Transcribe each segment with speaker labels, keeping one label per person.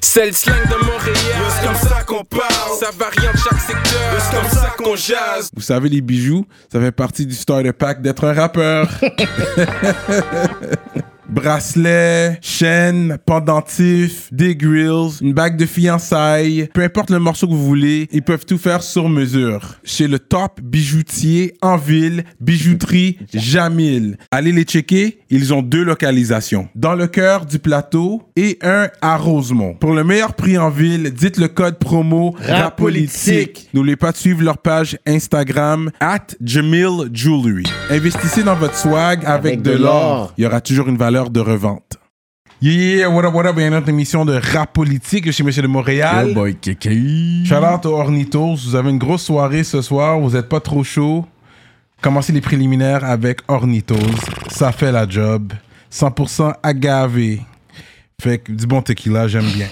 Speaker 1: C'est le slang de Montréal.
Speaker 2: C'est comme ça qu'on parle.
Speaker 1: Ça varie en chaque secteur.
Speaker 2: C'est comme ça qu'on jase.
Speaker 3: Vous savez, les bijoux, ça fait partie du starter pack d'être un rappeur. Bracelet, chaîne, pendentif, des grills, une bague de fiançailles, peu importe le morceau que vous voulez, ils peuvent tout faire sur mesure. Chez le top bijoutier en ville, bijouterie Jamil. Allez les checker, ils ont deux localisations, dans le cœur du plateau et un à Rosemont. Pour le meilleur prix en ville, dites le code promo RAPOLITIQUE. N'oubliez pas de suivre leur page Instagram at Jamil Jewelry. Investissez dans votre swag avec,
Speaker 4: Avec
Speaker 3: de
Speaker 4: de
Speaker 3: l'or
Speaker 4: l'or.
Speaker 3: il y aura toujours une valeur de revente. Yeah, yeah, yeah, what up, what up, il y a une autre émission de rap politique chez Monsieur de Montréal.
Speaker 5: Oh boy, kéké.
Speaker 3: Shout out aux Ornitos, vous avez une grosse soirée ce soir, vous n'êtes pas trop chaud. Commencez les préliminaires avec Ornitos, ça fait la job. 100% agave. Fait que du bon tequila, j'aime bien.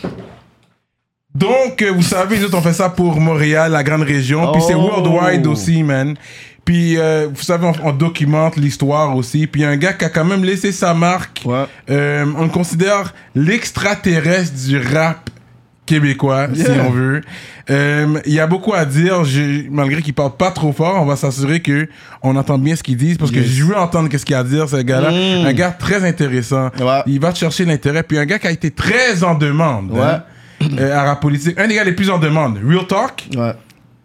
Speaker 3: Donc, euh, vous savez, nous autres, on fait ça pour Montréal, la grande région. Puis c'est
Speaker 4: Oh.
Speaker 3: worldwide aussi, man. Puis, euh, vous savez, on, on documente l'histoire aussi. Puis, il y a un gars qui a quand même laissé sa marque.
Speaker 5: Ouais.
Speaker 3: Euh, on le considère l'extraterrestre du rap québécois, si
Speaker 5: Yeah.
Speaker 3: on veut. Euh, Il y a beaucoup à dire. Je- malgré qu'il parle pas trop fort, on va s'assurer que on entend bien ce qu'ils disent parce que
Speaker 5: Yes. Mm.
Speaker 3: je veux entendre qu'est-ce qu'il y a à dire, ce gars-là. Un gars très intéressant.
Speaker 5: Ouais.
Speaker 3: Il va te chercher l'intérêt. Puis un gars qui a été très en demande hein, euh, à rap politique. Un des gars les plus en demande. Real Talk.
Speaker 5: Ouais.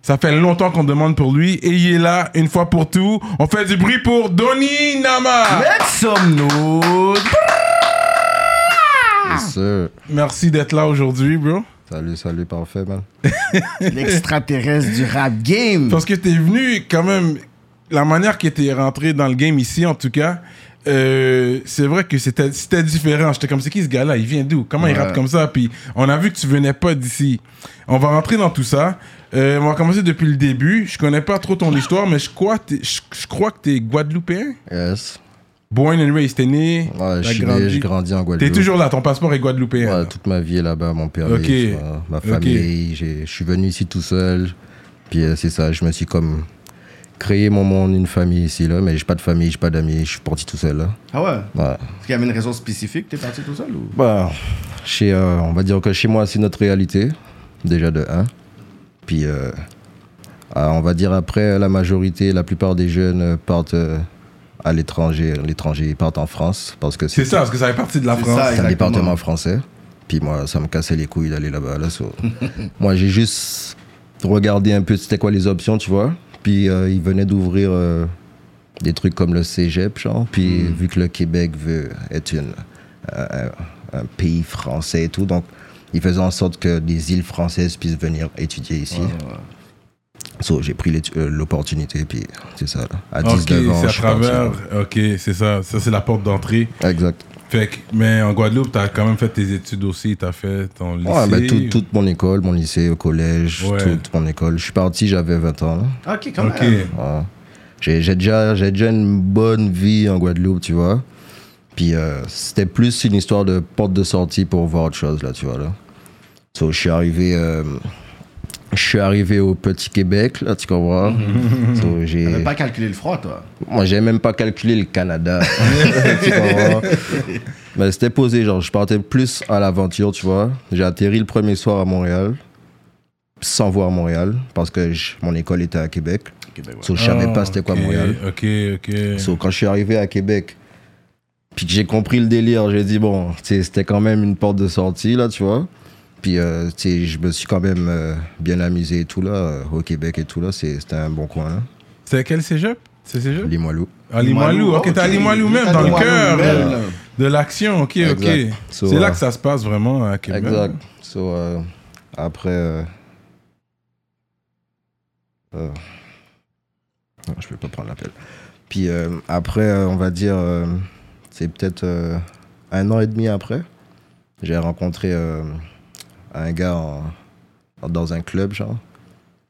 Speaker 3: Ça fait longtemps qu'on demande pour lui. Et il est là, une fois pour tout. On fait du bruit pour Donny Nama.
Speaker 5: Let's some noise.
Speaker 4: C'est sûr.
Speaker 3: Merci d'être là aujourd'hui, bro.
Speaker 4: Salut, salut, parfait, man.
Speaker 5: L'extraterrestre du rap game.
Speaker 3: Parce que t'es venu quand même, la manière que t'es rentré dans le game ici en tout cas, euh, c'est vrai que c'était c'était différent. J'étais comme, c'est qui ce gars-là Il vient d'où Comment il
Speaker 4: Ouais.
Speaker 3: rappe comme ça Puis on a vu que tu venais pas d'ici. On va rentrer dans tout ça. Euh, on va commencer depuis le début. Je connais pas trop ton histoire, mais je crois, que t'es- je, je crois que t'es Guadeloupéen.
Speaker 4: Yes.
Speaker 3: Born and raised, t'es né.
Speaker 4: Ouais,
Speaker 3: t'as
Speaker 4: je suis
Speaker 3: grandi.
Speaker 4: né, j'ai grandi en Guadeloupe.
Speaker 3: T'es toujours là, ton passeport est guadeloupéen.
Speaker 4: Ouais, toute ma vie est là-bas, mon père,
Speaker 3: Ok.
Speaker 4: est, euh, ma
Speaker 3: Ok.
Speaker 4: famille. j'ai- Je suis venu ici tout seul. Puis euh, c'est ça, je me suis comme créé mon monde, une famille ici, là. Mais j'ai pas de famille, j'ai pas d'amis, je suis parti tout seul, là.
Speaker 5: Ah ouais?
Speaker 4: Ouais.
Speaker 5: Est-ce qu'il y avait une raison spécifique? T'es parti tout seul ou?
Speaker 4: Bah, chez, euh, on va dire que chez moi, c'est notre réalité, déjà de 1. Puis, euh, ah, on va dire après, la majorité, la plupart des jeunes euh, partent euh, à l'étranger. À L'étranger, ils partent en France parce que
Speaker 3: C'est ça, parce que ça fait partie de la
Speaker 5: C'est
Speaker 3: France.
Speaker 5: ça,
Speaker 4: c'est un
Speaker 5: exactement.
Speaker 4: département français. Puis moi, ça me cassait les couilles d'aller là-bas. Là, so- moi, j'ai juste regardé un peu c'était quoi les options, tu vois. Puis euh, ils venaient d'ouvrir euh, des trucs comme le cégep, genre. Puis vu que le Québec veut être une, euh, un, un pays français et tout, donc ils faisaient en sorte que des îles françaises puissent venir étudier ici. So, j'ai pris l'étu- euh, l'opportunité, puis c'est ça. là. À
Speaker 3: Ok,
Speaker 4: 19 ans,
Speaker 3: c'est à
Speaker 4: je suis parti,
Speaker 3: travers. Ok, c'est ça. Ça, c'est la porte d'entrée.
Speaker 4: là. Exact.
Speaker 3: Fait que, mais en Guadeloupe, t'as quand même fait tes études aussi, t'as fait ton lycée.
Speaker 4: Ouais, ben, tout- toute mon école, mon lycée, au collège,
Speaker 3: Ouais.
Speaker 4: toute mon école. Je suis parti, j'avais 20 ans.
Speaker 5: Ok, quand
Speaker 3: Ok.
Speaker 5: même.
Speaker 4: Ouais. J'ai j'ai déjà, j'ai déjà une bonne vie en Guadeloupe, tu vois. Puis euh, c'était plus une histoire de porte de sortie pour voir autre chose, là, tu vois. Là. So, je suis arrivé. euh, je suis arrivé au petit Québec, là, tu comprends? So, j'ai-
Speaker 3: Ah,
Speaker 5: T'avais pas calculé le froid, toi.
Speaker 4: moi, j'ai même pas calculé le Canada. Tu comprends? Mais c'était posé, genre, je partais plus à l'aventure, tu vois. J'ai atterri le premier soir à Montréal, sans voir Montréal, parce que je- mon école était à Québec.
Speaker 5: Québec, ouais.
Speaker 4: So, je savais pas c'était quoi
Speaker 3: Ah, Ok,
Speaker 4: Montréal.
Speaker 3: Ok, ok.
Speaker 4: So, quand je suis arrivé à Québec, puis que j'ai compris le délire, j'ai dit, bon, tu sais, c'était quand même une porte de sortie, là, tu vois. Puis, euh, tu sais, je me suis quand même euh, bien amusé et tout, là, euh, au Québec et tout, là. C'est- C'était un bon coin, hein.
Speaker 3: C'est quel cégep C'est cégep
Speaker 4: Limoilou.
Speaker 3: À Limoilou. Ok, t'es à Limoilou même, dans le cœur
Speaker 5: Limoilou,
Speaker 3: de l'action. Ok, ok.
Speaker 4: Exact. So,
Speaker 3: C'est là
Speaker 4: euh,
Speaker 3: que ça se passe vraiment à Québec.
Speaker 4: Exact. So, euh, après. euh, euh, non, je peux pas prendre l'appel. Puis euh, après, euh, on va dire, euh, c'est peut-être euh, un an et demi après, j'ai rencontré euh, un gars en- dans un club, genre.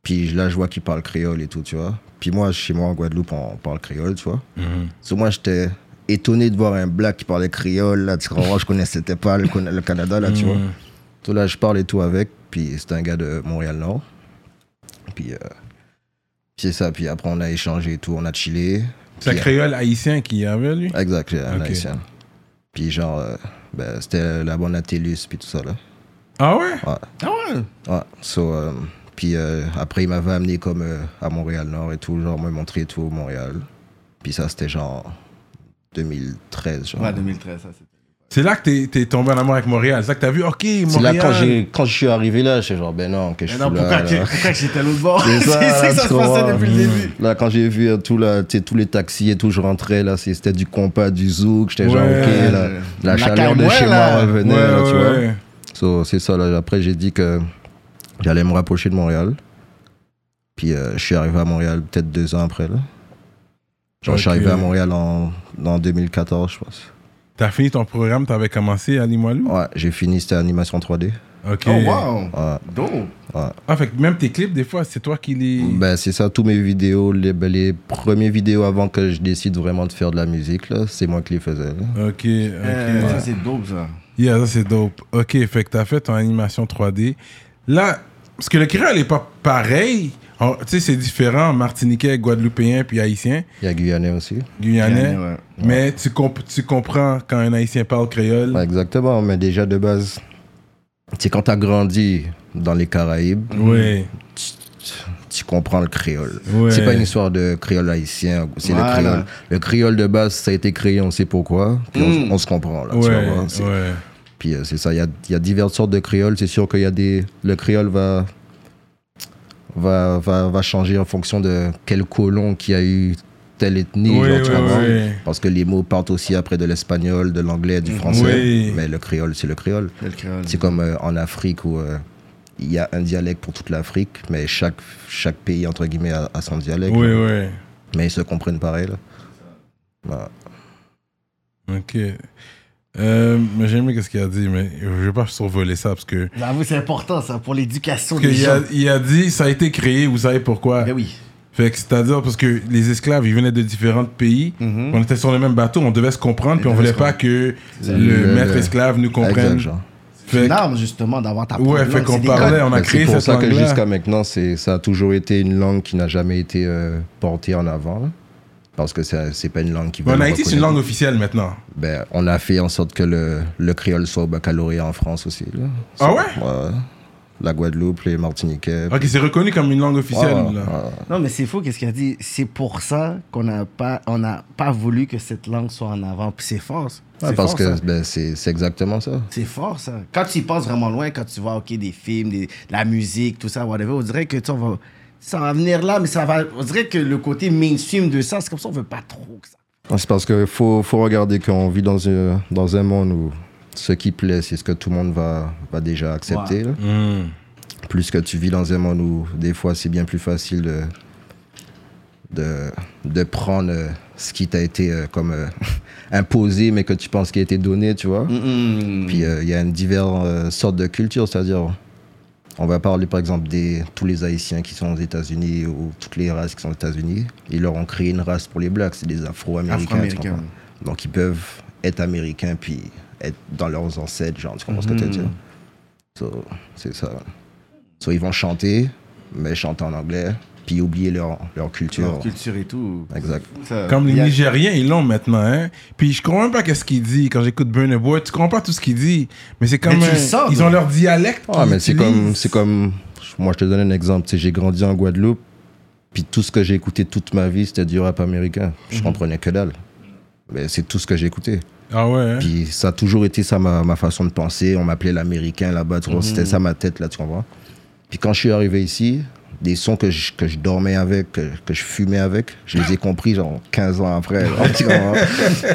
Speaker 4: Puis là, je vois qu'il parle créole et tout, tu vois. Puis moi, chez moi, en Guadeloupe, on parle créole, tu vois.
Speaker 3: Mhm.
Speaker 4: So, moi, j'étais étonné de voir un black qui parlait créole, là, tu comprends, je connaissais pas le, le Canada, là, Ah, tu vois.
Speaker 3: Mhm.
Speaker 4: Tout là, je parle et tout avec, puis c'est un gars de Montréal-Nord. Puis, euh, c'est ça, puis après, on a échangé et tout, on a chillé.
Speaker 3: C'est un
Speaker 4: Puis,
Speaker 3: créole haïtien qu'il y avait, lui
Speaker 4: euh, Exact, j'ai un
Speaker 3: Ok.
Speaker 4: haïtien. Puis genre, euh, ben, c'était la bonne Atélus, puis tout ça, là.
Speaker 3: Ah ouais?
Speaker 4: Ouais.
Speaker 5: Ah ouais?
Speaker 4: Ouais. So, euh, puis euh, après, il m'avait amené comme euh, à Montréal-Nord et tout, genre, m'a montré tout au Montréal. Puis ça, c'était genre 2013, genre.
Speaker 5: Ouais, 2013, ça c'était.
Speaker 3: C'est là que t'es- t'es tombé en amour avec Montréal. C'est là que t'as vu, ok, Montréal.
Speaker 4: C'est là quand, j'ai, quand je suis arrivé là, j'étais genre, ben non, que je
Speaker 5: Mais
Speaker 4: suis
Speaker 5: non, pourquoi
Speaker 4: là.
Speaker 5: que
Speaker 4: là.
Speaker 5: pourquoi que j'étais à l'autre bord?
Speaker 4: C'est
Speaker 5: C'est
Speaker 4: ça,
Speaker 5: ça que ça
Speaker 4: tu
Speaker 5: se passait
Speaker 4: comprends.
Speaker 5: depuis le début.
Speaker 4: Là, quand j'ai vu euh, tout la, tu sais, tous les taxis et tout, je rentrais, là, c'est- c'était du compas, du zouk, j'étais genre,
Speaker 3: Ouais.
Speaker 4: ok, là, la
Speaker 5: Euh, La
Speaker 4: chaleur de
Speaker 5: Caïmouais,
Speaker 4: chez
Speaker 5: là.
Speaker 4: moi revenait,
Speaker 3: Ouais,
Speaker 4: là, tu
Speaker 3: ouais,
Speaker 4: vois.
Speaker 3: ouais.
Speaker 4: So, c'est ça, là. Après, j'ai dit que j'allais me rapprocher de Montréal. Puis euh, je suis arrivé à Montréal peut-être deux ans après, là. Genre, je suis
Speaker 3: Ok.
Speaker 4: arrivé à Montréal en, en 2014, je pense.
Speaker 3: T'as fini ton programme, t'avais commencé à Limoilou?
Speaker 4: Ouais, j'ai fini, c'était animation 3D.
Speaker 3: Ok.
Speaker 5: Oh wow!
Speaker 4: Ouais.
Speaker 5: Dope!
Speaker 3: Ah, fait que même tes clips, des fois, c'est toi qui les.
Speaker 4: Ben, c'est ça, tous mes vidéos, les, ben, les premières vidéos avant que je décide vraiment de faire de la musique, là, c'est moi qui les faisais.
Speaker 3: Ok,
Speaker 4: là.
Speaker 3: ok.
Speaker 5: Euh, Ça, c'est dope, ça.
Speaker 3: Yeah, ça c'est dope. Ok, fait que t'as fait ton animation 3D. Là, parce que le créole est pas pareil. En- Tu sais, c'est différent, martiniquais, guadeloupéen, puis haïtien,
Speaker 4: Il y a Guyanais aussi.
Speaker 3: guyanais.
Speaker 5: Guyanais, ouais.
Speaker 3: Mais tu, comp- tu comprends quand un haïtien parle créole.
Speaker 4: Ouais, exactement, mais déjà de base, c'est quand t'as grandi dans les Caraïbes,
Speaker 3: Ouais.
Speaker 4: tu, tu comprends le créole.
Speaker 3: Ouais.
Speaker 4: C'est pas une histoire de créole haïtien, c'est
Speaker 5: Voilà.
Speaker 4: le créole. Le créole de base, ça a été créé, on sait pourquoi, puis on-
Speaker 5: Mm.
Speaker 4: on, se comprend là.
Speaker 3: Ouais,
Speaker 4: tu
Speaker 3: ouais.
Speaker 4: vois, c'est- Puis euh, c'est ça, il y a, il y a diverses sortes de créoles. C'est sûr qu'il y a des. Le créole va, va, va, va changer en fonction de quel colon qui a eu telle ethnie.
Speaker 3: Oui,
Speaker 4: genre, tu
Speaker 3: oui,
Speaker 4: vois.
Speaker 3: oui.
Speaker 4: Parce que les mots partent aussi après de l'espagnol, de l'anglais, du français.
Speaker 3: Oui.
Speaker 4: Mais le créole, c'est le créole.
Speaker 5: C'est le créole.
Speaker 4: C'est comme euh, en Afrique où euh, il y a un dialecte pour toute l'Afrique, mais chaque, chaque pays, entre guillemets, a, a son dialecte.
Speaker 3: Ouais, ouais.
Speaker 4: Mais ils se comprennent Bah, pareil. là. Voilà.
Speaker 3: Ok. Euh, mais j'aime bien ce qu'il a dit, mais je vais pas survoler ça parce que.
Speaker 5: J'avoue, c'est important, ça, pour l'éducation
Speaker 3: parce que
Speaker 5: des
Speaker 3: il, a,
Speaker 5: gens.
Speaker 3: il a dit, ça a été créé, vous savez pourquoi.
Speaker 5: Ben oui.
Speaker 3: Fait que c'est-à-dire parce que les esclaves, ils venaient de différents pays.
Speaker 5: Mhm.
Speaker 3: On était sur le même bateau, on devait se comprendre, puis on
Speaker 5: devait
Speaker 3: voulait
Speaker 5: se
Speaker 3: pas que le,
Speaker 4: Le-
Speaker 3: maître
Speaker 4: le-
Speaker 3: esclave nous comprenne.
Speaker 4: Exact, genre.
Speaker 3: Fait
Speaker 5: une
Speaker 3: que-
Speaker 5: arme, justement, d'avoir ta propre
Speaker 3: ouais, fait
Speaker 5: langue,
Speaker 3: qu'on
Speaker 5: c'est des
Speaker 3: parlait,
Speaker 5: codes.
Speaker 3: on a
Speaker 4: Ben,
Speaker 3: créé
Speaker 4: C'est pour
Speaker 3: cette
Speaker 4: ça que
Speaker 3: langue-là.
Speaker 4: jusqu'à maintenant, c'est- ça a toujours été une langue qui n'a jamais été euh, portée en avant. là. Parce que ça- c'est pas une langue qui va.
Speaker 3: En Haïti, c'est une langue officielle maintenant.
Speaker 4: Ben, on a fait en sorte que le, le créole soit au baccalauréat en France aussi. là.
Speaker 3: Ah
Speaker 4: Ça-
Speaker 3: ouais
Speaker 4: La Guadeloupe, les Martiniquais.
Speaker 3: Ok, c'est reconnu comme une langue officielle.
Speaker 4: Ouais,
Speaker 3: là.
Speaker 4: ouais.
Speaker 5: Non, mais c'est faux, qu'est-ce qu'il a dit? C'est pour ça qu'on n'a pas, on n'a pas voulu que cette langue soit en avant. Puis c'est fort. ça.
Speaker 4: Ouais,
Speaker 5: C'est
Speaker 4: parce
Speaker 5: fort, ça.
Speaker 4: que ben, c'est c'est exactement ça.
Speaker 5: C'est fort, ça. Quand tu y penses vraiment loin, quand tu vois, OK, des films, des- la musique, tout ça, whatever, on dirait que tu sais, on va, ça va venir là, mais ça va, on dirait que le côté mainstream de ça, c'est comme ça, on veut pas trop que ça.
Speaker 4: C'est parce qu'il faut, faut regarder qu'on vit dans un, dans un monde où ce qui plaît, c'est ce que tout le monde va, va déjà accepter. là.
Speaker 3: Hmm.
Speaker 4: plus que tu vis dans un monde où des fois c'est bien plus facile de, de, de prendre euh, ce qui t'a été euh, comme euh, imposé mais que tu penses qui a été donné, tu vois.
Speaker 5: Mm.
Speaker 4: Puis euh, il y a une diverse sorte de culture, c'est-à-dire on va parler par exemple des tous les Haïtiens qui sont aux États-Unis ou toutes les races qui sont aux États-Unis. Ils leur ont créé une race pour les Blacks, c'est des Afro-Américains. tu
Speaker 5: Afro-Américains.
Speaker 4: comprends? Donc ils peuvent être Américains puis être dans leurs ancêtres, genre, tu comprends ce que je veux dire
Speaker 5: Mm-hmm.
Speaker 4: So, c'est ça. So, ils vont chanter, mais chanter en anglais, puis oublier leur, leur culture.
Speaker 5: Leur culture et tout.
Speaker 4: Exact.
Speaker 5: Ça-
Speaker 3: Comme les
Speaker 5: il y a-
Speaker 3: Nigériens, ils l'ont maintenant. Hein. Puis je comprends même pas qu'est-ce qu'il dit quand j'écoute Burner Boy. Tu comprends pas tout ce qu'il dit, mais c'est comme
Speaker 5: Mais tu
Speaker 3: un-
Speaker 5: le sens,
Speaker 3: ils
Speaker 5: toi.
Speaker 3: ont leur dialecte.
Speaker 4: Ah,
Speaker 3: qu'ils
Speaker 4: mais c'est comme,
Speaker 3: utilisent.
Speaker 4: c'est comme. Moi, je te donne un exemple. Tu sais, J'ai grandi en Guadeloupe, puis tout ce que j'ai écouté toute ma vie, c'était du rap américain. Je comprenais que dalle. Mais c'est tout ce que j'ai écouté.
Speaker 3: Ah ouais. hein.
Speaker 4: Puis ça a toujours été ça ma, ma façon de penser. On m'appelait l'américain là-bas, tu vois,
Speaker 3: Mhm.
Speaker 4: c'était ça ma tête là, tu comprends. Puis quand je suis arrivé ici, des sons que je, que je dormais avec, que, que je fumais avec, je les ai compris genre 15 ans après. genre, tu comprends.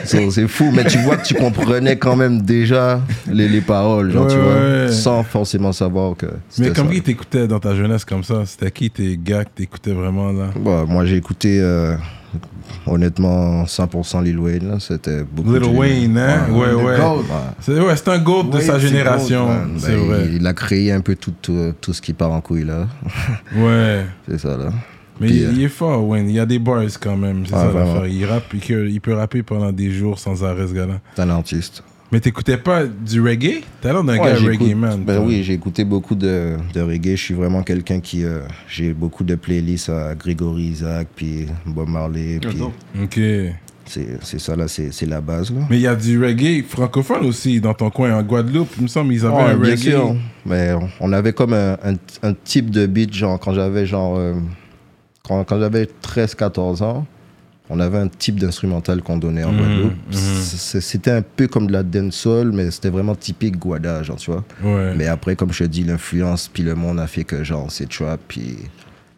Speaker 4: So, C'est fou, mais tu vois que tu comprenais quand même déjà les, les paroles, genre, tu
Speaker 3: Ouais,
Speaker 4: vois,
Speaker 3: ouais.
Speaker 4: sans forcément savoir que
Speaker 3: Mais
Speaker 4: c'était
Speaker 3: comme
Speaker 4: ça.
Speaker 3: qui t'écoutais dans ta jeunesse comme ça C'était qui tes gars que t'écoutais vraiment là
Speaker 4: Bah, moi j'ai écouté euh, honnêtement 100% Lil Wayne, là, c'était beaucoup
Speaker 3: Lil
Speaker 4: de
Speaker 3: Wayne, hein? Ouais,
Speaker 5: le
Speaker 3: ouais.
Speaker 5: gold.
Speaker 4: Ouais.
Speaker 3: C'est ouais, c'est un goat de
Speaker 5: Ouais,
Speaker 3: sa
Speaker 5: c'est
Speaker 3: génération.
Speaker 5: goat, ouais.
Speaker 3: c'est
Speaker 4: Ben,
Speaker 3: vrai.
Speaker 4: Il, il a créé un peu tout, tout, tout ce qui part en couille là.
Speaker 3: Ouais.
Speaker 4: C'est ça là.
Speaker 3: Mais
Speaker 4: Puis,
Speaker 3: il,
Speaker 4: euh,
Speaker 3: il est fort, Wayne. Il y a des bars quand même. C'est
Speaker 4: Ouais,
Speaker 3: ça
Speaker 4: vraiment.
Speaker 3: l'affaire. Il rappe, il, que- il peut rapper pendant des jours sans arrêt, ce gars-là.
Speaker 4: C'est un artiste.
Speaker 3: Mais t'écoutais pas du reggae T'as l'air d'un
Speaker 4: Ouais,
Speaker 3: gars
Speaker 4: j'écoute-
Speaker 3: reggae, man. euh,
Speaker 4: ben
Speaker 3: toi.
Speaker 4: oui, j'ai écouté beaucoup de, de reggae. Je suis vraiment quelqu'un qui. euh, j'ai beaucoup de playlists à Grégory Isaac, puis Bob Marley, puis
Speaker 5: dope.
Speaker 3: Ok.
Speaker 4: C'est c'est ça, là, c'est c'est la base. Là.
Speaker 3: Mais il y a du reggae francophone aussi dans ton coin, en Guadeloupe. Il me semble ils avaient
Speaker 4: Ouais,
Speaker 3: un Ah
Speaker 4: bien
Speaker 3: reggae.
Speaker 4: sûr. Mais on- on avait comme un, un- un type de beat, genre, quand j'avais genre. euh, quand quand j'avais 13-14 ans, on avait un type d'instrumental qu'on donnait
Speaker 3: Mhm,
Speaker 4: en Guadeloupe. C'est- C'était un peu comme de la dancehall, mais c'était vraiment typique Guada, genre, tu vois.
Speaker 3: Ouais.
Speaker 4: Mais après, comme je te dis, l'influence, puis le monde a fait que, genre, c'est trap, puis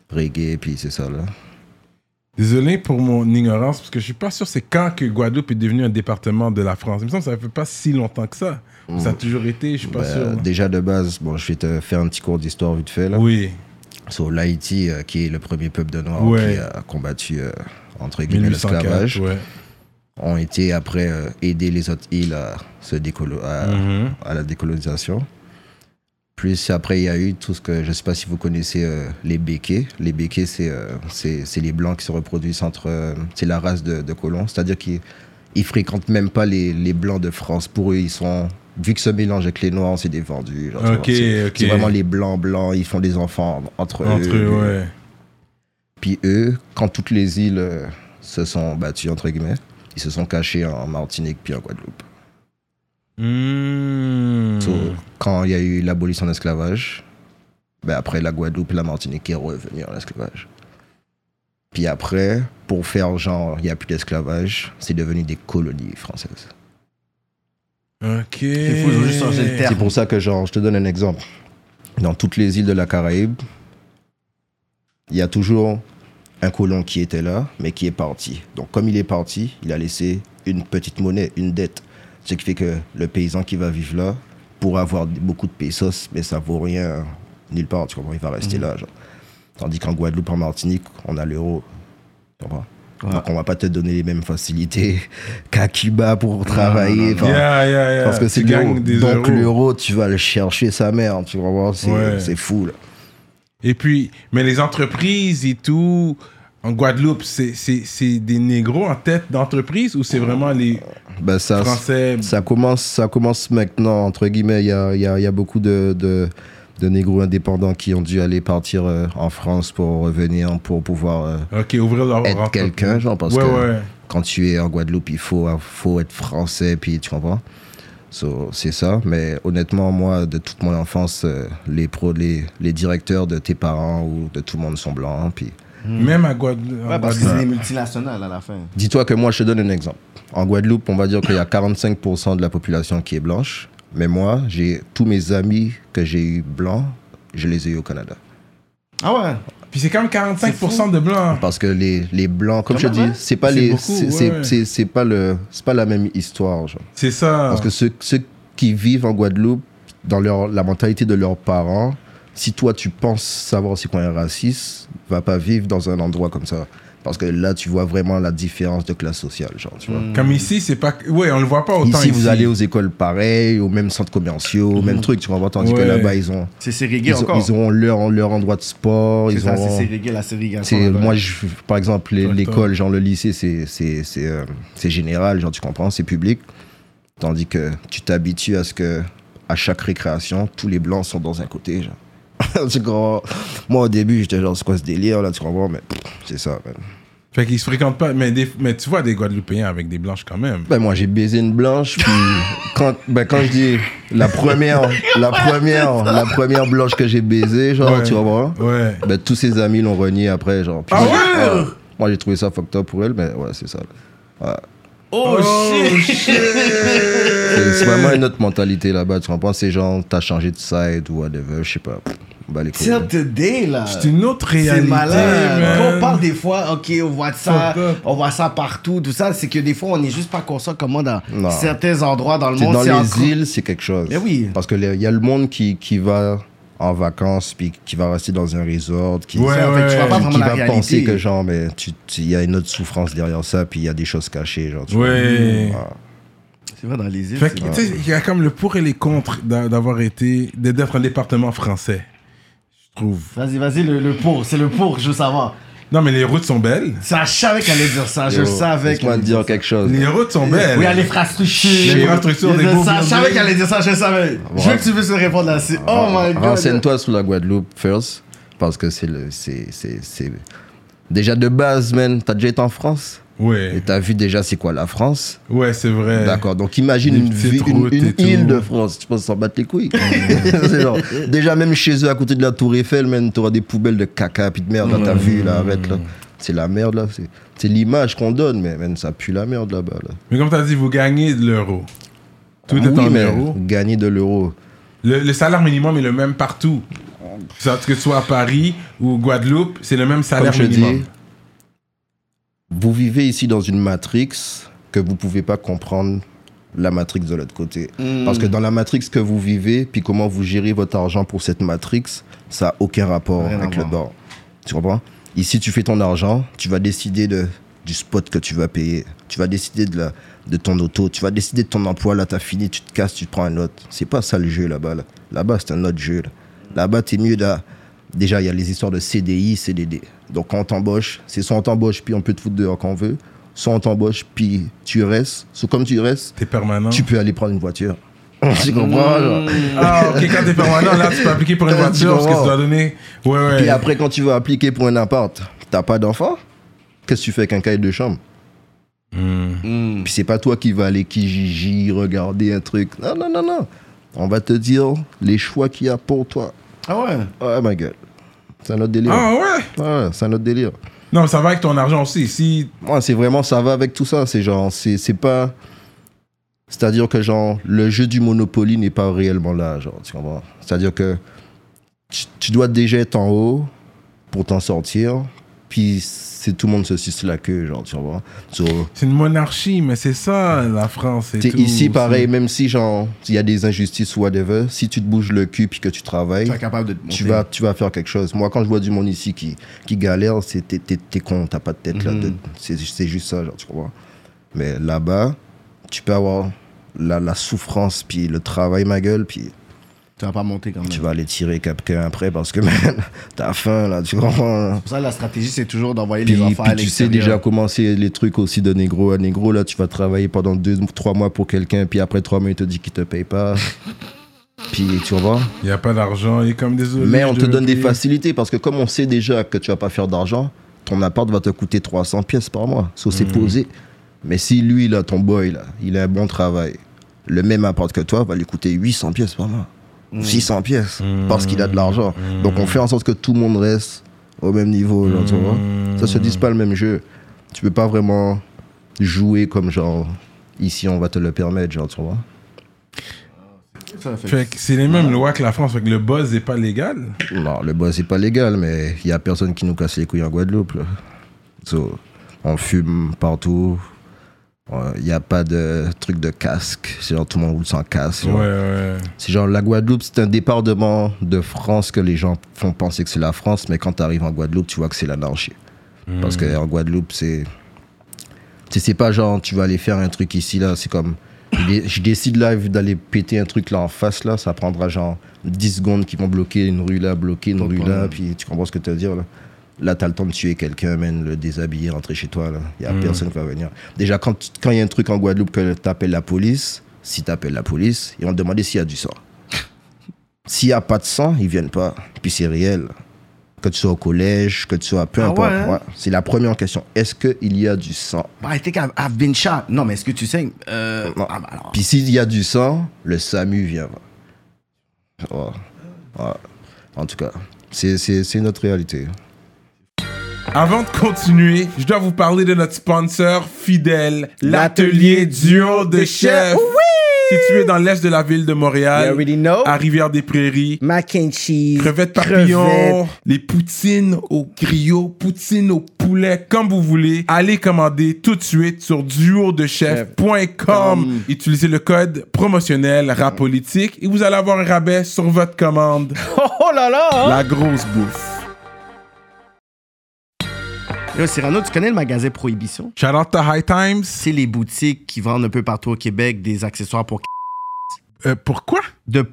Speaker 4: reggae, puis c'est ça, là.
Speaker 3: Désolé pour mon ignorance, parce que je suis pas sûr c'est quand que Guadeloupe est devenu un département de la France. Il me semble que ça fait pas si longtemps que ça.
Speaker 4: Mm.
Speaker 3: Ça a toujours été, je suis pas
Speaker 4: Bah,
Speaker 3: sûr.
Speaker 4: déjà de base, bon, je vais te faire un petit cours d'histoire vite fait, là.
Speaker 3: Oui,
Speaker 4: sur l'Haïti, euh, qui est le premier peuple de Noirs
Speaker 3: Ouais.
Speaker 4: qui a combattu, euh, entre guillemets,
Speaker 3: 1804.
Speaker 4: l'esclavage,
Speaker 3: Ouais.
Speaker 4: ont été après euh, aider les autres îles à, se décolo- à,
Speaker 3: Mhm.
Speaker 4: à la décolonisation. Plus après, il y a eu tout ce que, je sais pas si vous connaissez, euh, les béquets. Les béquets, c'est euh, c'est- c'est les Blancs qui se reproduisent entre... euh, c'est la race de, de colons, c'est-à-dire qu'ils ils fréquentent même pas les, les Blancs de France. Pour eux, ils sont... Vu que ce mélange avec les Noirs, c'est des vendus. genre, tu
Speaker 3: Ok,
Speaker 4: vois, c'est-
Speaker 3: ok.
Speaker 4: C'est vraiment les Blancs, Blancs, ils font des enfants entre,
Speaker 3: Entre
Speaker 4: eux.
Speaker 3: eux, ouais.
Speaker 4: Puis eux, quand toutes les îles euh, se sont battues, entre guillemets, ils se sont cachés en Martinique puis en Guadeloupe.
Speaker 3: Hmm.
Speaker 4: So, quand il y a eu l'abolition de l'esclavage, ben après la Guadeloupe et la Martinique est revenue en esclavage. Puis après, pour faire genre, il n'y a plus d'esclavage, c'est devenu des colonies françaises.
Speaker 3: Ok.
Speaker 5: C'est fou, ils ont juste changé le terme.
Speaker 4: C'est pour ça que genre, je te donne un exemple. Dans toutes les îles de la Caraïbe, il y a toujours un colon qui était là, mais qui est parti. Donc comme il est parti, il a laissé une petite monnaie, une dette. Ce qui fait que le paysan qui va vivre là pourra avoir beaucoup de pesos, mais ça vaut rien nulle part. Tu comprends Il va rester là. genre. Tandis qu'en Guadeloupe, en Martinique, on a l'euro. Tu comprends Donc on va pas te donner les mêmes facilités qu'à Cuba pour travailler. Enfin,
Speaker 3: Yeah, yeah, yeah.
Speaker 4: parce que
Speaker 3: Euh, Tu
Speaker 4: c'est
Speaker 3: gagnes
Speaker 4: l'euro.
Speaker 3: des
Speaker 4: Donc
Speaker 3: euros.
Speaker 4: l'euro, tu vas le chercher sa mère, tu vas voir, c'est
Speaker 3: Ouais.
Speaker 4: c'est fou. Là.
Speaker 3: Et puis, mais les entreprises et tout, en Guadeloupe, c'est- c'est c'est des négros en tête d'entreprise ou c'est vraiment les
Speaker 4: Ben, ça,
Speaker 3: Français
Speaker 4: ça, commence, ça commence maintenant, entre guillemets, il y a, il y a- il y a beaucoup de, de, de négros indépendants qui ont dû aller partir euh, en France pour revenir, pour pouvoir euh,
Speaker 3: Ok, ouvrir leur
Speaker 4: être
Speaker 3: entreprise.
Speaker 4: quelqu'un, genre, parce
Speaker 3: Oh, Ouais,
Speaker 4: que
Speaker 3: ouais.
Speaker 4: quand tu es en Guadeloupe, il faut, euh, faut être français, puis tu comprends So, c'est ça, mais honnêtement, moi, de toute mon enfance, euh, les, pros, les, les directeurs de tes parents ou de tout le monde sont blancs. hein, Puis
Speaker 3: Même à Guadeloupe. en
Speaker 5: Ouais, parce que c'est
Speaker 3: Guadeloupe.
Speaker 5: des multinationales à la fin.
Speaker 4: Dis-toi que moi, je te donne un exemple. En Guadeloupe, on va dire qu'il y a 45% de la population qui est blanche. Mais moi, j'ai tous mes amis que j'ai eu blancs, je les ai eu au Canada.
Speaker 5: Ah ouais?
Speaker 3: Puis c'est quand même 45% de blancs.
Speaker 4: Parce que les, les blancs, comme
Speaker 5: Quand
Speaker 4: je te
Speaker 5: même,
Speaker 4: dis,
Speaker 5: ouais.
Speaker 4: c'est pas
Speaker 3: C'est
Speaker 4: les,
Speaker 3: beaucoup,
Speaker 4: c'est-
Speaker 3: ouais. Ah.
Speaker 4: c'est c'est- c'est pas le, c'est pas la même histoire. genre.
Speaker 3: C'est ça.
Speaker 4: Parce que ceux, ceux qui vivent en Guadeloupe, dans leur, la mentalité de leurs parents, si toi tu penses savoir c'est quoi un raciste, va pas vivre dans un endroit comme ça. Parce que là, tu vois vraiment la différence de classe sociale, genre, tu vois.
Speaker 3: Comme ici, c'est pas. Ouais, on le voit pas autant.
Speaker 4: Ici, vous allez aux écoles pareilles, aux mêmes centres commerciaux, au même truc, tu comprends Tandis
Speaker 3: Ouais.
Speaker 4: que là-bas, ils ont,
Speaker 5: C'est ségrégé
Speaker 4: ils, ont,
Speaker 5: encore.
Speaker 4: ils auront leur, leur endroit de sport.
Speaker 5: C'est
Speaker 4: Ils
Speaker 5: ça, c'est
Speaker 4: auront,
Speaker 5: ségrégé, la ségrégation.
Speaker 4: c'est,
Speaker 5: là-bas.
Speaker 4: moi, je, par exemple, les-
Speaker 3: Toi, toi.
Speaker 4: l'école, genre le lycée, c'est, c'est, c'est, euh, c'est général, genre tu comprends, c'est public. Tandis que tu t'habitues à ce que, à chaque récréation, tous les blancs sont dans un côté, genre. Tu comprends Moi, au début, j'étais genre, c'est quoi ce délire, là, tu comprends Mais pff, c'est ça, man.
Speaker 3: Fait qu'ils se fréquentent pas. Mais, des- mais tu vois des Guadeloupéens avec des blanches quand même.
Speaker 4: Ben moi j'ai baisé une blanche puis quand ben quand je dis la première la première la première blanche que j'ai baisée genre
Speaker 3: Ouais.
Speaker 4: Ah, tu vas voir
Speaker 3: Ouais.
Speaker 4: ben tous ses amis l'ont renié après genre Puis
Speaker 3: Ah
Speaker 4: moi,
Speaker 3: ouais
Speaker 4: ouais. moi j'ai trouvé ça fucked up pour elle mais ouais c'est ça
Speaker 5: Oh, shit!
Speaker 4: c'est
Speaker 5: Euh.
Speaker 4: c'est vraiment une autre mentalité là-bas tu comprends c'est genre t'as changé de side ou whatever je sais pas bah les couilles.
Speaker 5: Till today, là.
Speaker 3: C'est une autre
Speaker 5: C'est
Speaker 3: réalité.
Speaker 5: malade. Quand on
Speaker 3: man.
Speaker 5: parle des fois, ok, on voit de ça,
Speaker 3: Fuck up.
Speaker 5: on voit ça partout, tout ça, c'est que des fois, on n'est juste pas conscient comment dans
Speaker 4: Non.
Speaker 5: certains endroits dans le
Speaker 4: C'est
Speaker 5: monde,
Speaker 4: dans
Speaker 5: c'est
Speaker 4: les
Speaker 5: encore-
Speaker 4: îles c'est quelque chose
Speaker 5: Mais oui.
Speaker 4: parce que les- il y a le monde qui qui va en vacances puis qui va rester dans un resort qui
Speaker 3: Ouais,
Speaker 5: Ça, fait que tu vois
Speaker 3: ouais.
Speaker 5: pas
Speaker 4: qui,
Speaker 5: vraiment
Speaker 4: qui
Speaker 5: la
Speaker 4: va
Speaker 5: réalité.
Speaker 4: penser que genre mais tu il y a une autre souffrance derrière ça puis il y a des choses cachées genre tu
Speaker 3: Ouais.
Speaker 4: vois.
Speaker 5: C'est vrai, dans les îles.
Speaker 3: Fait
Speaker 5: c'est
Speaker 3: que,
Speaker 5: vrai.
Speaker 3: tu sais, il y a comme le pour et les contre d'a- d'avoir été. d'être un département français. Je trouve.
Speaker 5: Vas-y, vas-y, le, le pour, c'est le pour, je veux savoir.
Speaker 3: Non, mais les routes sont belles.
Speaker 5: Ça, je savais qu'elle allait dire ça, je
Speaker 4: Yo,
Speaker 5: le savais.
Speaker 4: laisse-moi
Speaker 5: qu'elle
Speaker 4: te dire quelque chose
Speaker 3: Les routes sont belles.
Speaker 5: Oui, à l'infrastructure.
Speaker 3: L'infrastructure des beaux
Speaker 5: ça, Je savais
Speaker 3: buildings.
Speaker 5: qu'elle allait dire ça, je le savais.
Speaker 4: Ah,
Speaker 5: Je veux que tu puisses me répondre là-dessus. Oh my god.
Speaker 4: renseigne-toi sur la Guadeloupe first parce que c'est le c'est c'est c'est déjà de base man t'as déjà été en France
Speaker 3: Ouais.
Speaker 4: Et t'as vu déjà c'est quoi la France
Speaker 3: Ouais, c'est vrai.
Speaker 4: D'accord, donc imagine
Speaker 3: Des
Speaker 4: une,
Speaker 3: petites
Speaker 4: vi- une-
Speaker 3: routes
Speaker 4: une
Speaker 3: et tout.
Speaker 4: île de France, tu penses s'en battre les couilles. C'est genre, déjà même chez eux à côté de la tour Eiffel, man, t'auras des poubelles de caca puis de merde dans ta vue là, arrête là. C'est la merde là, c'est- c'est l'image qu'on donne, mais man, ça pue la merde là-bas. Là. Ah
Speaker 3: Mais comme t'as dit, vous gagnez de l'euro. Tout est
Speaker 4: Oui,
Speaker 3: en
Speaker 4: mais
Speaker 3: euros.
Speaker 4: gagner de l'euro.
Speaker 3: Le, le salaire minimum est le même partout. Ça, Que tu sois à Paris ou Guadeloupe, c'est le même
Speaker 4: Comme
Speaker 3: salaire
Speaker 4: je
Speaker 3: minimum.
Speaker 4: dis, vous vivez ici dans une matrix que vous pouvez pas comprendre la matrix de l'autre côté.
Speaker 3: Hmm.
Speaker 4: Parce que dans la matrix que vous vivez, puis comment vous gérez votre argent pour cette matrix, ça n'a aucun rapport
Speaker 5: Rien à
Speaker 4: avec le
Speaker 5: voir.
Speaker 4: bord. Tu comprends Ici, tu fais ton argent, tu vas décider de, du spot que tu vas payer, tu vas décider de, la, de ton auto, tu vas décider de ton emploi, là, t'as fini, tu te casses, tu te prends un autre. C'est pas ça le jeu là-bas. Là. bas c'est un autre jeu. là. Là-bas, t'es mieux là. Déjà, il y a les histoires de CDI, CDD. Donc, quand on t'embauche, c'est soit on t'embauche, puis on peut te foutre dehors quand on veut, soit on t'embauche, puis tu restes. Soit comme tu restes,
Speaker 3: T'es permanent.
Speaker 4: tu peux aller prendre une voiture. tu comprends genre?
Speaker 3: Ah, ok, quand t'es permanent, là, tu peux appliquer pour une
Speaker 4: Ouais, tu
Speaker 3: voiture parce que tu
Speaker 4: comprends.
Speaker 3: dois donner. Ouais, ouais.
Speaker 4: Puis après, quand tu vas appliquer pour un appart, t'as pas d'enfant Qu'est-ce que tu fais avec un cahier de chambre
Speaker 3: Hmm.
Speaker 4: Hmm. Puis c'est pas toi qui vas aller kijiji, regarder un truc. Non, non, non, non. On va te dire les choix qu'il y a pour toi.
Speaker 5: Ah ouais.
Speaker 4: Oh my god. C'est un autre délire.
Speaker 3: Ah, ouais.
Speaker 4: Ouais, c'est un autre délire.
Speaker 3: Non, ça va avec ton argent aussi. Si.
Speaker 4: Moi, c'est vraiment, ça va avec tout ça. C'est genre, c'est c'est pas. C'est-à-dire que, genre, le jeu du Monopoly n'est pas réellement là, genre, tu comprends? C'est-à-dire que tu, tu dois déjà être en haut pour t'en sortir, puis c'est tout le monde se suce la queue, genre, tu comprends? So,
Speaker 3: C'est une monarchie, mais c'est ça, la France. et
Speaker 4: t'sais,
Speaker 3: tout,
Speaker 4: ici,
Speaker 3: aussi.
Speaker 4: pareil, même si, genre, il y a des injustices ou whatever, si tu te bouges le cul puis que tu travailles,
Speaker 5: Tu es capable de te
Speaker 4: tu
Speaker 5: monter.
Speaker 4: vas, tu vas faire quelque chose. Moi, quand je vois du monde ici qui, qui galère, c'est t'es- t'es t'es con, t'as pas de tête là. t'es- C'est c'est juste ça, genre, tu comprends. Mais là-bas, tu peux avoir la, la souffrance, puis le travail, ma gueule, puis
Speaker 5: Tu vas pas monter quand même.
Speaker 4: tu vas aller tirer quelqu'un après parce que, man, t'as faim là, tu comprends. là.
Speaker 5: Pour ça, la stratégie, c'est toujours d'envoyer
Speaker 4: Puis,
Speaker 5: les enfants à
Speaker 4: puis tu sais
Speaker 5: l'extérieur.
Speaker 4: déjà comment c'est les trucs aussi de négro à négro. Là, tu vas travailler pendant deux, trois mois pour quelqu'un, puis après trois mois, il te dit qu'il te paye pas. puis tu vois.
Speaker 3: Il n'y a pas d'argent, il est comme désolé.
Speaker 4: Mais on
Speaker 3: je
Speaker 4: te
Speaker 3: devais
Speaker 4: donne des
Speaker 3: payer.
Speaker 4: facilités parce que comme on sait déjà que tu vas pas faire d'argent, ton appart va te coûter 300 pièces par mois. Sauf c'est
Speaker 3: Hmm.
Speaker 4: posé. Mais si lui, là, ton boy, là, il a un bon travail, le même appart que toi va lui coûter 800 pièces par mois.
Speaker 3: Hmm.
Speaker 4: 600 pièces parce qu'il a de l'argent. Donc on fait en sorte que tout le monde reste au même niveau. Genre, tu vois. Ça se dit pas le même jeu. Tu peux pas vraiment jouer comme genre ici on va te le permettre, genre, tu vois.
Speaker 5: Ça fait-
Speaker 3: Fait que c'est les mêmes lois que la France. Fait que le buzz n'est pas légal.
Speaker 4: Non, le bois, c'est pas légal, mais il y a personne qui nous casse les couilles en Guadeloupe. là. So, on fume partout. Il n'y a pas de truc de casque. C'est genre tout le monde roule sans casque.
Speaker 3: Ouais,
Speaker 4: genre.
Speaker 3: ouais.
Speaker 4: C'est genre la Guadeloupe, c'est un département de France que les gens font penser que c'est la France, mais quand tu arrives en Guadeloupe, tu vois que c'est l'anarchie. Parce que en Guadeloupe, c'est. Tu sais, c'est pas genre tu vas aller faire un truc ici, là. C'est comme. je dé- Je décide là d'aller péter un truc là en face, là. Ça prendra genre 10 secondes qui vont bloquer une rue là, bloquer une
Speaker 5: Pas de
Speaker 4: rue là.
Speaker 5: problème.
Speaker 4: Puis tu comprends ce que tu veux dire, là. Là, t'as le temps de tuer quelqu'un, man, le déshabiller, rentrer chez toi, là. Y a
Speaker 5: Hmm.
Speaker 4: personne qui va venir. Déjà, quand tu- quand il y a un truc en Guadeloupe que t'appelles la police, si t'appelles la police, ils vont te demander s'il y a du sang. S'il n'y a pas de sang, ils viennent pas. Puis c'est réel. Que tu sois au collège, que tu sois peu
Speaker 5: Ah
Speaker 4: importe.
Speaker 5: ouais, hein?
Speaker 4: Ouais. C'est la première question. Est-ce qu'il y a du sang
Speaker 5: Bah, I think I've, I've been shot. Non, mais est-ce que tu saignes euh...
Speaker 4: Non.
Speaker 5: Ah, bah alors.
Speaker 4: Puis s'il y a du sang, le SAMU vient. Ouais. Ouais. En tout cas, c'est- c'est c'est notre réalité.
Speaker 3: Avant de continuer, je dois vous parler de notre sponsor fidèle, l'atelier duo de chef. Situé dans l'est de la ville de Montréal,
Speaker 6: You already know.
Speaker 3: à Rivière-des-Prairies.
Speaker 6: Mac and cheese.
Speaker 3: Crevettes papillons,
Speaker 6: crevettes.
Speaker 3: les poutines au griot, poutines au poulet, comme vous voulez. Allez commander tout de suite sur duodechef.com. Utilisez le code
Speaker 6: Mm.
Speaker 3: promotionnel rapolitique et vous allez avoir un rabais sur votre commande.
Speaker 6: Oh, oh là là. hein.
Speaker 3: La grosse bouffe.
Speaker 5: Yo, Cyrano, tu connais le magasin Prohibition?
Speaker 3: Shout out to High Times.
Speaker 5: C'est les boutiques qui vendent un peu partout au Québec des accessoires pour
Speaker 3: Euh, pourquoi?
Speaker 5: de p-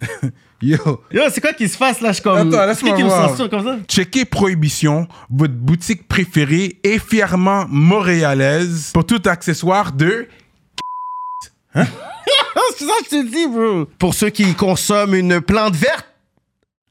Speaker 3: Yo.
Speaker 5: Yo, c'est quoi qui se passe là? Je suis comme.
Speaker 3: Attends, laisse-moi
Speaker 5: Qui me
Speaker 3: voir.
Speaker 5: censure comme ça?
Speaker 3: Checkez Prohibition, votre boutique préférée et fièrement montréalaise pour tout accessoire de...
Speaker 5: Ah, c'est ça que je te dis, bro. Pour ceux qui consomment une plante verte.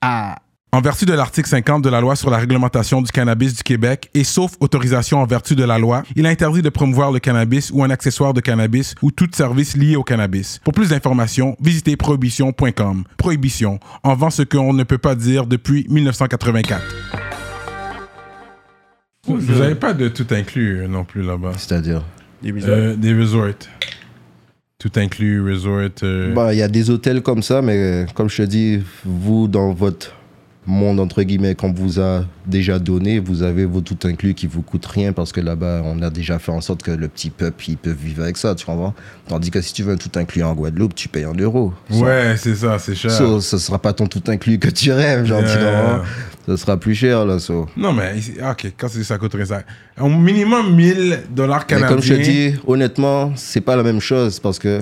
Speaker 5: Ah.
Speaker 3: En vertu de l'article 50 de la loi sur la réglementation du cannabis du Québec et sauf autorisation en vertu de la loi, il est interdit de promouvoir le cannabis ou un accessoire de cannabis ou tout service lié au cannabis. Pour plus d'informations, visitez prohibition.com. Prohibition, en vend ce qu'on ne peut pas dire depuis 1984. Vous n'avez pas de tout inclus euh, non plus là-bas.
Speaker 4: C'est-à-dire.
Speaker 3: Euh, des resorts. Tout inclus, resort. euh,
Speaker 4: Bah, il y a des hôtels comme ça, mais euh, comme je te dis, vous, dans votre monde, entre guillemets, qu'on vous a déjà donné, vous avez vos tout inclus qui vous coûte rien parce que là-bas, on a déjà fait en sorte que le petit peuple, il peut vivre avec ça, tu comprends? Tandis que si tu veux un tout inclus en Guadeloupe, tu payes en euros.
Speaker 3: ouais, c'est ça, c'est cher.
Speaker 4: So, ce sera pas ton tout inclus que tu rêves, genre, tu
Speaker 3: Yeah.
Speaker 4: comprends? Ce sera plus cher, là, so.
Speaker 3: Non, mais ici- ah, ok, quand c'est ça coûterait ça. Au minimum 1000 dollars
Speaker 4: Mais
Speaker 3: canadiens.
Speaker 4: comme je te dis, honnêtement, c'est pas la même chose parce que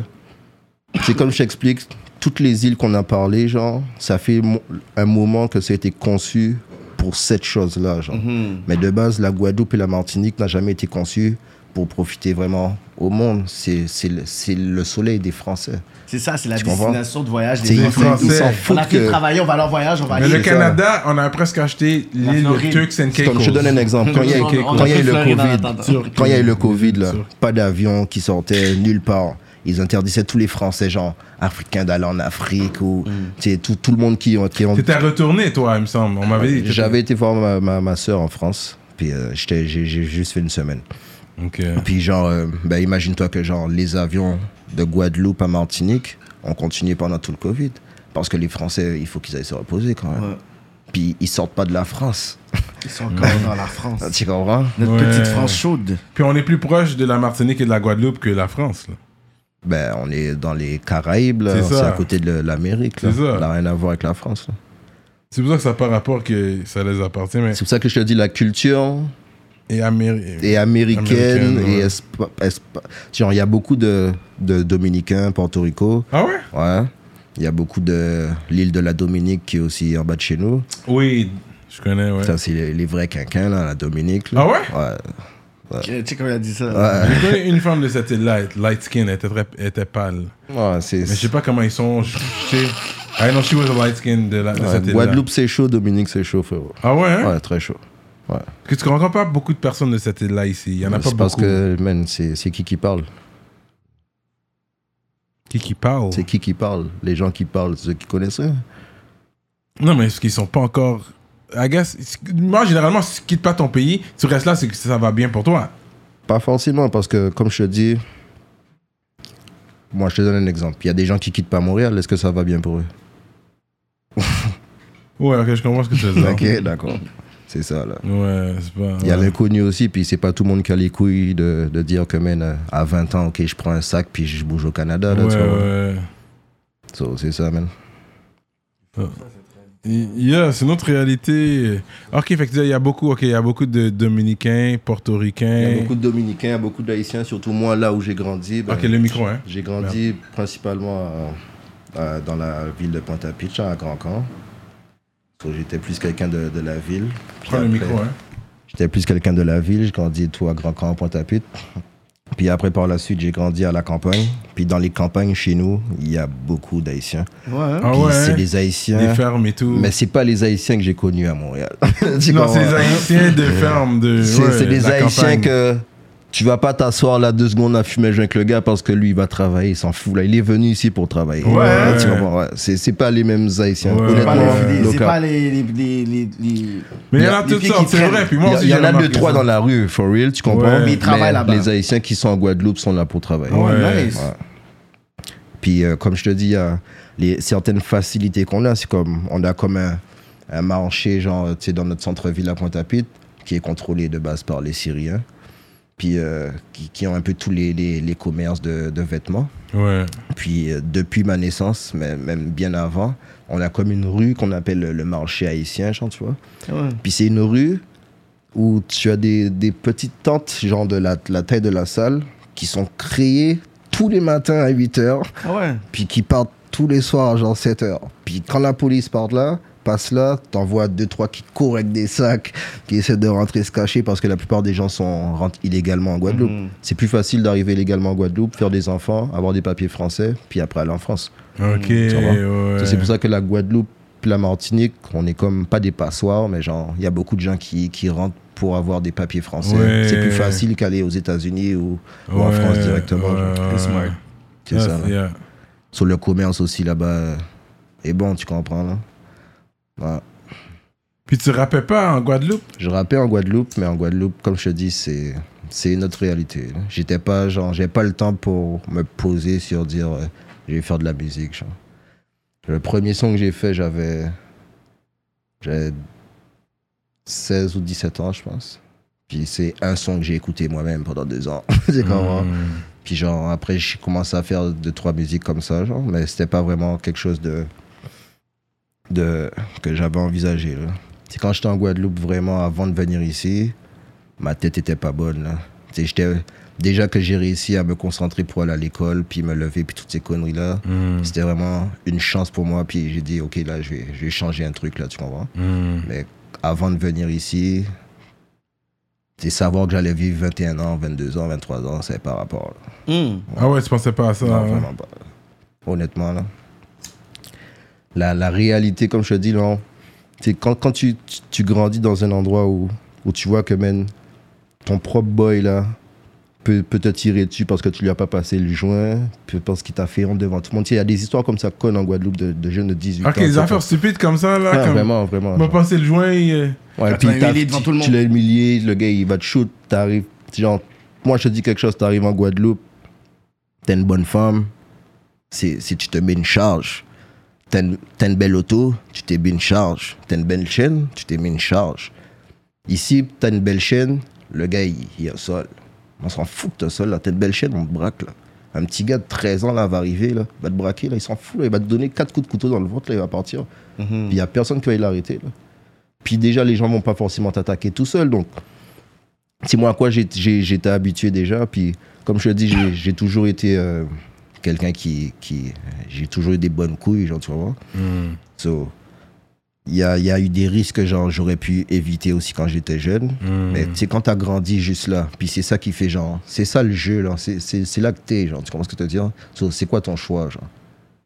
Speaker 4: c'est comme je t'explique, toutes les îles qu'on a parlé, genre, ça fait mo- un moment que ça a été conçu pour cette chose-là, genre.
Speaker 5: Mhm.
Speaker 4: Mais de base, la Guadeloupe et la Martinique n'ont jamais été conçues pour profiter vraiment au monde. C'est- C'est le- c'est le soleil des Français.
Speaker 5: C'est ça, c'est la
Speaker 4: Tu comprends?
Speaker 5: destination de voyage
Speaker 4: C'est-
Speaker 5: des Français.
Speaker 4: Ils
Speaker 3: Français.
Speaker 4: s'en
Speaker 5: On
Speaker 4: foutent
Speaker 5: a fait
Speaker 4: que-
Speaker 5: travailler, on va aller en voyage, on va
Speaker 3: mais
Speaker 5: aller.
Speaker 3: le
Speaker 4: ça.
Speaker 3: Canada, on a presque acheté l'île de
Speaker 5: Floride.
Speaker 3: Turks and Caicos.
Speaker 4: Comme je te donne un exemple, quand il y a,
Speaker 5: On- on
Speaker 4: quand il y a
Speaker 5: a
Speaker 4: eu
Speaker 5: fait
Speaker 4: le
Speaker 5: Floride en
Speaker 4: Covid,
Speaker 5: attendant.
Speaker 4: quand il y a eu le Covid, là, pas d'avion qui sortait nulle part. Ils interdisaient tous les Français, genre africains, d'aller en Afrique
Speaker 5: Mm.
Speaker 4: ou tu sais, tout, tout le monde qui, qui ont
Speaker 3: T'étais retourné, toi, il me semble. On m'avait dit.
Speaker 4: J'avais été voir ma, ma, soeur en France, puis euh, j'étais- j'ai j'ai juste fait une semaine.
Speaker 3: Ok.
Speaker 4: Puis genre, euh, ben, imagine-toi que genre les avions de Guadeloupe à Martinique ont continué pendant tout le Covid. Parce que les Français, il faut qu'ils aillent se reposer quand même.
Speaker 5: Ouais.
Speaker 4: Puis ils sortent pas de la France.
Speaker 5: Ils sont encore dans la France.
Speaker 4: Ah, Tu comprends
Speaker 5: Notre
Speaker 3: Ouais.
Speaker 5: petite France chaude.
Speaker 3: Puis on est plus proche de la Martinique et de la Guadeloupe que la France. là.
Speaker 4: Ben, on est dans les Caraïbes, là.
Speaker 3: C'est
Speaker 4: c'est
Speaker 3: ça.
Speaker 4: à côté de l'Amérique. là.
Speaker 3: C'est ça.
Speaker 4: Ça n'a rien à voir avec la France. là.
Speaker 3: C'est pour ça que ça n'a pas rapport que ça les appartient. Mais...
Speaker 4: C'est pour ça que je te dis la culture
Speaker 3: Et Amérique.
Speaker 4: est américaine.
Speaker 3: Américaine, ouais.
Speaker 4: et espa- espa- genre, il y a beaucoup de, de Dominicains, Porto Rico.
Speaker 3: Ah ouais?
Speaker 4: Ouais. Il y a beaucoup de l'île de la Dominique qui est aussi en bas de chez nous.
Speaker 3: Oui, je connais, ouais.
Speaker 4: Ça, c'est les, les vrais quinquins, là, la Dominique. là.
Speaker 3: Ah ouais?
Speaker 5: Tu sais comment il a dit ça
Speaker 3: J'ai connu une femme de cette île-là, light skin, elle était, très, elle était pâle.
Speaker 4: Ouais, c'est.
Speaker 3: Mais je sais pas comment ils sont. Je je sais. I know she was a light skin de, la, de
Speaker 4: ouais,
Speaker 3: cette île-là.
Speaker 4: Guadeloupe, c'est chaud. Dominique, c'est chaud, frérot.
Speaker 3: Ah ouais? Hein?
Speaker 4: Ouais, très chaud. Ouais.
Speaker 3: Parce que tu rencontres pas beaucoup de personnes de cette île-là ici. Il y en a pas
Speaker 4: C'est
Speaker 3: beaucoup.
Speaker 4: parce que, man, c'est c'est qui qui parle
Speaker 3: Qui qui parle?
Speaker 4: C'est qui qui parle Les gens qui parlent, ceux qui connaissent. hein.
Speaker 3: Non, mais parce qu'ils sont pas encore. I guess. Moi, généralement, si tu quittes pas ton pays, tu restes là, c'est que ça va bien pour toi.
Speaker 4: Pas forcément, parce que comme je te dis, moi je te donne un exemple. Il y a des gens qui quittent pas Montréal, est-ce que ça va bien pour eux
Speaker 3: Ouais, ok, je comprends ce que tu veux dire.
Speaker 4: Ok, d'accord. C'est ça là.
Speaker 3: Ouais, c'est pas.
Speaker 4: Il y a
Speaker 3: ouais.
Speaker 4: l'inconnu aussi, puis c'est pas tout le monde qui a les couilles de, de dire que man, euh, à 20 ans, ok, je prends un sac, puis je bouge au Canada. Là,
Speaker 3: Ouais,
Speaker 4: tu vois.
Speaker 3: ouais.
Speaker 4: So, c'est ça, man.
Speaker 3: Yeah, c'est notre réalité. Ok, fait que tu dis, il y a beaucoup, ok, il y a beaucoup de Dominicains,
Speaker 4: Il y a
Speaker 3: Portoricains.
Speaker 4: beaucoup de Dominicains, beaucoup d'Haïtiens, surtout moi là où j'ai grandi. ben,
Speaker 3: Ok, le micro, hein.
Speaker 4: J'ai grandi principalement à- à- dans la ville de Pointe-à-Pitre, à Grand Camp. So, j'étais plus quelqu'un de, de la ville. Puis
Speaker 3: Prends le
Speaker 4: après-
Speaker 3: micro, hein.
Speaker 4: J'étais plus quelqu'un de la ville, j'ai grandi tout à Grand Camp, Pointe-à-Pitre. Puis après, par la suite, j'ai grandi à la campagne. Puis dans les campagnes, chez nous, il y a beaucoup d'Haïtiens.
Speaker 5: Ouais. hein.
Speaker 3: Ah
Speaker 4: Puis
Speaker 3: ouais.
Speaker 4: c'est
Speaker 3: hein.
Speaker 4: les
Speaker 3: Des
Speaker 4: Haïtiens.
Speaker 3: fermes et tout.
Speaker 4: Mais c'est pas les Haïtiens que j'ai connus à Montréal. Tu
Speaker 3: non,
Speaker 4: comprends?
Speaker 3: c'est les Haïtiens de fermes. De,
Speaker 4: C'est
Speaker 3: ouais,
Speaker 4: c'est
Speaker 3: de
Speaker 4: les
Speaker 3: la
Speaker 4: Haïtiens
Speaker 3: campagne.
Speaker 4: que tu vas pas t'asseoir là deux secondes à fumer avec le gars parce que lui il va travailler, il s'en fout là. Il est venu ici pour travailler.
Speaker 3: Ouais.
Speaker 4: Tu comprends, ouais. C'est c'est pas les mêmes Haïtiens.
Speaker 3: Ouais.
Speaker 5: C'est pas
Speaker 4: Honnêtement,
Speaker 5: les- C'est
Speaker 4: local.
Speaker 5: pas les. les- les- les- les-
Speaker 3: Mais il y en a
Speaker 5: Les
Speaker 3: toutes
Speaker 5: filles qui
Speaker 3: sortes, c'est
Speaker 5: traînent.
Speaker 3: vrai. Puis moi
Speaker 4: Il y, a-
Speaker 3: aussi,
Speaker 4: il y
Speaker 3: j'ai
Speaker 4: en a
Speaker 3: remarqué
Speaker 4: deux, trois
Speaker 3: ça.
Speaker 4: dans la rue, for real, tu comprends?
Speaker 3: Ouais. Mais
Speaker 5: ils travaillent là-bas.
Speaker 4: Les Haïtiens qui sont en Guadeloupe sont là pour travailler.
Speaker 3: Ouais.
Speaker 5: nice.
Speaker 4: Puis, euh, comme je te dis, il y a les, certaines facilités qu'on a. C'est comme, on a comme un, un marché, genre, tu sais, dans notre centre-ville à Pointe-à-Pitre, qui est contrôlé de base par les Syriens. Puis, euh, qui, qui ont un peu tous les, les, les commerces de, de vêtements.
Speaker 3: Ouais.
Speaker 4: Puis, euh, depuis ma naissance, mais même bien avant, on a comme une rue qu'on appelle le- le marché haïtien, genre, tu vois.
Speaker 5: Ah Ouais.
Speaker 4: Puis c'est une rue où tu as des, des petites tentes, genre de la, la taille de la salle, qui sont créées tous les matins à 8 h,
Speaker 5: Ah ouais.
Speaker 4: puis qui partent tous les soirs, genre 7 h. Puis quand la police part de là, passe là, t'envoies deux, trois qui courent avec des sacs, qui essaient de rentrer se cacher parce que la plupart des gens sont, rentrent illégalement en Guadeloupe. C'est plus facile d'arriver illégalement en Guadeloupe, faire des enfants, avoir des papiers français, puis après aller en France.
Speaker 3: Ok.
Speaker 4: Ça va.
Speaker 3: ouais.
Speaker 4: C'est pour ça que la Guadeloupe, Puis la Martinique, on est comme pas des passoires, mais genre, il y a beaucoup de gens qui, qui rentrent pour avoir des papiers français.
Speaker 3: Ouais.
Speaker 4: C'est plus facile qu'aller aux États-Unis ou, ou en
Speaker 3: Ouais,
Speaker 4: France directement.
Speaker 3: ouais,
Speaker 4: genre.
Speaker 3: Ah, ouais.
Speaker 4: C'est ça. là.
Speaker 3: yeah.
Speaker 4: Sur le commerce aussi là-bas euh, est bon, tu comprends. Là. Ouais.
Speaker 3: Puis tu rappais pas en Guadeloupe?
Speaker 4: Je rappais en Guadeloupe, mais en Guadeloupe, comme je te dis, c'est c'est notre réalité. là. J'étais pas genre, j'ai pas le temps pour me poser sur dire, euh, je vais faire de la musique. genre. Le premier son que j'ai fait, j'avais j'avais 16 ou 17 ans, je pense. Puis c'est un son que j'ai écouté moi-même pendant deux ans. c'est hein. comment Puis genre après, j'ai commencé à faire deux trois musiques comme ça, genre, mais c'était pas vraiment quelque chose de de que j'avais envisagé. là. C'est quand j'étais en Guadeloupe, vraiment, avant de venir ici, ma tête était pas bonne. Là. Tu sais, j'étais- Déjà que j'ai réussi à me concentrer pour aller à l'école, puis me lever, puis toutes ces conneries-là,
Speaker 3: Hmm, Mm.
Speaker 4: c'était vraiment une chance pour moi. Puis j'ai dit, OK, là, je vais, je vais changer un truc, là, tu comprends?
Speaker 3: hmm.
Speaker 4: Mais avant de venir ici, c'est savoir que j'allais vivre 21 ans, 22 ans, 23 ans, c'est par rapport. là.
Speaker 5: Hmm.
Speaker 3: Ah ouais, tu pensais pas à ça.
Speaker 4: Non,
Speaker 3: hein?
Speaker 4: vraiment pas. Honnêtement, là. La, la réalité, comme je te dis, là, on- c'est quand, quand tu, tu, tu grandis dans un endroit où, où tu vois que même ton propre boy, là, peut, peut te tirer dessus parce que tu lui as pas passé le joint, peut- parce qu'il t'a fait honte devant tout le monde. Tu sais, Il y a des histoires comme ça connes en Guadeloupe de, de jeunes de 18
Speaker 3: Ah, Ok,
Speaker 4: ans.
Speaker 3: les
Speaker 4: 17 ans.
Speaker 3: affaires stupides comme ça, là.
Speaker 4: Ouais,
Speaker 3: comme...
Speaker 4: Ah, Vraiment, vraiment.
Speaker 3: M'a
Speaker 4: genre.
Speaker 3: passé le joint. euh, il-
Speaker 4: Ouais,
Speaker 5: Quand
Speaker 4: puis
Speaker 5: tu l'as
Speaker 4: t'as-
Speaker 5: humilié devant tout le
Speaker 4: tu-
Speaker 5: monde.
Speaker 4: Tu l'as humilié, le gars il va te shoot, t'arrives. tu- Genre, moi je te dis quelque chose, t'arrives en Guadeloupe, t'es une bonne femme, si, si tu te mets une charge, t'as une, t'as une belle auto, tu t'es mis une charge, t'as une belle chaîne, tu t'es mis une charge. Ici, t'as une belle chaîne, le gars il, il est au sol. On s'en fout que t'es au sol là, t'as une belle chaîne, on te braque là. Un petit gars de 13 ans là va arriver là, va te braquer là, il s'en fout là, il va te donner quatre coups de couteau dans le ventre là, il va partir.
Speaker 5: Mhm.
Speaker 4: Il y a personne qui va l'arrêter là. Puis déjà, les gens vont pas forcément t'attaquer tout seul. Donc, c'est moi à quoi j'ai- j'ai- j'étais habitué déjà. Puis, comme je te dis, j'ai- j'ai toujours été euh, quelqu'un qui. qui j'ai toujours eu des bonnes couilles, genre, tu vois. So, il y a, il y a eu des risques, genre, j'aurais pu éviter aussi quand j'étais jeune. Mais tu sais, quand t'as grandi juste là, puis c'est ça qui fait, genre, c'est ça le jeu, là. C'est- C'est c'est là que t'es, genre, tu comprends ce que je veux te dire? So, c'est quoi ton choix, genre?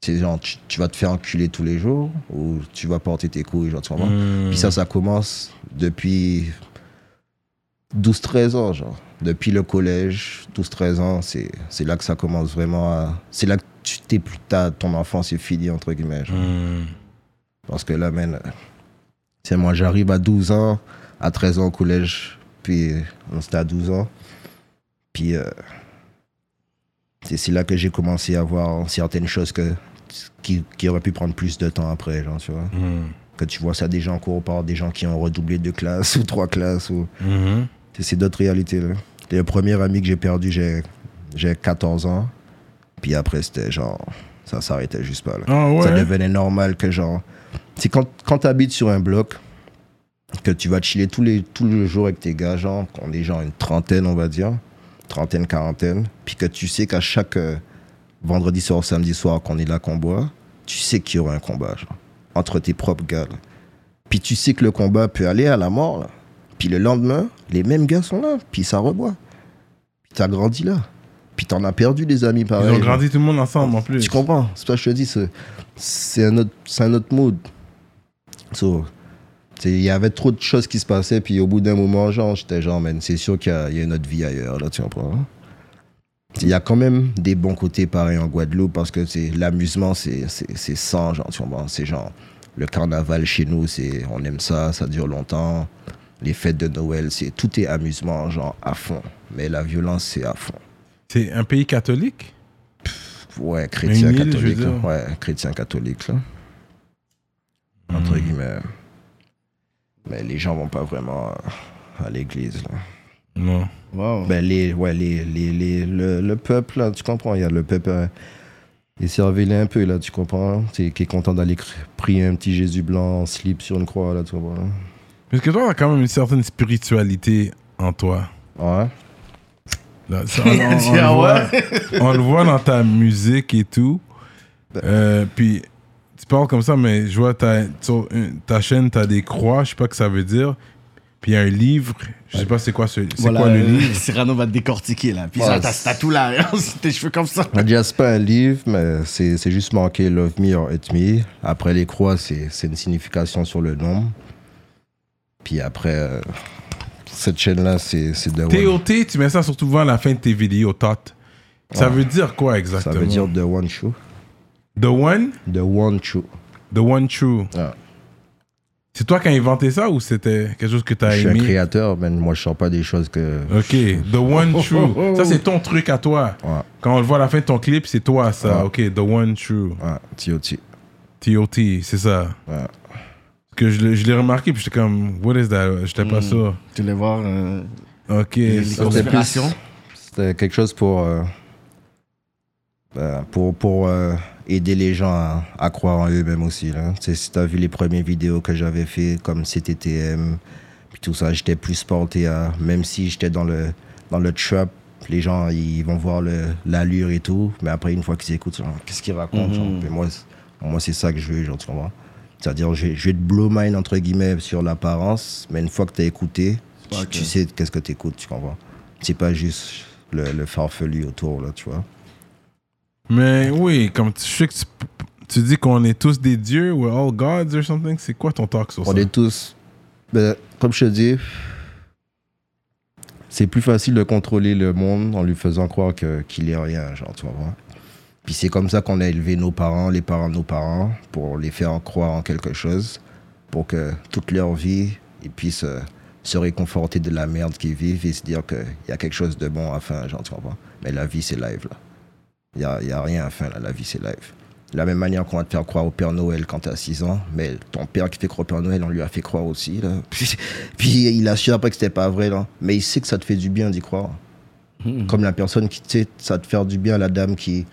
Speaker 4: C'est genre, tu, tu vas te faire enculer tous les jours ou tu vas porter tes couilles, genre, tu comprends? Puis ça, ça commence depuis 12-13 ans, genre. Depuis le collège, 12-13 ans, c'est c'est là que ça commence vraiment à. C'est là que tu t'es plus tard, ton enfance est finie, entre guillemets. genre. Parce que là, man, euh, c'est moi, j'arrive à 12 ans, à 13 ans au collège, puis euh, on était à 12 ans. Puis euh, c'est c'est là que j'ai commencé à voir certaines choses que, qui, qui auraient pu prendre plus de temps après, genre, tu vois que tu vois ça des gens qui par des gens qui ont redoublé deux classes ou trois classes. Ou... C'est- C'est d'autres réalités. Là. Le premier ami que j'ai perdu, j'ai j'ai 14 ans. Puis après, c'était genre. Ça s'arrêtait juste pas. Là.
Speaker 3: Ah ouais?
Speaker 4: Ça devenait normal que genre. C'est quand, quand tu habites sur un bloc, que tu vas chiller tous les, tous les jours avec tes gars, genre, qu'on est genre une trentaine, on va dire. Trentaine, quarantaine. Puis que tu sais qu'à chaque. euh, vendredi soir, samedi soir, qu'on est là, qu'on boit, tu sais qu'il y aura un combat genre, entre tes propres gars. là. Puis tu sais que le combat peut aller à la mort. là. Puis le lendemain, les mêmes gars sont là, puis ça reboit. Puis t'as grandi là. Puis t'en as perdu des amis
Speaker 3: Ils
Speaker 4: pareil.
Speaker 3: ont
Speaker 4: genre.
Speaker 3: grandi tout le monde ensemble en plus.
Speaker 4: Tu comprends C'est pas que je te dis, c'est- c'est un autre, c'est un autre mood. So, tu sais, il y avait trop de choses qui se passaient, puis au bout d'un moment, genre, j'étais genre, man, c'est sûr qu'il y, a- il y a une autre vie ailleurs, là, tu comprends Il y a quand même des bons côtés pareil en Guadeloupe, parce que c'est l'amusement, c'est c'est- c'est sans, genre, tu comprends C'est genre, le carnaval chez nous, c'est on aime ça, ça dure longtemps. Les fêtes de Noël, c'est tout est amusement, genre, à fond. Mais la violence, c'est à fond.
Speaker 3: C'est un pays catholique?
Speaker 4: Ouais, chrétien
Speaker 3: Une île, je veux
Speaker 4: catholique. là.
Speaker 3: dire.
Speaker 4: Ouais, chrétien catholique, là.
Speaker 3: Hmm.
Speaker 4: Entre guillemets. Mais les gens vont pas vraiment euh, à l'église, là.
Speaker 3: Non.
Speaker 5: Wow.
Speaker 4: Ben, les, ouais, les, les, les- le, le peuple, là, tu comprends, il y a le peuple. euh, Il surveillé un peu, là, tu comprends C'est qui est content d'aller cr- prier un petit Jésus blanc en slip sur une croix, là, tu comprends hein.
Speaker 3: Parce que toi, t'as quand même une certaine spiritualité en toi.
Speaker 4: Ouais.
Speaker 3: Là, ça, on, on- on
Speaker 5: Ah
Speaker 3: le voit,
Speaker 5: ouais?
Speaker 3: on le voit dans ta musique et tout.
Speaker 4: Ben.
Speaker 3: Euh, puis, euh, tu parles comme ça, mais je vois ta, sur une- ta chaîne, t'as des croix, je sais pas ce que ça veut dire. Puis il y a un livre, je sais pas c'est quoi ce, c'est
Speaker 5: Voilà,
Speaker 3: quoi le
Speaker 5: euh,
Speaker 3: livre.
Speaker 5: Cyrano va te décortiquer, là. Puis ça,
Speaker 4: Ouais,
Speaker 5: t'as ce tatou là, hein, tes cheveux comme ça.
Speaker 4: On dit, c'est pas un livre, mais c'est c'est juste marqué Love Me or Hate Me. Après les croix, c'est c'est une signification sur le nombre. Puis après, euh, cette chaîne-là, c'est c'est The One.
Speaker 3: TOT, tu mets ça surtout souvent à la fin de tes vidéos, TOT. Ça veut dire quoi
Speaker 4: Ça
Speaker 3: exactement
Speaker 4: veut dire The One Show.
Speaker 3: The One,
Speaker 4: The One Show.
Speaker 3: The One True.
Speaker 4: Ah.
Speaker 3: C'est toi qui as inventé ça ou c'était quelque chose que tu as
Speaker 4: Je suis un
Speaker 3: aimé
Speaker 4: créateur, mais moi, je sors pas des choses que.
Speaker 3: Ok, The One True. Ça, c'est ton truc à toi.
Speaker 4: Ouais.
Speaker 3: Quand on le voit à la fin de ton clip, c'est toi, ça.
Speaker 4: Ouais.
Speaker 3: Ok, The One True.
Speaker 4: Ouais, T.O.T.
Speaker 3: TOT, c'est ça.
Speaker 4: Ouais.
Speaker 3: Que je l'ai- je l'ai remarqué, puis j'étais comme, what is that? J'étais pas
Speaker 4: Hmm.
Speaker 3: sûr.
Speaker 5: Tu les voir. euh,
Speaker 3: Ok.
Speaker 5: les
Speaker 3: ça-
Speaker 4: c'était plus-
Speaker 5: conspirations.
Speaker 4: C'était quelque chose pour. euh, ben, pour pour euh, aider les gens à, à croire en eux-mêmes aussi. Là. Tu sais, Si tu as vu les premières vidéos que j'avais fait, comme CTTM, puis tout ça, j'étais plus porté à. Même si j'étais dans le, dans le trap, les gens ils vont voir le- l'allure et tout, mais après, une fois qu'ils écoutent, genre, qu'est-ce qu'ils racontent genre? Puis Moi, c'est- moi c'est ça que je veux, genre, tu comprends? C'est-à-dire, je, je vais te blow mind entre guillemets sur l'apparence, mais une fois que tu as écouté, tu, tu sais qu'est-ce que tu écoutes, tu comprends? C'est pas juste le, le farfelu autour, là, tu vois.
Speaker 3: Mais oui, comme tu, je sais que tu, tu dis qu'on est tous des dieux, we're all gods or something. C'est quoi ton talk sur
Speaker 4: On
Speaker 3: ça?
Speaker 4: est tous. ben, comme je te dis, c'est plus facile de contrôler le monde en lui faisant croire que- qu'il est rien, genre, tu vois. Puis c'est comme ça qu'on a élevé nos parents, les parents de nos parents, pour les faire croire en quelque chose, pour que toute leur vie, ils puissent euh, se réconforter de la merde qu'ils vivent et se dire qu'il y a quelque chose de bon à faire, genre, tu comprends. Mais la vie, c'est live, là. Il n'y a, y a rien à faire, là. La vie, c'est live. De la même manière qu'on va te faire croire au Père Noël quand t'as 6 ans, mais ton père qui fait croire au Père Noël, on lui a fait croire aussi. Là. Puis, puis il a su après que c'était pas vrai, là. mais il sait que ça te fait du bien d'y croire. Comme la personne qui, tu sais, ça te fait du bien, la dame qui.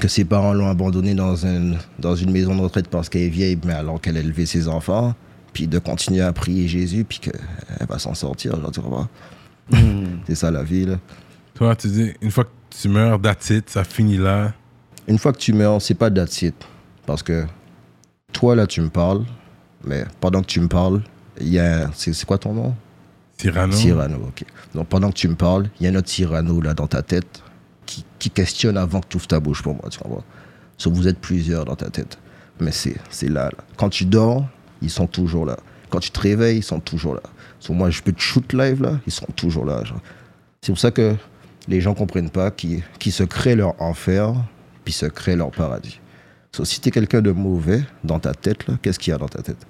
Speaker 4: que ses parents l'ont abandonnée dans, un, dans une maison de retraite parce qu'elle est vieille, mais alors qu'elle a élevé ses enfants, puis de continuer à prier Jésus, puis qu'elle va s'en sortir, genre, tu vois. C'est ça la vie, là.
Speaker 3: Toi, tu dis, une fois que tu meurs, that's it, ça finit là.
Speaker 4: une fois que tu meurs, c'est pas that's it. Parce que toi, là, tu me parles, mais pendant que tu me parles, il y a. C'est c'est quoi ton nom
Speaker 3: Cyrano.
Speaker 4: Cyrano, ok. Donc pendant que tu me parles, il y a un autre Cyrano là dans ta tête qui, qui questionne avant que tu ouvres ta bouche pour moi, tu comprends Sauf que vous êtes plusieurs dans ta tête. Mais c'est c'est là, là. Quand tu dors, ils sont toujours là. Quand tu te réveilles, ils sont toujours là. Sauf moi, je peux te shoot live là, ils sont toujours là. genre. C'est pour ça que les gens comprennent pas qui, qui se créent leur enfer, puis se créent leur paradis. Sauf si t'es quelqu'un de mauvais dans ta tête là, qu'est-ce qu'il y a dans ta tête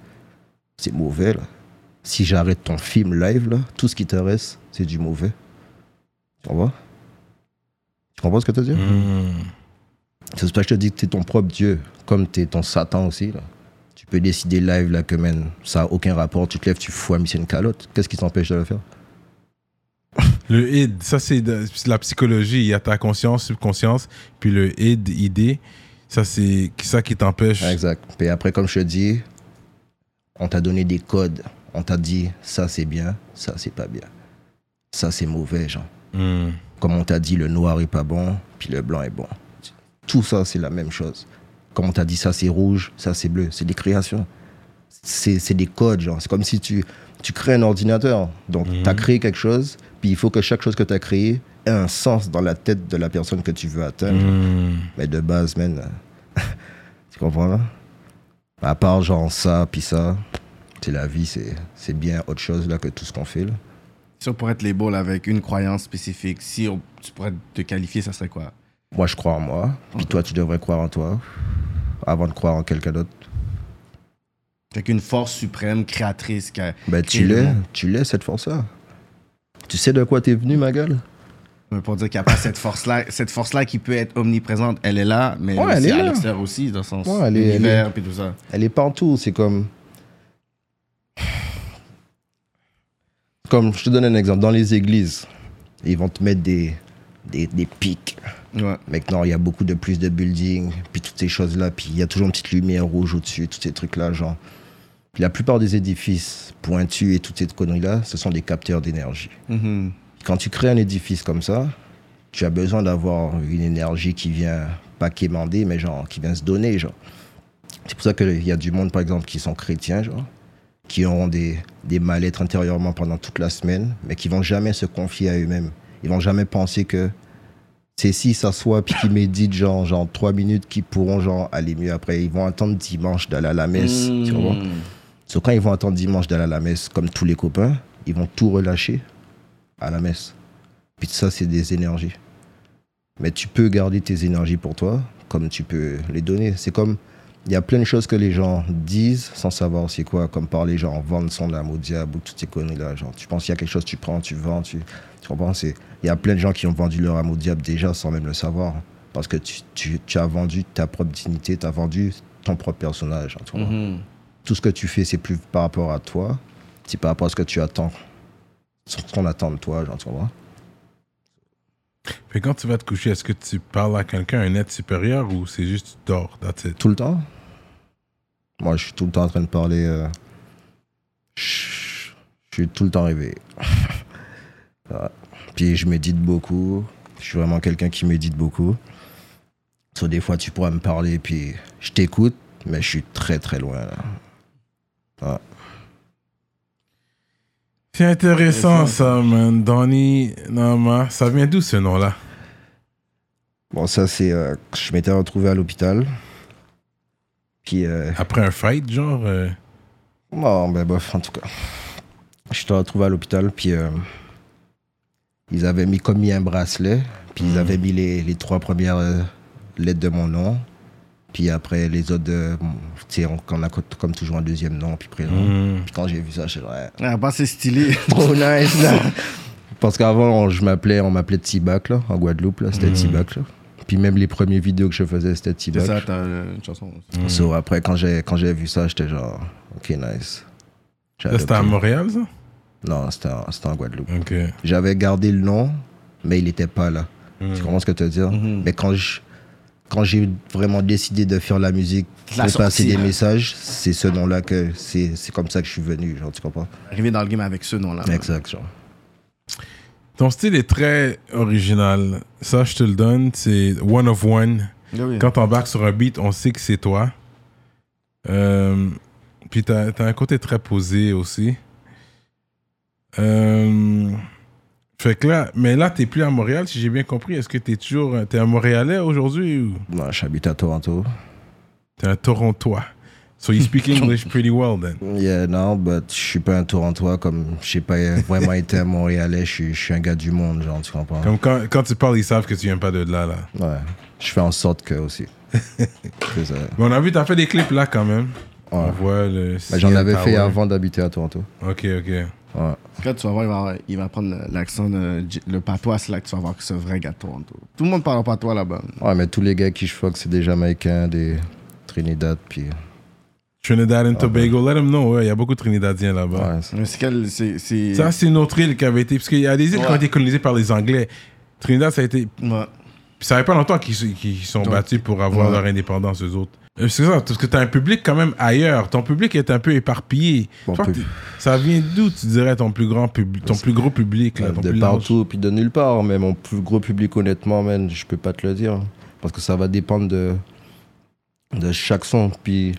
Speaker 4: C'est mauvais là si j'arrête ton film live, là, tout ce qui te reste, c'est du mauvais. Tu comprends Tu comprends ce que tu veux dire
Speaker 3: Hmm.
Speaker 4: C'est pour ça que je te dis que tu es ton propre Dieu, comme tu es ton Satan aussi. Là. Tu peux décider live là que man, ça n'a aucun rapport, tu te lèves, tu fous à Miss une calotte. Qu'est-ce qui t'empêche de le faire
Speaker 3: Le id, ça c'est de- c'est la psychologie. Il y a ta conscience, subconscience, puis le id, idée. Ça c'est ça qui t'empêche.
Speaker 4: Exact. Et après, comme je te dis, on t'a donné des codes. On t'a dit, ça c'est bien, ça c'est pas bien. Ça c'est mauvais, genre.
Speaker 3: Hmm.
Speaker 4: comme on t'a dit, le noir est pas bon, puis le blanc est bon. Tout ça, c'est la même chose. Comme on t'a dit, ça c'est rouge, ça c'est bleu. C'est des créations. C'est c'est des codes, genre. C'est comme si tu, tu crées un ordinateur. Donc, tu as créé quelque chose, puis il faut que chaque chose que tu as créée ait un sens dans la tête de la personne que tu veux atteindre.
Speaker 3: Hmm.
Speaker 4: Mais de base, man, euh, tu comprends là À part genre ça, puis ça, c'est la vie, c'est c'est bien autre chose là que tout ce qu'on fait là.
Speaker 5: Si on pourrait être label avec une croyance spécifique, si on- tu pourrais te qualifier, ça serait quoi
Speaker 4: Moi, je crois en moi. Puis toi, tu devrais croire en toi avant de croire en quelqu'un d'autre.
Speaker 5: Fait qu'une force suprême, créatrice. Qui a
Speaker 4: Ben,
Speaker 5: créé
Speaker 4: tu
Speaker 5: le
Speaker 4: l'es,
Speaker 5: monde.
Speaker 4: tu l'es cette force-là. Tu sais de quoi t'es venu, ma gueule
Speaker 5: Mais Pour dire qu'il n'y a pas cette force-là, cette force-là qui peut être omniprésente, elle est là, mais
Speaker 4: Ouais,
Speaker 5: aussi
Speaker 4: elle est
Speaker 5: à
Speaker 4: là.
Speaker 5: l'extérieur aussi, dans le sens
Speaker 4: Ouais, elle est- elle est-
Speaker 5: univers, puis tout ça.
Speaker 4: Elle est partout. C'est comme. Comme, je te donne un exemple. Dans les églises, ils vont te mettre des, des, des pics.
Speaker 5: Ouais.
Speaker 4: Maintenant, il y a beaucoup de plus de buildings, puis toutes ces choses-là, puis il y a toujours une petite lumière rouge au-dessus, tous ces trucs-là, genre. Puis la plupart des édifices pointus et toutes ces conneries-là, ce sont des capteurs d'énergie.
Speaker 5: Mhm.
Speaker 4: Quand tu crées un édifice comme ça, tu as besoin d'avoir une énergie qui vient pas quémander, mais genre qui vient se donner, genre. C'est pour ça qu'il y a du monde, par exemple, qui sont chrétiens, genre, qui- qui auront des, des mal-être intérieurement pendant toute la semaine, mais qui vont jamais se confier à eux-mêmes. Ils vont jamais penser que c'est s'ils s'assoient puis qu'ils méditent genre, genre 3 minutes qu'ils pourront genre aller mieux après. Ils vont attendre dimanche d'aller à la messe. Tu vois? So, quand ils vont attendre dimanche d'aller à la messe, comme tous les copains, ils vont tout relâcher à la messe. Puis ça, c'est des énergies. Mais tu peux garder tes énergies pour toi, comme tu peux les donner. C'est comme, il y a plein de choses que les gens disent sans savoir c'est quoi, comme parler, genre, vendre son âme au diable ou toutes ces conneries-là. Genre, tu penses qu'il y a quelque chose, tu prends, tu vends, tu, tu comprends C'est- Il y a plein de gens qui ont vendu leur âme au diable déjà sans même le savoir. Parce que tu, tu- tu as vendu ta propre dignité, tu as vendu ton propre personnage. tu vois.
Speaker 5: Mm-hmm.
Speaker 4: Tout ce que tu fais, c'est plus par rapport à toi, c'est par rapport à ce que tu attends, ce qu'on attend de toi, genre, tu comprends
Speaker 3: Mais quand tu vas te coucher, est-ce que tu parles à quelqu'un, un être supérieur, ou c'est juste tu dors, that's it?
Speaker 4: Tout le temps Moi, je suis tout le temps en train de parler. euh, Je je suis tout le temps rêvé. Puis je médite beaucoup. Je suis vraiment quelqu'un qui médite beaucoup. So, des fois, tu pourras me parler, puis je t'écoute, mais je suis très très loin. Là. Ah.
Speaker 3: C'est intéressant ça, man. Donny Nama. Ça vient d'où ce nom-là?
Speaker 4: Bon, ça, c'est. euh, je m'étais retrouvé à l'hôpital. Puis. euh,
Speaker 3: Après un fight, genre? euh,
Speaker 4: Non, mais ben, bof, en tout cas. Je te retrouvé à l'hôpital, puis euh, ils avaient mis comme mis un bracelet, puis ils avaient mis les, les trois premières euh, lettres de mon nom, puis après les autres, euh, tu sais, on, on a co- comme toujours un deuxième nom, puis prénom.
Speaker 3: Hmm.
Speaker 4: Puis quand j'ai vu ça, je suis ouais,
Speaker 5: Ah, bah, c'est stylé.
Speaker 4: trop nice là. Parce qu'avant, on- je m'appelais, on m'appelait Tibac là, en Guadeloupe là, c'était Tibac là. Puis même les premières vidéos que je faisais, c'était
Speaker 5: C'est ça,
Speaker 4: Tibac.
Speaker 5: t'as euh, une chanson.
Speaker 4: So, après, quand j'ai quand j'ai vu ça, j'étais genre, ok, nice. J'ai
Speaker 3: Ça, c'était
Speaker 4: adopté.
Speaker 3: à Montréal, ça?
Speaker 4: Non, c'était en, c'était en Guadeloupe.
Speaker 3: Ok.
Speaker 4: J'avais gardé le nom, mais il n'était pas là. Tu comprends ce que je veux dire Mais quand je- quand j'ai vraiment décidé de faire la musique,
Speaker 5: La
Speaker 4: de passer
Speaker 5: sortie.
Speaker 4: des messages, c'est ce nom-là que c'est c'est comme ça que je suis venu, genre, tu comprends
Speaker 5: Arrivé dans le game avec ce nom-là.
Speaker 4: Exact, genre.
Speaker 3: Ton style est très original. Ça, je te le donne. C'est one of one.
Speaker 5: Ah oui.
Speaker 3: Quand t'embarques sur un beat, on sait que c'est toi. Euh, puis t'as as un côté très posé aussi. Euh, fait que là, mais là, t'es plus à Montréal, si j'ai bien compris. Est-ce que t'es toujours. T'es un Montréalais aujourd'hui ou
Speaker 4: Non, Bah, j'habite à Toronto.
Speaker 3: t'es un Torontois? So you speak English pretty well then.
Speaker 4: Yeah, non, but je suis pas un Torontois comme je n'ai pas euh, vraiment été un Montréalais, je suis- je suis un gars du monde, genre, tu comprends
Speaker 3: Comme quand, quand tu parles, ils savent que tu viens pas de là, là.
Speaker 4: Ouais, je fais en sorte que aussi. C'est ça.
Speaker 3: Mais on a vu, t'as fait des clips là quand même. On voit le.
Speaker 4: Bah, J'en
Speaker 3: ciel
Speaker 4: avais
Speaker 3: tower.
Speaker 4: fait avant d'habiter à Toronto.
Speaker 3: Ok, ok.
Speaker 4: Ouais.
Speaker 5: Quand tu vas voir, il va, il va prendre l'accent, de- le patois, c'est là que tu vas voir que c'est un vrai gars de Toronto. Tout le monde parle en patois là-bas.
Speaker 4: Ouais, mais tous les gars qui je fuck, c'est des Jamaïcains, des Trinidad, puis.
Speaker 3: Trinidad and Tobago, let them know, ouais, il y a beaucoup de Trinidadiens là-bas.
Speaker 4: Ah, ben. Ouais, c'est-
Speaker 5: Mais c'est quel. C'est. c'est-
Speaker 3: Ça, c'est une autre île qui avait été. Parce qu'il y a des îles qui ont
Speaker 5: Ouais.
Speaker 3: été colonisées par les Anglais. Trinidad, ça a été.
Speaker 5: Ouais.
Speaker 3: Ça fait pas longtemps qu'ils se- qu'ils sont battus pour avoir leur indépendance, eux autres. Euh, C'est ça, parce que t'as un public quand même ailleurs. Ton public est un peu éparpillé.
Speaker 4: Bon,
Speaker 3: Je crois que
Speaker 4: peu-
Speaker 3: t'es- ça vient d'où, tu dirais, ton plus grand public, ton plus gros public là, ton
Speaker 4: de
Speaker 3: plus large-
Speaker 4: partout, puis de nulle part. Mais mon plus gros public, honnêtement, man, je peux pas te le dire. Parce que ça va dépendre de, de chaque son. Puis,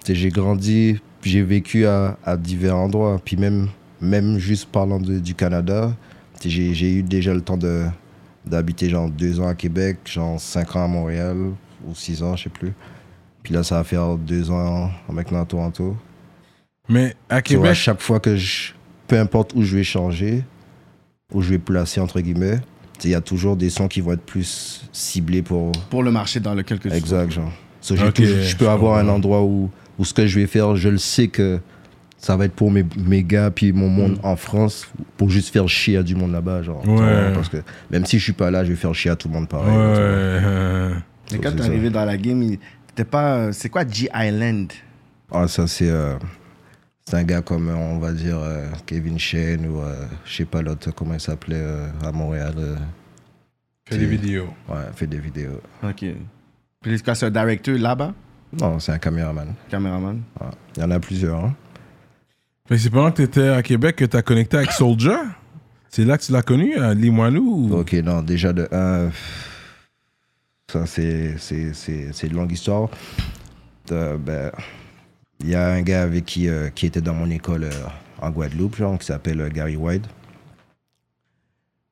Speaker 4: tu sais, j'ai grandi, puis j'ai vécu à, à divers endroits. Puis même, même juste parlant de- du Canada, tu sais, j'ai j'ai eu déjà le temps de d'habiter genre deux ans à Québec, genre cinq ans à Montréal, ou six ans, je sais plus. Puis là, ça va faire deux ans maintenant à Toronto.
Speaker 3: Mais à
Speaker 4: Tu vois, à
Speaker 3: Québec,
Speaker 4: chaque fois que je. Peu importe où je vais changer, où je vais placer, entre guillemets, tu sais, il y a toujours des sons qui vont être plus ciblés pour.
Speaker 5: Pour le marché dans lequel que tu
Speaker 4: Exact, genre. So, j'ai
Speaker 3: Ok,
Speaker 4: toujours- je peux
Speaker 3: je
Speaker 4: avoir un
Speaker 3: comprends.
Speaker 4: endroit où, où ce que je vais faire, je le sais que ça va être pour mes, mes gars, puis mon monde
Speaker 3: Mm.
Speaker 4: en France, pour juste faire chier à du monde là-bas, genre. Tu
Speaker 3: Ouais.
Speaker 4: vois, Parce que même si je suis pas là, je vais faire chier à tout le monde
Speaker 3: ouais,
Speaker 4: pareil. tu vois.
Speaker 3: euh,
Speaker 5: Mais quand
Speaker 4: C'est
Speaker 5: t'es
Speaker 4: ça.
Speaker 5: arrivé dans la game, il- t'étais pas. euh, C'est quoi G-Island
Speaker 4: Ah, ça, c'est. euh, c'est un gars comme, euh, on va dire, euh, Kevin Shane ou, euh, je sais pas l'autre, comment il s'appelait euh, à Montréal. euh,
Speaker 3: fais des vidéos.
Speaker 4: ouais, fait des vidéos.
Speaker 5: Ok. Puis c'est quoi, c'est un directeur là-bas
Speaker 4: Non, c'est un caméraman.
Speaker 5: Caméraman
Speaker 4: Ouais. Il y en a plusieurs. hein.
Speaker 3: Fait que c'est pendant que t'étais à Québec que t'as connecté avec Soldier C'est là que tu l'as connu, à Limoilou ou-
Speaker 4: Ok, non, déjà de 1. Ça, c'est c'est- c'est- c'est une longue histoire. Euh, ben, Il y a un gars avec qui, euh, qui était dans mon école euh, en Guadeloupe, genre, qui s'appelle euh, Gary White.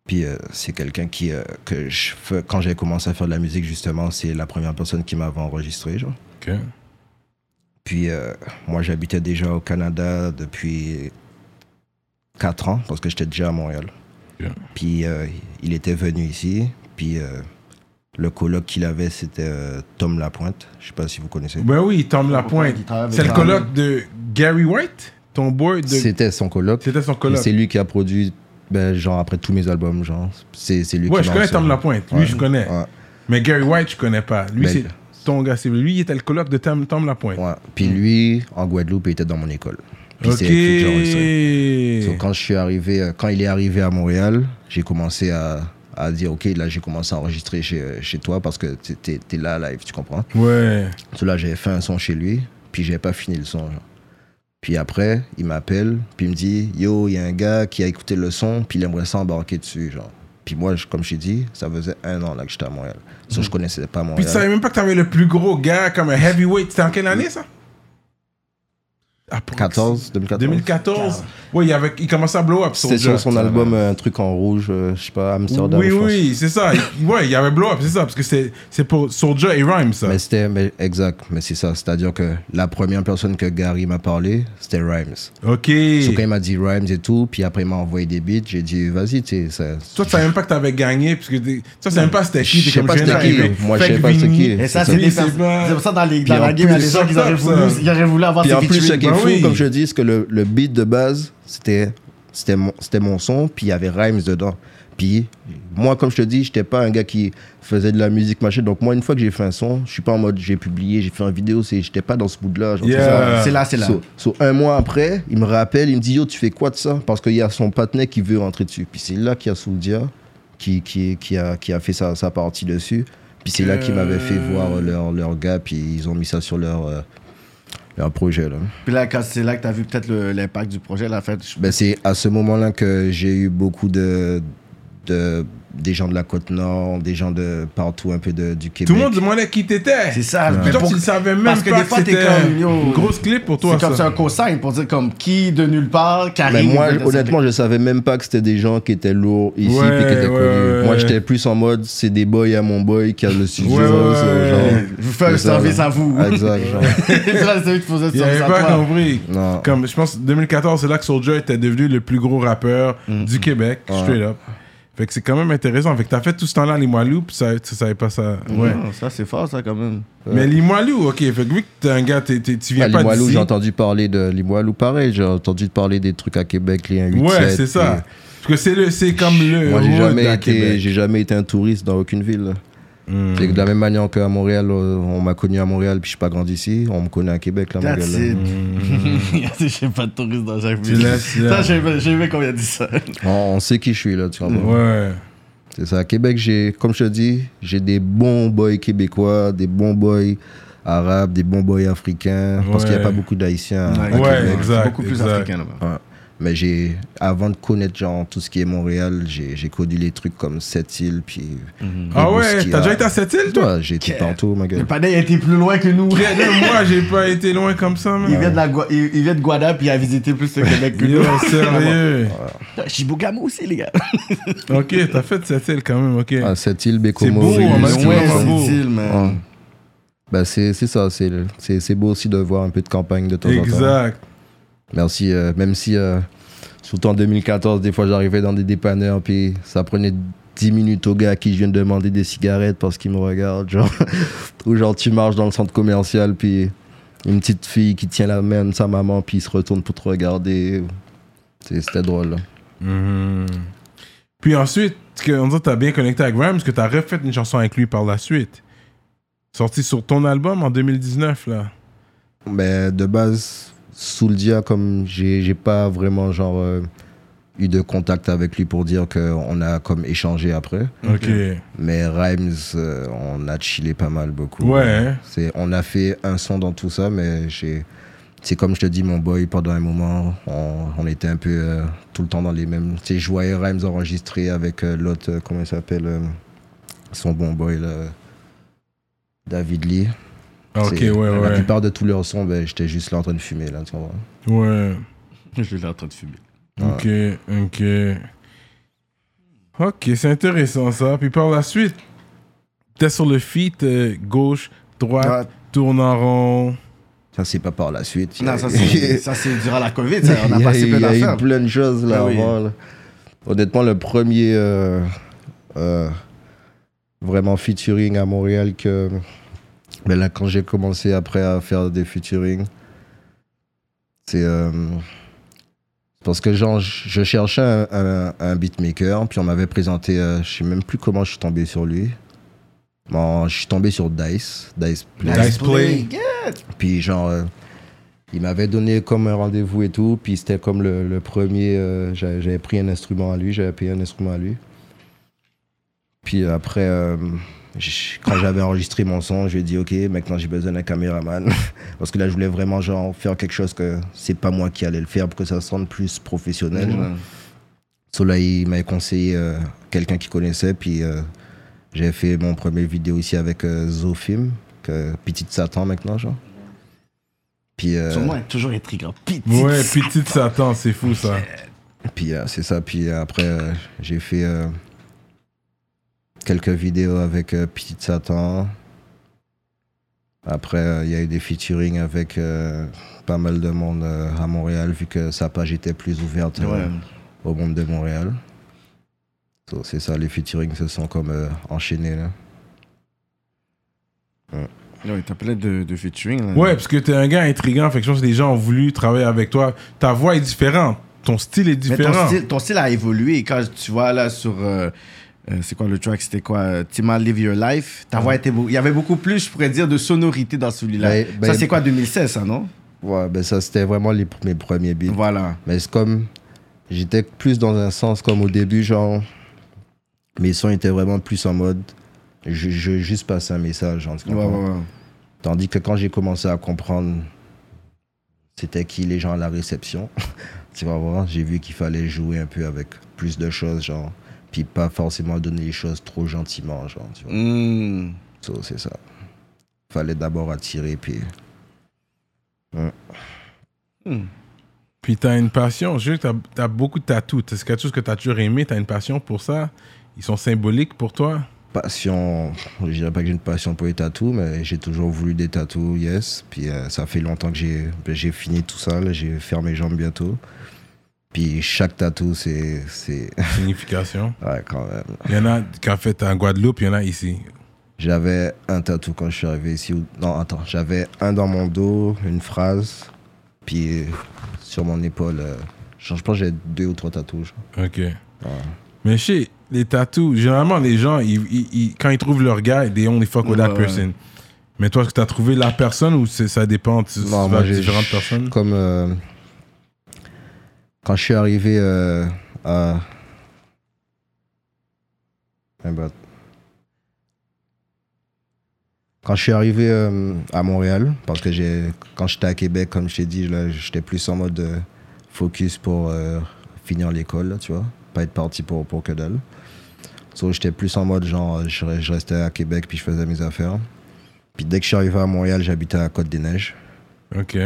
Speaker 4: Puis euh, c'est quelqu'un qui, euh, que je fais- quand j'ai commencé à faire de la musique, justement, c'est la première personne qui m'avait enregistré, genre.
Speaker 3: Ok.
Speaker 4: Puis euh, moi, j'habitais déjà au Canada depuis 4 ans, parce que j'étais déjà à Montréal.
Speaker 3: Bien.
Speaker 4: Puis euh, il était venu ici, puis euh, le colloque qu'il avait, c'était euh, Tom Lapointe. Je sais pas si vous connaissez.
Speaker 3: Ben oui, Tom Lapointe.
Speaker 5: Il travaille avec
Speaker 3: C'est le
Speaker 5: Tom.
Speaker 3: colloque de Gary White, ton boy. De...
Speaker 4: C'était son colloque.
Speaker 3: C'était son
Speaker 4: Et
Speaker 3: colloque.
Speaker 4: C'est lui qui a produit, ben, genre, après tous mes albums, genre. C'est c'est lui
Speaker 3: Ouais,
Speaker 4: qui
Speaker 3: je
Speaker 4: m'a
Speaker 3: connais
Speaker 4: enseigné.
Speaker 3: Tom Lapointe. Lui,
Speaker 4: Ouais.
Speaker 3: je connais.
Speaker 4: Ouais.
Speaker 3: Mais Gary White, je connais pas. Lui,
Speaker 4: Ben,
Speaker 3: c'est ton gars. c'est- Lui, il était le colloque de Tom, Tom Lapointe.
Speaker 4: Ouais. Puis lui, en Guadeloupe, il était dans mon école. Puis c'est lui qui l'a enregistré. So,
Speaker 3: Ok.
Speaker 4: quand je suis arrivé, euh, quand il est arrivé à Montréal, j'ai commencé à, à dire ok, là j'ai commencé à enregistrer chez, chez toi parce que t'es- t'es t'es là live, tu comprends.
Speaker 3: Ouais.
Speaker 4: So, là j'avais fait un son chez lui, puis j'avais pas fini le son. genre. Puis après, il m'appelle, puis il me dit yo, il y a un gars qui a écouté le son, puis il aimerait s'embarquer dessus, genre. Puis moi, je- comme je t'ai dit, ça faisait un an là que j'étais à Montréal. So, je connaissais
Speaker 3: Puis
Speaker 4: pas
Speaker 3: tu
Speaker 4: Montréal.
Speaker 3: savais même pas que t'avais le plus gros gars comme un heavyweight. C'était en quelle année ça Approx-
Speaker 4: 14, 2014.
Speaker 3: 2014. Ouais, il, avait, il commençait à blow up.
Speaker 4: C'était
Speaker 3: Soulja.
Speaker 4: sur son album, euh, un truc en rouge, euh, je sais pas, Amsterdam.
Speaker 3: Oui,
Speaker 4: je pense.
Speaker 3: oui, c'est ça. Il- Ouais, il y avait blow up, c'est ça. Parce que c'est c'est pour Soulja et Rhyme, ça.
Speaker 4: Mais c'était mais- exact, mais c'est ça. C'est-à-dire que la première personne que Gary m'a parlé, c'était Rhymes.
Speaker 3: Ok.
Speaker 4: So, quand il m'a dit Rhymes et tout, puis après il m'a envoyé des beats, j'ai dit vas-y, tu sais. ça-
Speaker 3: Toi, tu savais même pas que t'avais gagné, parce que t'es- toi, tu savais même pas c'était qui,
Speaker 4: Je
Speaker 3: t'es
Speaker 4: sais
Speaker 3: comme
Speaker 4: pas
Speaker 3: je viens
Speaker 4: c'était qui,
Speaker 3: d'arriver.
Speaker 4: moi, je
Speaker 3: Fake
Speaker 4: sais pas c'était
Speaker 3: Vinny.
Speaker 4: qui.
Speaker 5: Et ça,
Speaker 3: C'est
Speaker 5: c'est
Speaker 3: ça.
Speaker 5: des
Speaker 3: C'est
Speaker 5: personnes-
Speaker 3: pas-
Speaker 5: c'est pour ça, dans, les,
Speaker 4: Puis
Speaker 5: dans
Speaker 4: en
Speaker 5: la game, il y a des
Speaker 3: plus,
Speaker 5: gens qui
Speaker 3: ça, ça.
Speaker 5: auraient voulu, ils auraient voulu avoir
Speaker 4: Puis
Speaker 5: ces
Speaker 4: en plus, bah ce
Speaker 5: featuring.
Speaker 4: qui est
Speaker 3: ben
Speaker 4: fou,
Speaker 3: oui.
Speaker 4: comme je dis, c'est que le, le beat de base, c'était c'était mon, c'était mon son, puis il y avait Rhymes dedans. Puis moi, comme je te dis, j'étais pas un gars qui faisait de la musique machin. Donc moi, une fois que j'ai fait un son, je suis pas en mode j'ai publié, j'ai fait une vidéo, c'est j'étais pas dans ce bout-là. genre,
Speaker 3: Yeah.
Speaker 4: c'est ça.
Speaker 5: C'est là, c'est là.
Speaker 4: So, so, un mois après, il me rappelle, il me dit Yo, tu fais quoi de ça Parce qu'il y a son patinet qui veut rentrer dessus. Puis c'est là qu'il y a Souldia qui, qui, qui, a, qui a fait sa, sa partie dessus. Puis c'est là qu'il m'avait fait voir leur, leur gars, puis ils ont mis ça sur leur, euh, leur projet. Là.
Speaker 5: Puis là, quand c'est là que t'as vu peut-être le- l'impact du projet, la fête.
Speaker 4: Ben, c'est à ce moment-là que j'ai eu beaucoup de, de. des gens de la Côte-Nord, des gens de partout, un peu de, du Québec.
Speaker 3: Tout le monde demandait qui t'étais.
Speaker 5: C'est ça. mais
Speaker 3: Mais toi,
Speaker 5: pour-
Speaker 3: tu le savais même
Speaker 5: parce que
Speaker 3: pas
Speaker 5: des fois, t'es
Speaker 3: c'était
Speaker 5: comme, yo,
Speaker 3: une grosse clé pour toi,
Speaker 5: C'est comme c'est
Speaker 3: ça.
Speaker 5: un consigne pour dire comme qui de nulle part, qui
Speaker 4: Mais
Speaker 5: arrive.
Speaker 4: moi,
Speaker 5: de-
Speaker 4: honnêtement, je savais même pas que c'était des gens qui étaient lourds ici
Speaker 3: Ouais,
Speaker 4: puis qui étaient
Speaker 3: ouais,
Speaker 4: connus.
Speaker 3: ouais,
Speaker 4: Moi,
Speaker 3: ouais.
Speaker 4: j'étais plus en mode c'est des boys à mon boy qui a le studio.
Speaker 3: Ouais, ouais,
Speaker 4: c'est
Speaker 3: ouais.
Speaker 4: genre-
Speaker 5: Je vous fais un
Speaker 4: C'est ça,
Speaker 5: service
Speaker 4: là. Ah,
Speaker 5: à vous.
Speaker 4: Exact, genre.
Speaker 5: C'est là, c'est eux qui faisaient le
Speaker 3: Il
Speaker 5: service
Speaker 3: avait
Speaker 5: à
Speaker 3: pas
Speaker 5: toi.
Speaker 3: compris.
Speaker 4: Non.
Speaker 3: Comme, je pense, 2014, c'est là que Soulja était devenu le plus gros rappeur
Speaker 4: Mm,
Speaker 3: du Québec, straight up. Fait que c'est quand même intéressant. Fait que t'as fait tout ce temps-là les Moilous, puis ça, tu savais pas ça. Ouais.
Speaker 5: Non, ça, c'est fort, ça, quand même.
Speaker 3: Mais les Moilous, ok. Fait que vu que t'es un gars, t'es- t'es- tu viens
Speaker 4: Ah,
Speaker 3: pas
Speaker 4: Limoilou,
Speaker 3: d'ici.
Speaker 4: j'ai entendu parler de Limoilou, pareil, j'ai entendu parler des trucs à Québec, les 187.
Speaker 3: Ouais, c'est ça. Parce que c'est le, c'est comme
Speaker 4: puis-
Speaker 3: le.
Speaker 4: Moi, j'ai
Speaker 3: hood
Speaker 4: jamais,
Speaker 3: à
Speaker 4: été,
Speaker 3: Québec. Hmm.
Speaker 4: j'ai jamais été un touriste dans aucune ville. C'est que De la même manière qu'à Montréal, euh, on m'a connu à Montréal, puis je suis pas grandi ici, on me connaît à Québec, là, Ah, mon
Speaker 5: That's
Speaker 4: gars, là.
Speaker 5: it. Je sais pas de touriste dans chaque
Speaker 3: Mm. Tu
Speaker 5: ville.
Speaker 3: laisses, là.
Speaker 5: Ça, j'ai aimé- j'ai aimé quand il a dit ça.
Speaker 4: On, on sait qui je suis, là, tu
Speaker 3: Hmm.
Speaker 4: comprends?
Speaker 3: Ouais.
Speaker 4: C'est ça. À Québec, j'ai, comme je te dis, j'ai des bons boys québécois, des bons boys arabes, des bons boys africains. Parce qu'il n'y
Speaker 3: Ouais.
Speaker 4: a pas beaucoup d'haïtiens à,
Speaker 3: Ouais,
Speaker 4: à Québec.
Speaker 3: exact,
Speaker 5: C'est beaucoup plus
Speaker 3: exact.
Speaker 5: africain là-bas.
Speaker 4: Ouais. Mais j'ai, avant de connaître genre tout ce qui est Montréal, j'ai, j'ai connu les trucs comme Sept-Îles, puis.
Speaker 3: Ah ouais, t'as déjà été à cette île, toi
Speaker 4: Toi, j'ai été partout, ma
Speaker 5: Le
Speaker 4: gueule.
Speaker 5: panel a été plus loin que nous.
Speaker 3: Regarde, Moi, j'ai pas été loin comme ça,
Speaker 5: Il
Speaker 3: man.
Speaker 5: vient de, la Gua- il, il vient de Guada puis il a visité plus le Québec que
Speaker 3: Yo,
Speaker 5: nous.
Speaker 3: sérieux.
Speaker 5: Chibougamo aussi, les gars.
Speaker 3: Ok, t'as fait cette île quand même, ok.
Speaker 4: À Sept-Îles, Ah, Bécomo.
Speaker 3: beau,
Speaker 4: Rivière-
Speaker 3: en même temps.
Speaker 4: Ouais,
Speaker 3: c'est
Speaker 5: c'est
Speaker 3: utile,
Speaker 4: Ouais. Bah, c'est, c'est ça, c'est, le- c'est, c'est beau aussi de voir un peu de campagne de temps en temps.
Speaker 3: exact.
Speaker 4: Merci, euh, même si, euh, surtout en 2014, des fois j'arrivais dans des dépanneurs, puis ça prenait 10 minutes au gars à qui je viens de demander des cigarettes parce qu'il me regarde. Genre, ou genre tu marches dans le centre commercial, puis une petite fille qui tient la main de sa maman, puis il se retourne pour te regarder. C'est- C'était drôle. là.
Speaker 3: Mhm. Puis ensuite, que- on dit que t'as bien connecté avec Rams, que t'as refait une chanson avec lui par la suite. Sorti sur ton album en 2019, là.
Speaker 4: Mais de base, Souldia, comme j'ai j'ai pas vraiment genre, euh, eu de contact avec lui pour dire qu'on a comme échangé après.
Speaker 3: Ok.
Speaker 4: Mais Rhymes, euh, on a chillé pas mal beaucoup.
Speaker 3: Ouais, hein.
Speaker 4: C'est, on a fait un son dans tout ça, mais j'ai, c'est comme je te dis, mon boy, pendant un moment, on, on était un peu euh, tout le temps dans les mêmes. Tu sais, je voyais Rhymes enregistré avec euh, l'autre, euh, comment il s'appelle euh, Son bon boy, là, David Lee.
Speaker 3: Ah, Ok,
Speaker 4: C'est-
Speaker 3: ouais,
Speaker 4: La
Speaker 3: ouais.
Speaker 4: plupart de tous leurs sons, ben, j'étais juste là en train de fumer, là, tu comprends?
Speaker 3: Ouais.
Speaker 5: Je l'ai en train de fumer.
Speaker 3: Ok, ok. Ok, c'est intéressant ça. Puis par la suite, t'es sur le feat euh, gauche, droite,
Speaker 4: Droite.
Speaker 3: tourne en rond.
Speaker 4: Ça, c'est pas par la suite.
Speaker 5: Non, ça c'est, ça, c'est durant la COVID, ça, on
Speaker 4: Il
Speaker 5: a
Speaker 4: y
Speaker 5: passé
Speaker 4: eu-
Speaker 5: plein
Speaker 4: Il y a
Speaker 5: d'affaires.
Speaker 4: eu plein de choses là
Speaker 5: Ah oui.
Speaker 4: avant. là. Honnêtement, le premier euh, euh, vraiment featuring à Montréal que. Mais là, quand j'ai commencé après à faire des featuring, c'est. euh, parce que genre, je je cherchais un, un- un beatmaker, puis on m'avait présenté, euh, je sais même plus comment je suis tombé sur lui. Bon, je suis tombé sur Dice, Dice Play.
Speaker 3: Dice Play.
Speaker 4: Puis genre, euh, il m'avait donné comme un rendez-vous et tout. Puis c'était comme le, le premier, euh, j'avais j'avais pris un instrument à lui, j'avais payé un instrument à lui. Puis après, euh, j- quand j'avais enregistré mon son, je lui ai dit, OK, maintenant j'ai besoin d'un caméraman. Parce que là, je voulais vraiment genre faire quelque chose que c'est pas moi qui allais le faire pour que ça sonne plus professionnel.
Speaker 5: Mmh.
Speaker 4: genre. So là, il m'avait conseillé euh, quelqu'un qui connaissait, puis euh, j'ai fait mon premier vidéo ici avec euh, Zofim, que Petite Satan maintenant, genre. Puis, euh,
Speaker 5: Sur moi, toujours intriguant. Petite.
Speaker 3: Ouais, petite Satan, c'est fou ça.
Speaker 4: puis euh, c'est ça. Puis euh, après, euh, j'ai fait euh, quelques vidéos avec euh, Petite Satan. Après, euh, il y a eu des featuring avec euh, pas mal de monde euh, à Montréal, vu que sa page était plus ouverte. euh,
Speaker 5: Ouais.
Speaker 4: au monde de Montréal. So, c'est ça, les featuring se sont comme euh, enchaînés. Là.
Speaker 5: Ouais, t'as plein de, de featuring. Là.
Speaker 3: Ouais, parce que t'es un gars intriguant, fait que je pense que les gens ont voulu travailler avec toi. Ta voix est différente, ton style est
Speaker 5: Mais ton
Speaker 3: différent.
Speaker 5: style, ton style a évolué. Quand tu vois là sur. euh, euh, c'est quoi le track C'était quoi euh, Tima Live Your Life. Ta voix était. beau- Il y avait beaucoup plus, je pourrais dire, de sonorité dans celui-là.
Speaker 4: Ben, ben-
Speaker 5: ça, c'est quoi 2016, ça, non
Speaker 4: Ouais, ben ça, c'était vraiment les, pr- mes premiers beats.
Speaker 5: Voilà.
Speaker 4: Mais c'est comme. J'étais plus dans un sens comme au début, genre. Mes sons étaient vraiment plus en mode. Je, je juste passer un message. genre, tu
Speaker 5: Ouais, ouais,
Speaker 4: comprends?
Speaker 5: ouais.
Speaker 4: Tandis que quand j'ai commencé à comprendre c'était qui les gens à la réception, tu vas voir, j'ai vu qu'il fallait jouer un peu avec plus de choses, genre. Puis pas forcément donner les choses trop gentiment, genre. Tu vois.
Speaker 5: Hmm.
Speaker 4: So, c'est ça. Fallait d'abord attirer, puis.
Speaker 5: Hmm.
Speaker 3: Puis t'as une passion, je sais que t'as t'as beaucoup de tatous. C'est quelque chose que t'as toujours aimé, t'as une passion pour ça. Ils sont symboliques pour toi.
Speaker 4: Passion. Je dirais pas que j'ai une passion pour les tatous, mais j'ai toujours voulu des tatous, yes. Puis euh, ça fait longtemps que j'ai, ben, j'ai fini tout ça, là, j'ai fait mes jambes bientôt. Puis chaque tatou, c'est. c'est...
Speaker 3: Signification.
Speaker 4: Ouais, quand même.
Speaker 3: Il y en a qui a fait en Guadeloupe, il y en a ici.
Speaker 4: J'avais un tatou quand je suis arrivé ici. ou- Non, attends, j'avais un dans mon dos, une phrase, puis euh, sur mon épaule. euh, Je pense que j'ai deux ou trois tatouages.
Speaker 3: Ok. Mais je sais, les tatous, généralement, les gens, ils, ils- ils- quand ils trouvent leur gars, they only fuck with that
Speaker 5: Ouais, ouais.
Speaker 3: person. Mais toi, est-ce que t'as trouvé la personne ou c'est- ça dépend Tu tu vas à
Speaker 4: j'ai-
Speaker 3: différentes
Speaker 4: je-
Speaker 3: personnes
Speaker 4: Comme euh, quand je suis arrivé euh, à. Eh ben, Quand je suis arrivé euh, à Montréal, parce que j'ai, quand j'étais à Québec, comme je t'ai dit, là, j'étais plus en mode euh, focus pour euh, finir l'école, là, tu vois, pas être parti pour, pour que dalle. So, j'étais plus en mode genre, je, re- je restais à Québec puis je faisais mes affaires. Puis dès que je suis arrivé à Montréal, j'habitais à Côte des Neiges.
Speaker 3: Ok.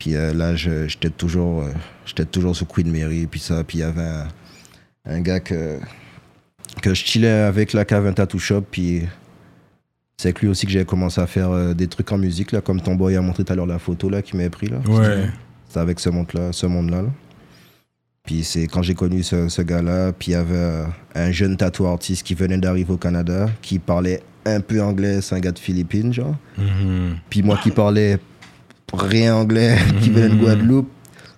Speaker 4: Puis euh, là, je- j'étais toujours, euh, j'étais toujours sous Queen Mary, puis ça. Puis il y avait un, un gars que, que je chillais avec la cave un tattoo shop, puis c'est avec lui aussi que j'avais commencé à faire euh, des trucs en musique, là, comme ton boy a montré tout à l'heure la photo là, qui m'avait pris. Là.
Speaker 3: Ouais.
Speaker 4: C'était avec ce monde-là. Ce monde -là, Puis c'est quand j'ai connu ce, ce gars-là, puis il y avait euh, un jeune tattoo artiste qui venait d'arriver au Canada, qui parlait un peu anglais, c'est un gars de Philippines, genre.
Speaker 3: Mhm.
Speaker 4: Puis moi qui parlais rien anglais, qui venais
Speaker 3: Hmm.
Speaker 4: de Guadeloupe,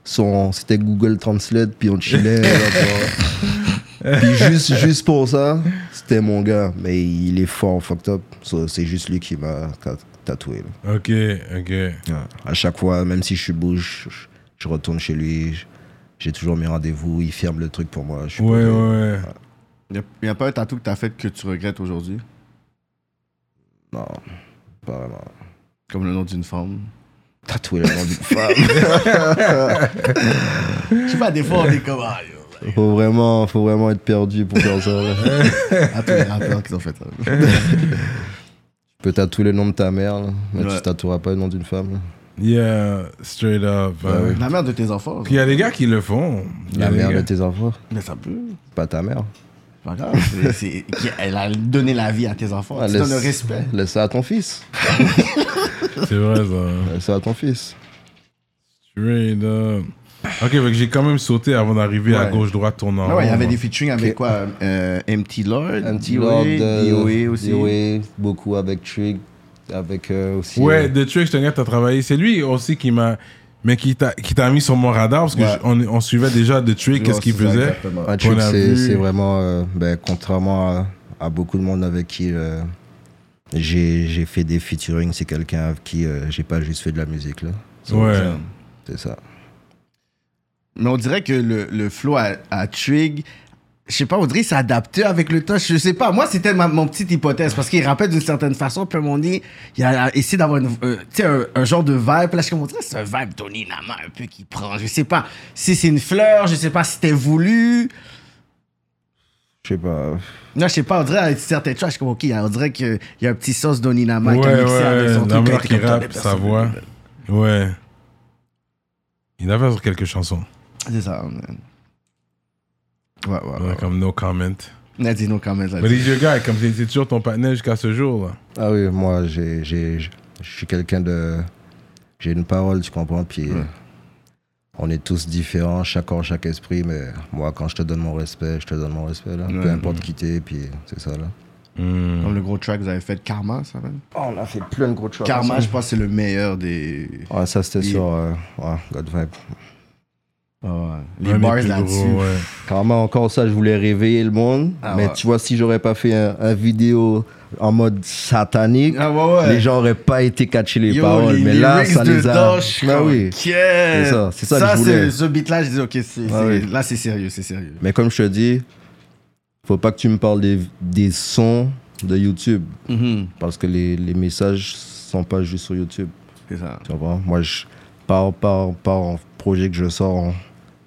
Speaker 4: son- c'était Google Translate, puis on chillait. là, pour- puis juste, juste pour ça, c'était mon gars. Mais il est fort fucked up. So, c'est juste lui qui m'a ta- tatoué. là.
Speaker 3: Ok, ok.
Speaker 4: À chaque fois, même si je suis bouche, je, je retourne chez lui. je- J'ai toujours mes rendez-vous. Il ferme le truc pour moi. je suis
Speaker 3: Ouais,
Speaker 4: posé.
Speaker 3: ouais.
Speaker 5: Il n'y a, pas un tatou que t'as fait que tu regrettes aujourd'hui
Speaker 4: Non, pas vraiment.
Speaker 5: Comme le nom d'une femme.
Speaker 4: Tatouer le nom d'une femme.
Speaker 5: Je sais pas, des fois, on est comme. Ah, yo.
Speaker 4: faut, vraiment, faut vraiment
Speaker 5: Ah,
Speaker 4: être perdu pour faire ça. là. Eh
Speaker 5: À tous les rappeurs qui ont fait ça.
Speaker 4: peux tatouer le nom de ta mère, là, mais
Speaker 5: Ouais.
Speaker 4: tu tatoueras pas le nom d'une femme. là.
Speaker 3: Yeah, straight up. euh.
Speaker 5: La mère de tes enfants.
Speaker 3: Puis Il y a des gars qui le font. Il y a
Speaker 4: La
Speaker 3: des
Speaker 4: mère
Speaker 3: gars-
Speaker 4: de tes enfants,
Speaker 5: Mais ça peut.
Speaker 4: pas ta mère.
Speaker 5: C'est Pas grave. c'est- c'est- qui- elle a donné la vie à tes enfants.
Speaker 4: Ah,
Speaker 5: tu donnes le respect.
Speaker 4: Laisse ça à ton fils.
Speaker 3: C'est vrai, ça.
Speaker 4: Laisse ça à ton fils.
Speaker 3: Straight up. Ok, fait que j'ai quand même sauté avant d'arriver à
Speaker 4: Ouais.
Speaker 3: gauche-droite tournant.
Speaker 5: Ah ouais, il y avait
Speaker 3: rond,
Speaker 5: des featuring avec
Speaker 4: Ok.
Speaker 5: quoi euh, MT Lord,
Speaker 4: Un petit
Speaker 5: DOA,
Speaker 4: lord euh,
Speaker 5: DOA
Speaker 4: de
Speaker 5: aussi.
Speaker 4: DOA, beaucoup avec Trick, avec euh, aussi.
Speaker 3: Ouais,
Speaker 4: euh,
Speaker 3: The Trick, je t'as travaillé. C'est lui aussi qui m'a. Mais qui t'a qui t'a mis sur mon radar parce
Speaker 5: Ouais.
Speaker 3: qu'on on suivait déjà The Trick, qu'est-ce qu'il
Speaker 5: c'est ça,
Speaker 3: faisait.
Speaker 5: exactement.
Speaker 3: qu'on
Speaker 4: un Trick,
Speaker 3: a
Speaker 4: c'est
Speaker 3: vu.
Speaker 4: c'est vraiment, euh, ben, contrairement à, à beaucoup de monde avec qui euh, j'ai j'ai fait des featuring, c'est quelqu'un avec qui euh, j'ai pas juste fait de la musique là.
Speaker 3: Ouais.
Speaker 4: C'est ça.
Speaker 5: Mais on dirait que le, le flow à, à Trig, je sais pas, on dirait que c'est adapté avec le temps. Je sais pas. Moi, c'était ma, mon petite hypothèse parce qu'il rappelle d'une certaine façon. Puis à un moment donné, il a essayé d'avoir une, euh, tu sais, un, un genre de vibe. Là, je suis comme, on dirait que c'est un vibe Tony Lama un peu qui prend. Je sais pas si c'est une fleur, je sais pas si c'était voulu.
Speaker 4: Je sais pas.
Speaker 5: Non, je sais pas, on dirait avec certains tracks, je suis comme, ok, on dirait qu'il y a un petit sauce d'Oninama qui
Speaker 3: Ouais,
Speaker 5: a mixé avec
Speaker 3: ouais,
Speaker 5: son
Speaker 3: la
Speaker 5: truc.
Speaker 3: mère
Speaker 5: t'es
Speaker 3: qui
Speaker 5: comme,
Speaker 3: rappe,
Speaker 5: t'as
Speaker 3: sa
Speaker 5: personne.
Speaker 3: voix. Ouais. Il avait sur quelques chansons.
Speaker 5: C'est ça. man. Ouais, ouais,
Speaker 3: Ouais,
Speaker 5: ouais.
Speaker 3: Comme No Comment.
Speaker 5: ouais. Dis-nous quand même. ça.
Speaker 3: Mais les vieux gars, comme c'est c'est toujours ton partenaire jusqu'à ce jour. Là.
Speaker 4: Ah oui, moi, j'ai, j'ai, je suis quelqu'un de. J'ai une parole, tu comprends? Puis euh, on est tous différents, chaque corps, chaque esprit, mais moi, quand je te donne mon respect, je te donne mon respect, là. Peu importe qui t'es, puis c'est ça, là. Mm.
Speaker 5: Comme le gros track que vous avez fait, Karma, ça s'appelle
Speaker 4: Oh, on a fait plein de gros choses.
Speaker 5: Karma, je pense que c'est le meilleur des.
Speaker 4: Ouais, ça, c'était
Speaker 5: Il-
Speaker 4: sur euh, ouais, God Vibe. Ah
Speaker 5: Les
Speaker 3: Ouais, mais
Speaker 5: bars
Speaker 3: plus gros,
Speaker 5: là-dessus.
Speaker 3: ouais.
Speaker 4: Carrément, encore ça, je voulais réveiller le monde.
Speaker 5: Ah
Speaker 4: mais
Speaker 5: ouais.
Speaker 4: tu vois, si j'aurais pas fait un, un vidéo en mode satanique,
Speaker 5: Ah ouais, ouais.
Speaker 4: les gens auraient pas été catchés les
Speaker 5: Yo,
Speaker 4: paroles.
Speaker 5: les
Speaker 4: mais là,
Speaker 5: lyrics
Speaker 4: ça les
Speaker 5: dedans,
Speaker 4: a.
Speaker 5: je suis
Speaker 4: Ah
Speaker 5: comme,
Speaker 4: oui.
Speaker 5: ok. C'est
Speaker 4: ça, c'est ça que je voulais. Ah
Speaker 5: c'est- Ce beat-là, je dis, ok, c'est- c'est-
Speaker 4: oui.
Speaker 5: là, c'est sérieux, c'est sérieux.
Speaker 4: Mais comme je te dis, faut pas que tu me parles des, des sons de YouTube. Parce que les, les messages sont pas juste sur YouTube.
Speaker 5: C'est ça.
Speaker 4: Tu comprends Moi, je, par, par, par projet que je sors,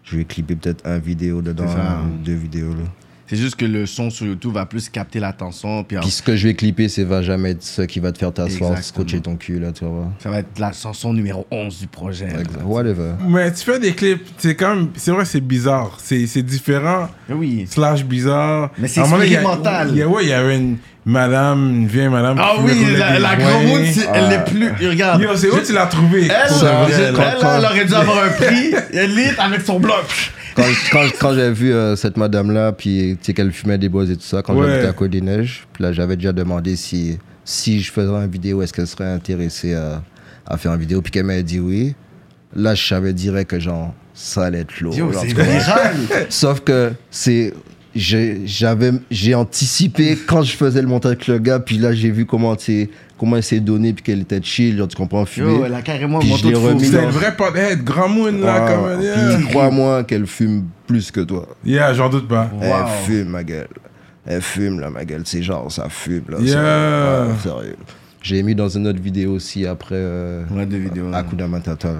Speaker 4: je vais clipper peut-être un vidéo dedans,
Speaker 5: C'est ça.
Speaker 4: ou deux vidéos. Là.
Speaker 5: C'est juste que le son sur YouTube va plus capter l'attention, puis en-
Speaker 4: Puis ce que je vais clipper, c'est va jamais être ce qui va te faire t'asseoir,
Speaker 5: Exactement.
Speaker 4: scotcher ton cul, là, tu vois.
Speaker 5: ça va être la chanson numéro 11 du projet. là.
Speaker 4: Exact. Whatever.
Speaker 3: Mais tu fais des clips, c'est quand même. C'est vrai, c'est bizarre. C'est c'est différent.
Speaker 5: Mais Oui.
Speaker 3: slash bizarre.
Speaker 5: Mais c'est
Speaker 3: À un moment donné, il y a-
Speaker 5: expérimental.
Speaker 3: il y a- Ouais, il y avait une madame, une vieille madame. qui
Speaker 5: Ah
Speaker 3: fumait
Speaker 5: oui,
Speaker 3: comme
Speaker 5: la,
Speaker 3: des
Speaker 5: la
Speaker 3: joints.
Speaker 5: grande route, c'est- elle n'est plus. Regarde.
Speaker 3: Yo, c'est où tu l'as trouvé
Speaker 5: Elle, euh,
Speaker 3: Pour de
Speaker 5: là,
Speaker 3: vrai,
Speaker 5: elle,
Speaker 3: là.
Speaker 5: là, elle aurait dû avoir un prix. Elle lit avec son bloc.
Speaker 4: Quand, quand, quand j'avais vu euh, cette madame-là, puis tu sais qu'elle fumait des bois et tout ça, quand
Speaker 3: Ouais.
Speaker 4: j'habitais à Côte des Neiges, puis là, j'avais déjà demandé si, si je faisais une vidéo, est-ce qu'elle serait intéressée à, à faire une vidéo, puis qu'elle m'a dit oui. Là, je savais direct que genre, ça allait être lourd.
Speaker 5: Yo,
Speaker 4: genre,
Speaker 5: c'est
Speaker 4: tu comprends?
Speaker 5: viral.
Speaker 4: Sauf que c'est. j'ai- J'avais, j'ai anticipé quand je faisais le montage avec le gars, puis là j'ai vu comment, c'est- comment il s'est donné, puis qu'elle était chill, genre, tu comprends, fumée.
Speaker 5: Yo, elle a carrément un
Speaker 4: Puis je
Speaker 5: manteau de
Speaker 4: l'ai
Speaker 5: fou.
Speaker 4: remis
Speaker 3: C'est
Speaker 4: dans-
Speaker 3: un vrai pothead, grand moon là,
Speaker 4: Ah,
Speaker 3: comme yeah.
Speaker 4: puis crois-moi qu'elle fume plus que toi.
Speaker 3: Yeah, j'en doute pas.
Speaker 5: Wow.
Speaker 4: Elle fume, ma gueule. Elle fume, là, ma gueule. C'est genre, ça fume, là.
Speaker 3: Yeah.
Speaker 4: ça- ouais, sérieux. J'ai mis dans une autre vidéo aussi après euh,
Speaker 5: Ouais, deux vidéos.
Speaker 4: Hakuna Matata.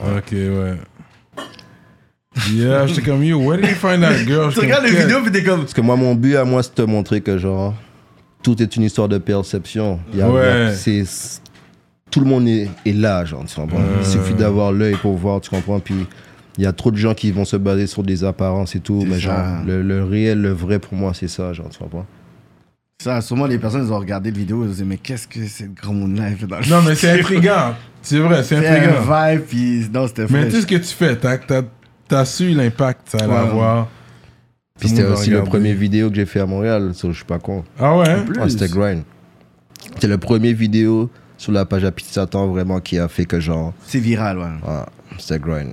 Speaker 3: Ok, ouais. Yeah, j'étais comme you, where did you find that girl
Speaker 5: Tu
Speaker 3: J'étais
Speaker 5: regardes
Speaker 3: comme,
Speaker 5: les
Speaker 3: quel-
Speaker 5: vidéos, puis t'es comme.
Speaker 4: Parce que moi, mon but à moi, c'est de te montrer que, genre, tout est une histoire de perception. Il y a-
Speaker 3: Ouais.
Speaker 4: c'est- c'est- tout le monde est, est là, genre, tu comprends.
Speaker 3: Euh.
Speaker 4: Il suffit d'avoir l'œil pour voir, tu comprends. Puis il y a trop de gens qui vont se baser sur des apparences et tout.
Speaker 5: C'est
Speaker 4: Mais
Speaker 5: ça.
Speaker 4: genre, le, le réel, le vrai pour moi, c'est ça, genre, tu comprends.
Speaker 5: Ça, sûrement, les personnes, ils ont regardé la vidéo, ils ont dit, mais qu'est-ce que cette grand monde là, elle fait dans le
Speaker 3: Non, mais c'est
Speaker 5: vidéo?
Speaker 3: intriguant. C'est vrai, c'est
Speaker 5: C'est un
Speaker 3: intriguant.
Speaker 5: vibe, puis non, c'était
Speaker 3: Mais tu sais
Speaker 5: fresh.
Speaker 3: ce que tu fais, t'as- t'as t'as su l'impact que ça allait
Speaker 5: Ouais.
Speaker 3: avoir. Tout
Speaker 4: Puis
Speaker 3: le
Speaker 4: c'était
Speaker 3: monde
Speaker 4: aussi
Speaker 3: va
Speaker 4: le
Speaker 3: regarder.
Speaker 4: premier vidéo que j'ai fait à Montréal, so je suis pas con.
Speaker 3: Ah ouais
Speaker 5: Plus.
Speaker 4: Ah, c'était grind. C'était le premier vidéo sur la page à Petit Satan vraiment qui a fait que genre,
Speaker 5: C'est viral, ouais.
Speaker 4: ah, c'était grind.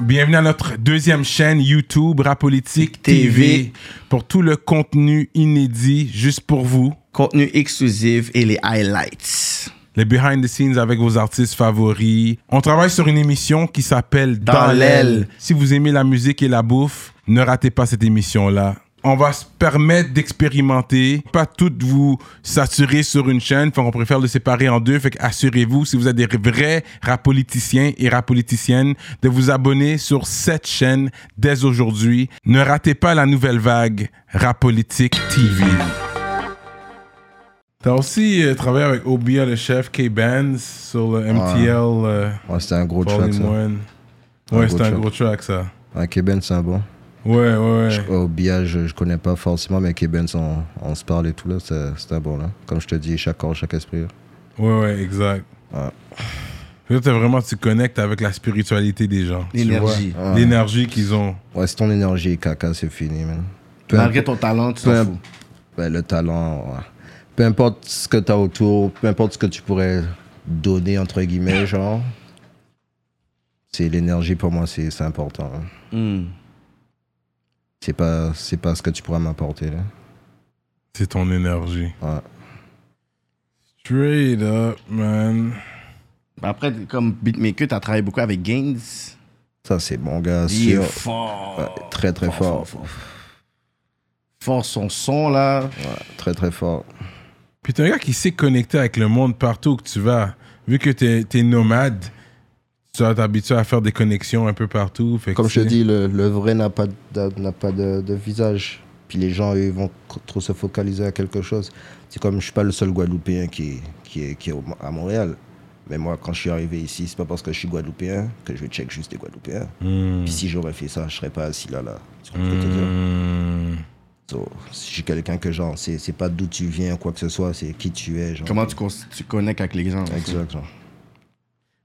Speaker 3: Bienvenue à notre deuxième chaîne YouTube Rapolitique TV.
Speaker 5: TV.
Speaker 3: pour tout le contenu inédit juste pour vous.
Speaker 5: Contenu exclusif et les highlights.
Speaker 3: Les behind the scenes avec vos artistes favoris. On travaille sur une émission qui s'appelle Dans,
Speaker 5: Dans
Speaker 3: l'aile.
Speaker 5: l'aile.
Speaker 3: Si vous aimez la musique et la bouffe, ne ratez pas cette émission-là. On va se permettre d'expérimenter, pas toutes vous saturer sur une chaîne. Fait qu'on préfère le séparer en deux. Fait assurez-vous, si vous êtes des vrais rapoliticiens et rapoliticiennes, de vous abonner sur cette chaîne dès aujourd'hui. Ne ratez pas la nouvelle vague Rapolitique TV. T'as aussi euh, travaillé avec Obia, le chef, K-Bands, sur le MTL euh,
Speaker 4: Ouais, c'était un gros track,
Speaker 3: Volume 1.
Speaker 4: ça. Un
Speaker 3: Ouais,
Speaker 4: gros
Speaker 3: c'était un
Speaker 4: track.
Speaker 3: gros track, ça.
Speaker 4: Ouais, Keben, c'est un bon.
Speaker 3: Ouais, ouais, ouais.
Speaker 4: Au BIA, je, je connais pas forcément, mais Keben, on, on se parle et tout, là, c'est c'est un bon, là. Comme je te dis, chaque corps, chaque esprit. là.
Speaker 3: Ouais, ouais, exact.
Speaker 4: Ouais.
Speaker 3: Là, t'as vraiment, tu connectes avec la spiritualité des gens. tu
Speaker 5: L'énergie.
Speaker 3: vois. L'énergie qu'ils ont.
Speaker 4: Ouais, c'est ton énergie, caca, c'est fini, man. Peu
Speaker 5: Malgré
Speaker 4: importe-
Speaker 5: ton talent, tu
Speaker 4: peu
Speaker 5: t'en
Speaker 4: imp-
Speaker 5: fous.
Speaker 4: ben, le talent, ouais. peu importe ce que t'as autour, peu importe ce que tu pourrais donner, entre guillemets, genre. C'est l'énergie pour moi, c'est c'est important. hein.
Speaker 5: Hmm.
Speaker 4: C'est pas, c'est pas ce que tu pourras m'apporter, là.
Speaker 3: C'est ton énergie.
Speaker 4: Ouais.
Speaker 3: Straight up, man.
Speaker 5: Après, comme beatmaker, t'as travaillé beaucoup avec Gaines.
Speaker 4: Ça, c'est mon gars,
Speaker 5: Il est
Speaker 4: sûr.
Speaker 3: euh,
Speaker 5: fort.
Speaker 4: Ouais, très, très fort.
Speaker 5: fort. Fort son son, là.
Speaker 4: Très, très fort.
Speaker 3: Puis t'es un gars qui sait connecter avec le monde partout où que tu vas. Vu que t'es es nomade, tu vas t'habituer à faire des connexions un peu partout. Fait que
Speaker 4: Comme je te
Speaker 3: c'est-
Speaker 4: dis, le, le vrai n'a pas, de, n'a pas de, de visage. Puis les gens, eux, ils vont co- trop se focaliser à quelque chose. C'est comme je suis pas le seul Guadeloupéen qui, est- qui, est, qui est au- à Montréal. Mais moi, quand je suis arrivé ici, c'est pas parce que je suis Guadeloupéen que je vais check juste des Guadeloupéens.
Speaker 3: Hmm.
Speaker 4: Puis si j'aurais fait ça, je serais pas assis là, là. Tu comprends ce que je veux dire
Speaker 3: Hmm.
Speaker 4: So, Si je suis quelqu'un que genre, c'est, c'est pas d'où tu viens, quoi que ce soit, c'est qui tu es. Genre.
Speaker 5: Comment tu, cons- tu connectes avec les gens. aussi.
Speaker 4: Exact. genre.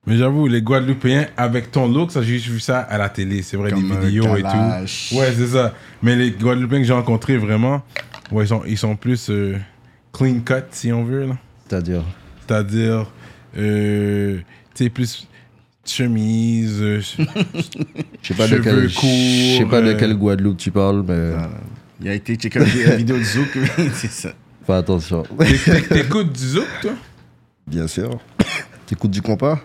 Speaker 3: Mais j'avoue, les Guadeloupéens, avec ton look, ça, j'ai juste vu ça à la télé. C'est vrai,
Speaker 5: Comme
Speaker 3: des
Speaker 5: un
Speaker 3: vidéos et
Speaker 5: galache.
Speaker 3: tout. Ouais, c'est ça. Mais les Guadeloupéens que j'ai rencontrés, vraiment, ouais, ils sont, ils sont plus euh, clean cut, si on veut. là.
Speaker 4: C'est-à-dire,
Speaker 3: C'est-à-dire, euh, tu sais, plus chemise, euh,
Speaker 4: je sais pas, de
Speaker 3: Cheveux
Speaker 4: quel,
Speaker 3: courts,
Speaker 4: je sais pas de
Speaker 3: euh,
Speaker 4: quelle Guadeloupe tu parles, mais
Speaker 5: Il a été checker la vidéo de Zouk, c'est ça.
Speaker 4: fais attention.
Speaker 3: T'éc- T'écoutes du zouk, toi
Speaker 4: Bien sûr. T'écoutes du compas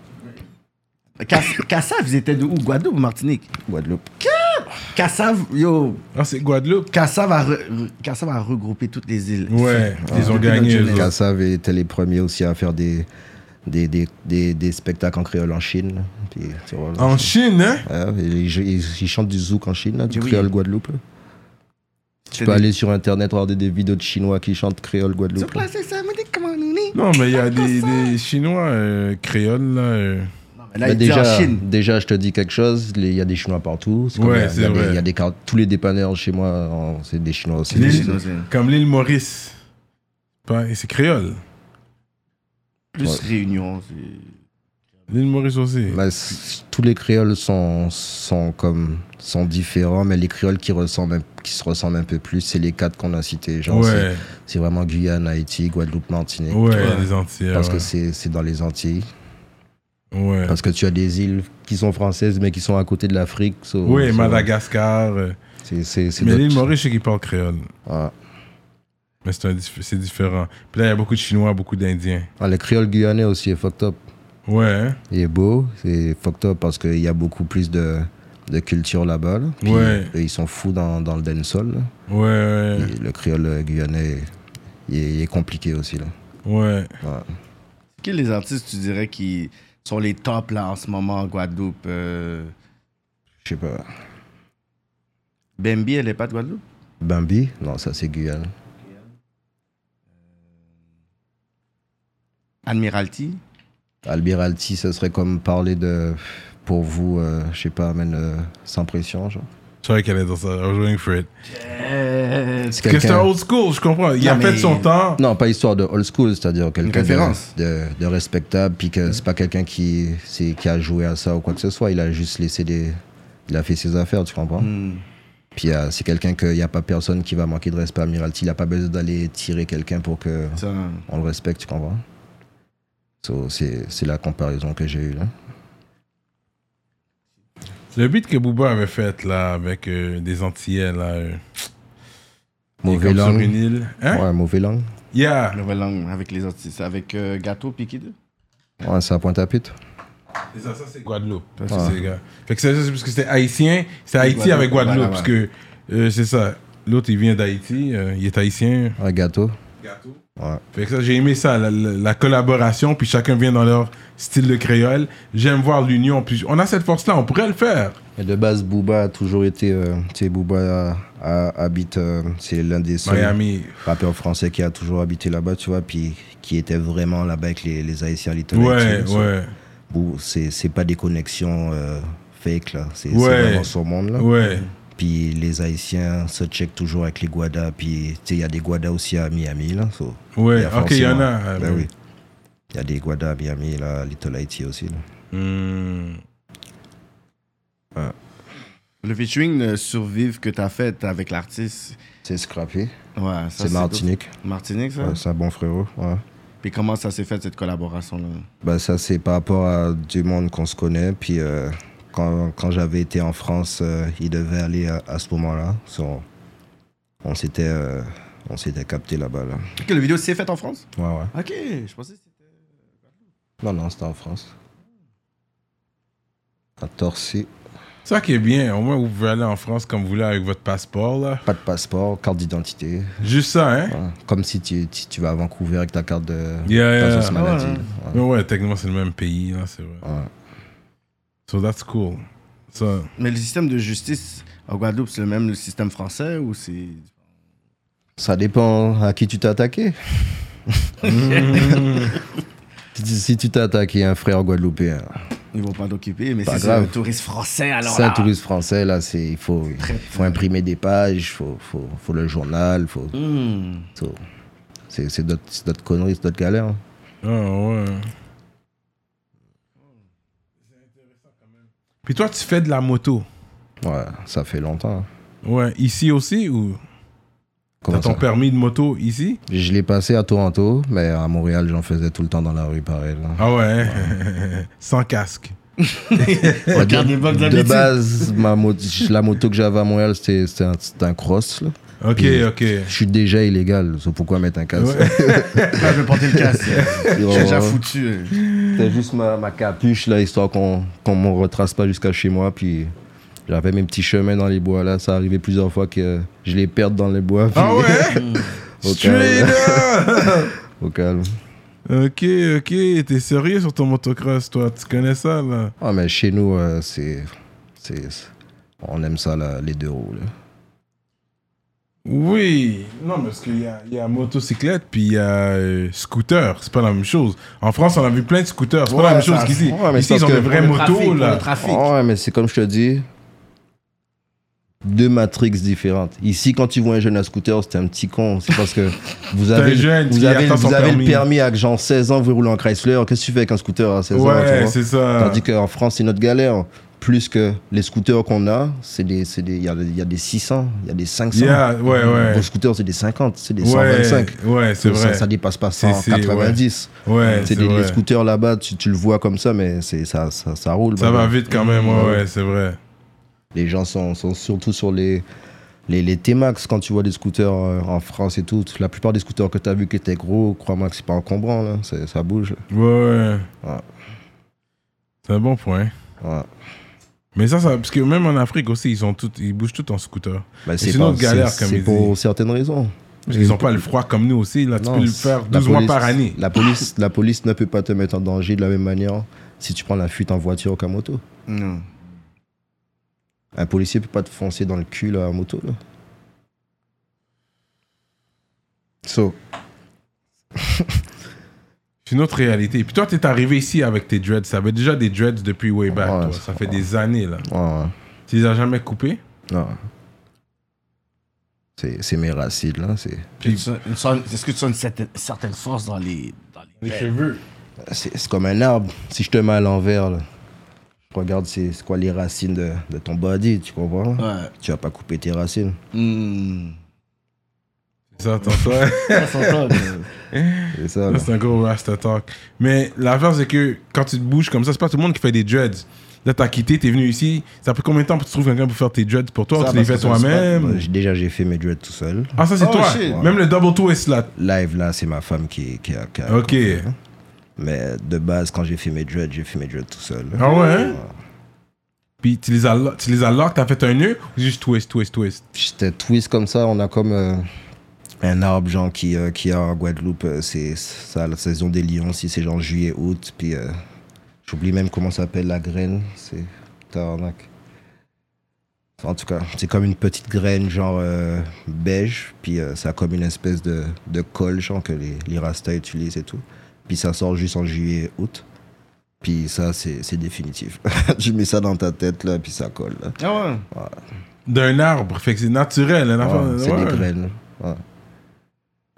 Speaker 5: Cas- Cassav, ils étaient de où Guadeloupe ou Martinique
Speaker 4: Guadeloupe.
Speaker 5: Cassav, yo,
Speaker 3: Ah, c'est Guadeloupe
Speaker 5: Cassav a, re- re- Cassav a regroupé toutes les îles.
Speaker 3: Ouais,
Speaker 4: Ah.
Speaker 3: ils ont
Speaker 5: Ah, Depuis
Speaker 3: gagné.
Speaker 5: notre
Speaker 3: eux autres.
Speaker 4: Kassav était les premiers aussi à faire des, des, des, des, des spectacles en créole en Chine. Puis, tu vois, ah, là,
Speaker 3: En Chine, hein
Speaker 4: ouais, ils, ils- ils chantent du zouk en Chine, là, du
Speaker 5: Oui.
Speaker 4: créole Guadeloupe. là. Tu
Speaker 5: C'est
Speaker 4: peux
Speaker 5: des-
Speaker 4: aller sur internet regarder des vidéos de Chinois qui chantent créole Guadeloupe.
Speaker 5: Zouk,
Speaker 4: là.
Speaker 5: là, c'est ça, mais dis comment on est
Speaker 3: Non, mais il y a des, des Chinois euh, créoles, là. euh.
Speaker 5: Là,
Speaker 4: Mais
Speaker 5: il dit en
Speaker 4: déjà,
Speaker 5: Chine.
Speaker 4: déjà, je te dis quelque chose, les- il y a des Chinois partout. C'est comme
Speaker 3: Ouais,
Speaker 4: il y a- il y a
Speaker 3: c'est
Speaker 4: des-
Speaker 3: vrai.
Speaker 4: Il y a des cartes- tous les dépanneurs chez moi, en- c'est des Chinois aussi.
Speaker 5: Les
Speaker 3: Les-
Speaker 5: Chinois, c'est
Speaker 3: Comme l'île Maurice. Pas- et C'est créole.
Speaker 5: plus
Speaker 4: Ouais.
Speaker 5: réunion. c'est-
Speaker 3: L'île Maurice aussi.
Speaker 4: Bah, c- tous les créoles sont, sont, comme, sont différents, mais les créoles qui, ressemblent, un- qui se ressemblent un peu plus, c'est les quatre qu'on a cités. Genre, c'est-
Speaker 3: ouais,
Speaker 4: C'est vraiment Guyane, Haïti, Guadeloupe, Martinique.
Speaker 3: ouais, les Antilles.
Speaker 4: Parce
Speaker 3: ouais.
Speaker 4: que c'est c'est dans les Antilles.
Speaker 3: Ouais,
Speaker 4: Parce que tu as des îles qui sont françaises, mais qui sont à côté de l'Afrique. so-
Speaker 3: Ouais,
Speaker 4: so-
Speaker 3: Madagascar. euh.
Speaker 4: C'est c'est- c'est
Speaker 3: Mais
Speaker 4: d'autres-
Speaker 3: l'île Maurice, je sais qu'ils parlent créole.
Speaker 4: Ah.
Speaker 3: Mais c'est un dif- c'est différent. Puis là, il y a beaucoup de Chinois, beaucoup d'Indiens.
Speaker 4: Ah, le créole guyanais aussi est fucked up.
Speaker 3: Ouais, hein?
Speaker 4: Il est beau, c'est fucked up parce qu'il y a beaucoup plus de, de culture là-bas. là. Puis
Speaker 3: Ouais.
Speaker 4: eux, ils sont fous dans, dans le dancehall. là.
Speaker 3: ouais, ouais,
Speaker 4: Et Le créole guyanais, il est, il est compliqué aussi. Là.
Speaker 3: ouais.
Speaker 5: Qui les artistes, tu dirais, qui sont les tops là en ce moment en Guadeloupe euh,
Speaker 4: Je sais pas.
Speaker 5: Bambi, elle est pas de Guadeloupe
Speaker 4: Bambi Non, ça c'est Guyane.
Speaker 5: Admiralty
Speaker 4: Albiralti, ce serait comme parler de, pour vous, euh, je sais pas, man, euh, sans pression, genre.
Speaker 3: Je savais qu'elle est dans ça. I was waiting for it.
Speaker 4: C'est
Speaker 3: Parce que c'est un
Speaker 4: quelqu'un-
Speaker 3: old school, je comprends. Il
Speaker 5: Non,
Speaker 3: a fait
Speaker 5: mais-
Speaker 3: son temps.
Speaker 4: Non, pas histoire de old school, c'est-à-dire quelqu'un
Speaker 5: référence.
Speaker 4: de, de, de respectable, puis que c'est pas quelqu'un qui, c'est- qui a joué à ça ou quoi que ce soit. Il a juste laissé des. Il a fait ses affaires, tu comprends?
Speaker 5: Hmm.
Speaker 4: Puis euh, c'est quelqu'un qu'il n'y a pas personne qui va manquer de respect à Miralti. Il n'a pas besoin d'aller tirer quelqu'un pour que
Speaker 5: Ça,
Speaker 4: on le respecte, tu comprends? So, c'est c'est la comparaison que j'ai eue hein. là.
Speaker 3: Le beat que Booba avait fait, là, avec euh, des Antillais, là. euh, il est
Speaker 4: Mauvais
Speaker 3: comme sur
Speaker 4: langue.
Speaker 3: une île. Hein?
Speaker 4: Ouais, mauvais langue.
Speaker 3: Yeah.
Speaker 5: nouvelle langue avec les artistes. Avec euh, Gâteau Piqué deux.
Speaker 4: Ouais, ça pointe à pute.
Speaker 3: C'est ça, ça c'est Guadeloupe. Parce
Speaker 4: Ah.
Speaker 3: que c'est, gars. Fait que c'est ça, c'est parce que c'était haïtien, c'est Haïti
Speaker 5: Guadeloupe,
Speaker 3: avec Guadeloupe.
Speaker 5: voilà,
Speaker 3: Parce que euh, c'est ça. L'autre, il vient d'Haïti, euh, il est haïtien.
Speaker 4: Un gâteau.
Speaker 3: Gâteau.
Speaker 4: Ouais.
Speaker 3: Fait que ça, j'ai aimé ça, la, la- la collaboration, puis chacun vient dans leur style de créole. J'aime voir l'union, puis on a cette force-là, on pourrait le faire.
Speaker 4: Et de base, Booba a toujours été. euh, tu sais, Booba a- a- habite. euh, c'est l'un des seuls
Speaker 3: Miami.
Speaker 4: rappeurs français qui a toujours habité là-bas, tu vois, puis qui était vraiment là-bas avec les, les Haïtiens, les
Speaker 3: Ouais,
Speaker 4: Tolèques, tu vois.
Speaker 3: ouais,
Speaker 4: Où c'est c'est pas des connexions euh, fake, là. C'est c'est
Speaker 3: Ouais.
Speaker 4: vraiment son monde, là.
Speaker 3: ouais.
Speaker 4: Puis les Haïtiens se check toujours avec les Guadas. Puis tu sais, il y a des Guadas aussi à Miami, là. so,
Speaker 3: Ouais,
Speaker 4: y a
Speaker 3: ok,
Speaker 4: forcément-
Speaker 3: y en a, oui.
Speaker 4: Ben oui. Il y a des Guadas à Miami, là, à Little Haiti aussi. là.
Speaker 3: Hmm.
Speaker 5: Le featuring le survive que t'as fait avec l'artiste.
Speaker 4: C'est Scrappé,
Speaker 5: Ouais, ça,
Speaker 4: c'est Martinique.
Speaker 5: Martinique, ça.
Speaker 4: Ouais, c'est un bon frérot. ouais.
Speaker 5: Puis comment ça s'est fait cette collaboration là
Speaker 4: Bah, ça, c'est par rapport à du monde qu'on se connaît. Puis euh, quand, quand j'avais été en France, euh, il devait aller à, à ce moment-là. So, on- on s'était euh, on s'était capté là-bas. Là.
Speaker 5: Que le vidéo s'est faite en France
Speaker 4: Ouais, ouais.
Speaker 5: Ok, je pensais. que c'était-
Speaker 4: Non, non, c'était en France. À Torcy.
Speaker 3: Ça qui est bien, au moins vous pouvez aller en France comme vous voulez avec votre passeport, là.
Speaker 4: Pas de passeport, carte d'identité.
Speaker 3: Juste ça, hein?
Speaker 4: Ouais. Comme si tu, tu, tu vas à Vancouver avec ta carte de
Speaker 3: Yeah, yeah.
Speaker 4: d'assurance maladie.
Speaker 3: Mais
Speaker 4: Ouais.
Speaker 3: ouais, techniquement, c'est le même pays, là, c'est vrai.
Speaker 4: Ouais.
Speaker 3: So that's cool. Ça,
Speaker 5: Mais le système de justice en Guadeloupe, c'est le même le système français ou c'est
Speaker 4: Ça dépend à qui tu t'es attaqué.
Speaker 3: Hmm.
Speaker 4: Si tu- si tu t'es attaqué à un frère guadeloupéen,
Speaker 5: ils vont pas t'occuper Mais
Speaker 4: Pas
Speaker 5: si c'est
Speaker 4: grave.
Speaker 5: un touriste français alors
Speaker 4: c'est un
Speaker 5: là.
Speaker 4: touriste français, là, c'est- il faut, il faut imprimer des pages, il faut, faut, faut le journal, faut,
Speaker 5: Hmm.
Speaker 4: faut- c'est c'est d'autres c'est d'autres conneries, c'est d'autres galères. hein.
Speaker 3: ah ouais. Puis toi, tu fais de la moto.
Speaker 4: Ouais, ça fait longtemps. hein.
Speaker 3: Ouais, ici aussi ou t'as
Speaker 4: Comment
Speaker 3: ton
Speaker 4: ça
Speaker 3: permis de moto ici
Speaker 4: Je l'ai passé à Toronto, mais à Montréal, j'en faisais tout le temps dans la rue, pareil. là.
Speaker 3: Ah ouais, sans casque.
Speaker 4: Ouais,
Speaker 5: Regarde
Speaker 4: de-
Speaker 5: les bonnes
Speaker 4: De
Speaker 5: habitudes.
Speaker 4: base, ma mo- la moto que j'avais à Montréal, c'était c'était un, c'était un cross. là.
Speaker 3: Ok,
Speaker 4: Puis- euh,
Speaker 3: ok.
Speaker 4: Je suis déjà illégal, so pourquoi mettre un casque
Speaker 5: Là, Ah, je vais porter le casque. je suis déjà foutu. euh.
Speaker 4: C'était juste ma, ma capuche, là, histoire qu'on qu'on me retrace pas jusqu'à chez moi. Puis j'avais mes petits chemins dans les bois, là. Ça arrivait plusieurs fois que je les perde dans les bois. puis
Speaker 3: Ah ouais
Speaker 4: au,
Speaker 3: Straight
Speaker 4: calme,
Speaker 3: up
Speaker 4: au calme.
Speaker 3: Ok, ok, t'es sérieux sur ton motocross, toi, tu connais ça là
Speaker 4: Ah, mais chez nous, euh, c'est. c'est- c'est- On aime ça, là, les deux roues. là.
Speaker 3: Oui, non, parce qu'il y a, il y a motocyclette puis il y a euh, scooter, c'est pas la même chose. En France, on a vu plein de scooters, c'est pas la
Speaker 5: Ouais,
Speaker 3: même chose
Speaker 5: ça-
Speaker 3: qu'ici.
Speaker 4: ouais, mais
Speaker 3: Ici, ils
Speaker 4: sauf
Speaker 3: ont
Speaker 4: que
Speaker 3: des vraies
Speaker 5: Pour le trafic,
Speaker 3: motos
Speaker 5: pour
Speaker 3: là.
Speaker 5: le trafic.
Speaker 4: Ah ouais, mais c'est comme je te dis, deux matrixes différentes. Ici, quand tu vois un jeune à scooter, c'était un petit con. C'est parce que vous
Speaker 3: un
Speaker 4: avez,
Speaker 3: jeune
Speaker 4: vous
Speaker 3: qui
Speaker 4: avez,
Speaker 3: attend
Speaker 4: vous
Speaker 3: son
Speaker 4: avez
Speaker 3: permis.
Speaker 4: le permis à genre 16 ans, vous roulez en Chrysler. Qu'est-ce que tu fais avec un scooter à 16 ans tu
Speaker 3: ouais,
Speaker 4: vois
Speaker 3: c'est ça.
Speaker 4: Tandis qu'en France, c'est notre galère. Plus que les scooters qu'on a, c'est des, c'est des, il y a, il y a des 600, il y a des 500.
Speaker 3: Yeah, ouais, ouais.
Speaker 4: Vos scooters, c'est des 50, c'est des
Speaker 3: Ouais,
Speaker 4: 125.
Speaker 3: ouais, c'est
Speaker 4: Ça-
Speaker 3: vrai.
Speaker 4: Ça dépasse pas
Speaker 3: C'est- c'est-
Speaker 4: 190.
Speaker 3: Ouais,
Speaker 4: C'est
Speaker 3: c'est
Speaker 4: des
Speaker 3: vrai.
Speaker 4: les scooters là-bas, tu, tu le vois comme ça, mais c'est ça, ça, ça roule.
Speaker 3: Ça
Speaker 4: bah,
Speaker 3: va vite quand même, ouais, ouais, c'est vrai.
Speaker 4: les gens sont, sont surtout sur les, les, les T-Max quand tu vois les scooters euh, en France et tout. La plupart des scooters que tu as vus qui étaient gros, crois-moi que c'est pas encombrant, là. C'est- ça bouge.
Speaker 3: Ouais, ouais.
Speaker 4: Ouais.
Speaker 3: C'est un bon point.
Speaker 4: Ouais.
Speaker 3: Mais ça, ça, parce que même en Afrique aussi, ils, ont tout, ils bougent tout en scooter.
Speaker 4: Bah,
Speaker 3: c'est une autre galère,
Speaker 4: c'est-
Speaker 3: comme
Speaker 4: C'est
Speaker 3: il
Speaker 4: pour certaines raisons.
Speaker 3: Parce qu'ils n'ont pas le froid comme nous aussi. Là, tu
Speaker 4: Non,
Speaker 3: peux le
Speaker 4: c'est-
Speaker 3: faire
Speaker 4: la
Speaker 3: 12 mois
Speaker 4: police-
Speaker 3: par année.
Speaker 4: La police, la police ne peut pas te mettre en danger de la même manière si tu prends la fuite en voiture qu'en moto.
Speaker 5: Non.
Speaker 4: Un policier peut pas te foncer dans le cul là, en moto. Là. So,
Speaker 3: C'est une autre réalité. Puis toi, t'es arrivé ici avec tes dreads. Ça avait déjà des dreads depuis way back.
Speaker 4: Ouais,
Speaker 3: toi.
Speaker 4: ça-
Speaker 3: Ça fait des années, là.
Speaker 4: ouais, ouais.
Speaker 3: Tu les as jamais coupés.
Speaker 4: non. C'est c'est mes racines là. c'est-
Speaker 5: Tu sens- une sorte- Est-ce que tu sens une certaine, certaine force dans les. Dans les...
Speaker 3: cheveux.
Speaker 4: C'est c'est comme un arbre. Si je te mets à l'envers, là, je regarde c'est c'est quoi les racines de, de ton body, tu comprends
Speaker 5: Ouais.
Speaker 4: Tu vas pas couper tes racines.
Speaker 5: Hmm.
Speaker 3: Ça, attends, ça.
Speaker 5: Ça, c'est euh. ça, mais-
Speaker 4: C'est ça.
Speaker 3: Ça,
Speaker 4: là.
Speaker 3: c'est un gros rasta talk. Mais l'affaire, c'est que quand tu te bouges comme ça, c'est pas tout le monde qui fait des dreads. Là, t'as quitté, t'es venu ici. Ça fait combien de temps pour que tu trouves quelqu'un pour faire tes dreads pour toi
Speaker 5: Ça,
Speaker 3: ou Tu les
Speaker 5: parce
Speaker 3: fais
Speaker 5: que ça se
Speaker 3: toi-même
Speaker 4: Moi, j'ai- Déjà, j'ai fait mes dreads tout seul.
Speaker 3: Ah, ça, c'est
Speaker 5: Oh,
Speaker 3: toi.
Speaker 5: shit.
Speaker 3: Même le double twist, là.
Speaker 4: Live, là, c'est ma femme qui, qui a. qui a-
Speaker 3: Ok.
Speaker 4: Mais de base, quand j'ai fait mes dreads, j'ai fait mes dreads tout seul.
Speaker 3: Ah ouais, hein?
Speaker 4: Ouais.
Speaker 3: Puis tu les as, lo- tu les as lock, t'as fait un nœud ou juste twist, twist, twist
Speaker 4: J'étais twist comme ça, on a comme. euh, un arbre genre qui, euh, qui a en Guadeloupe, euh, c'est ça la saison des lions, si c'est genre juillet, août, puis euh, j'oublie même comment ça s'appelle la graine, c'est tarnac. En tout cas, c'est comme une petite graine genre euh, beige, puis euh, ça a comme une espèce de, de colle genre que les, les rastas utilisent et tout. Puis ça sort juste en juillet, août. Puis ça, c'est c'est définitif. tu mets ça dans ta tête là, puis ça colle. là.
Speaker 5: Ah ouais.
Speaker 3: D'un arbre, fait que c'est naturel. hein,
Speaker 4: Ouais,
Speaker 3: l'enfant-
Speaker 4: Ah, c'est
Speaker 3: ouais.
Speaker 4: des graines. ouais.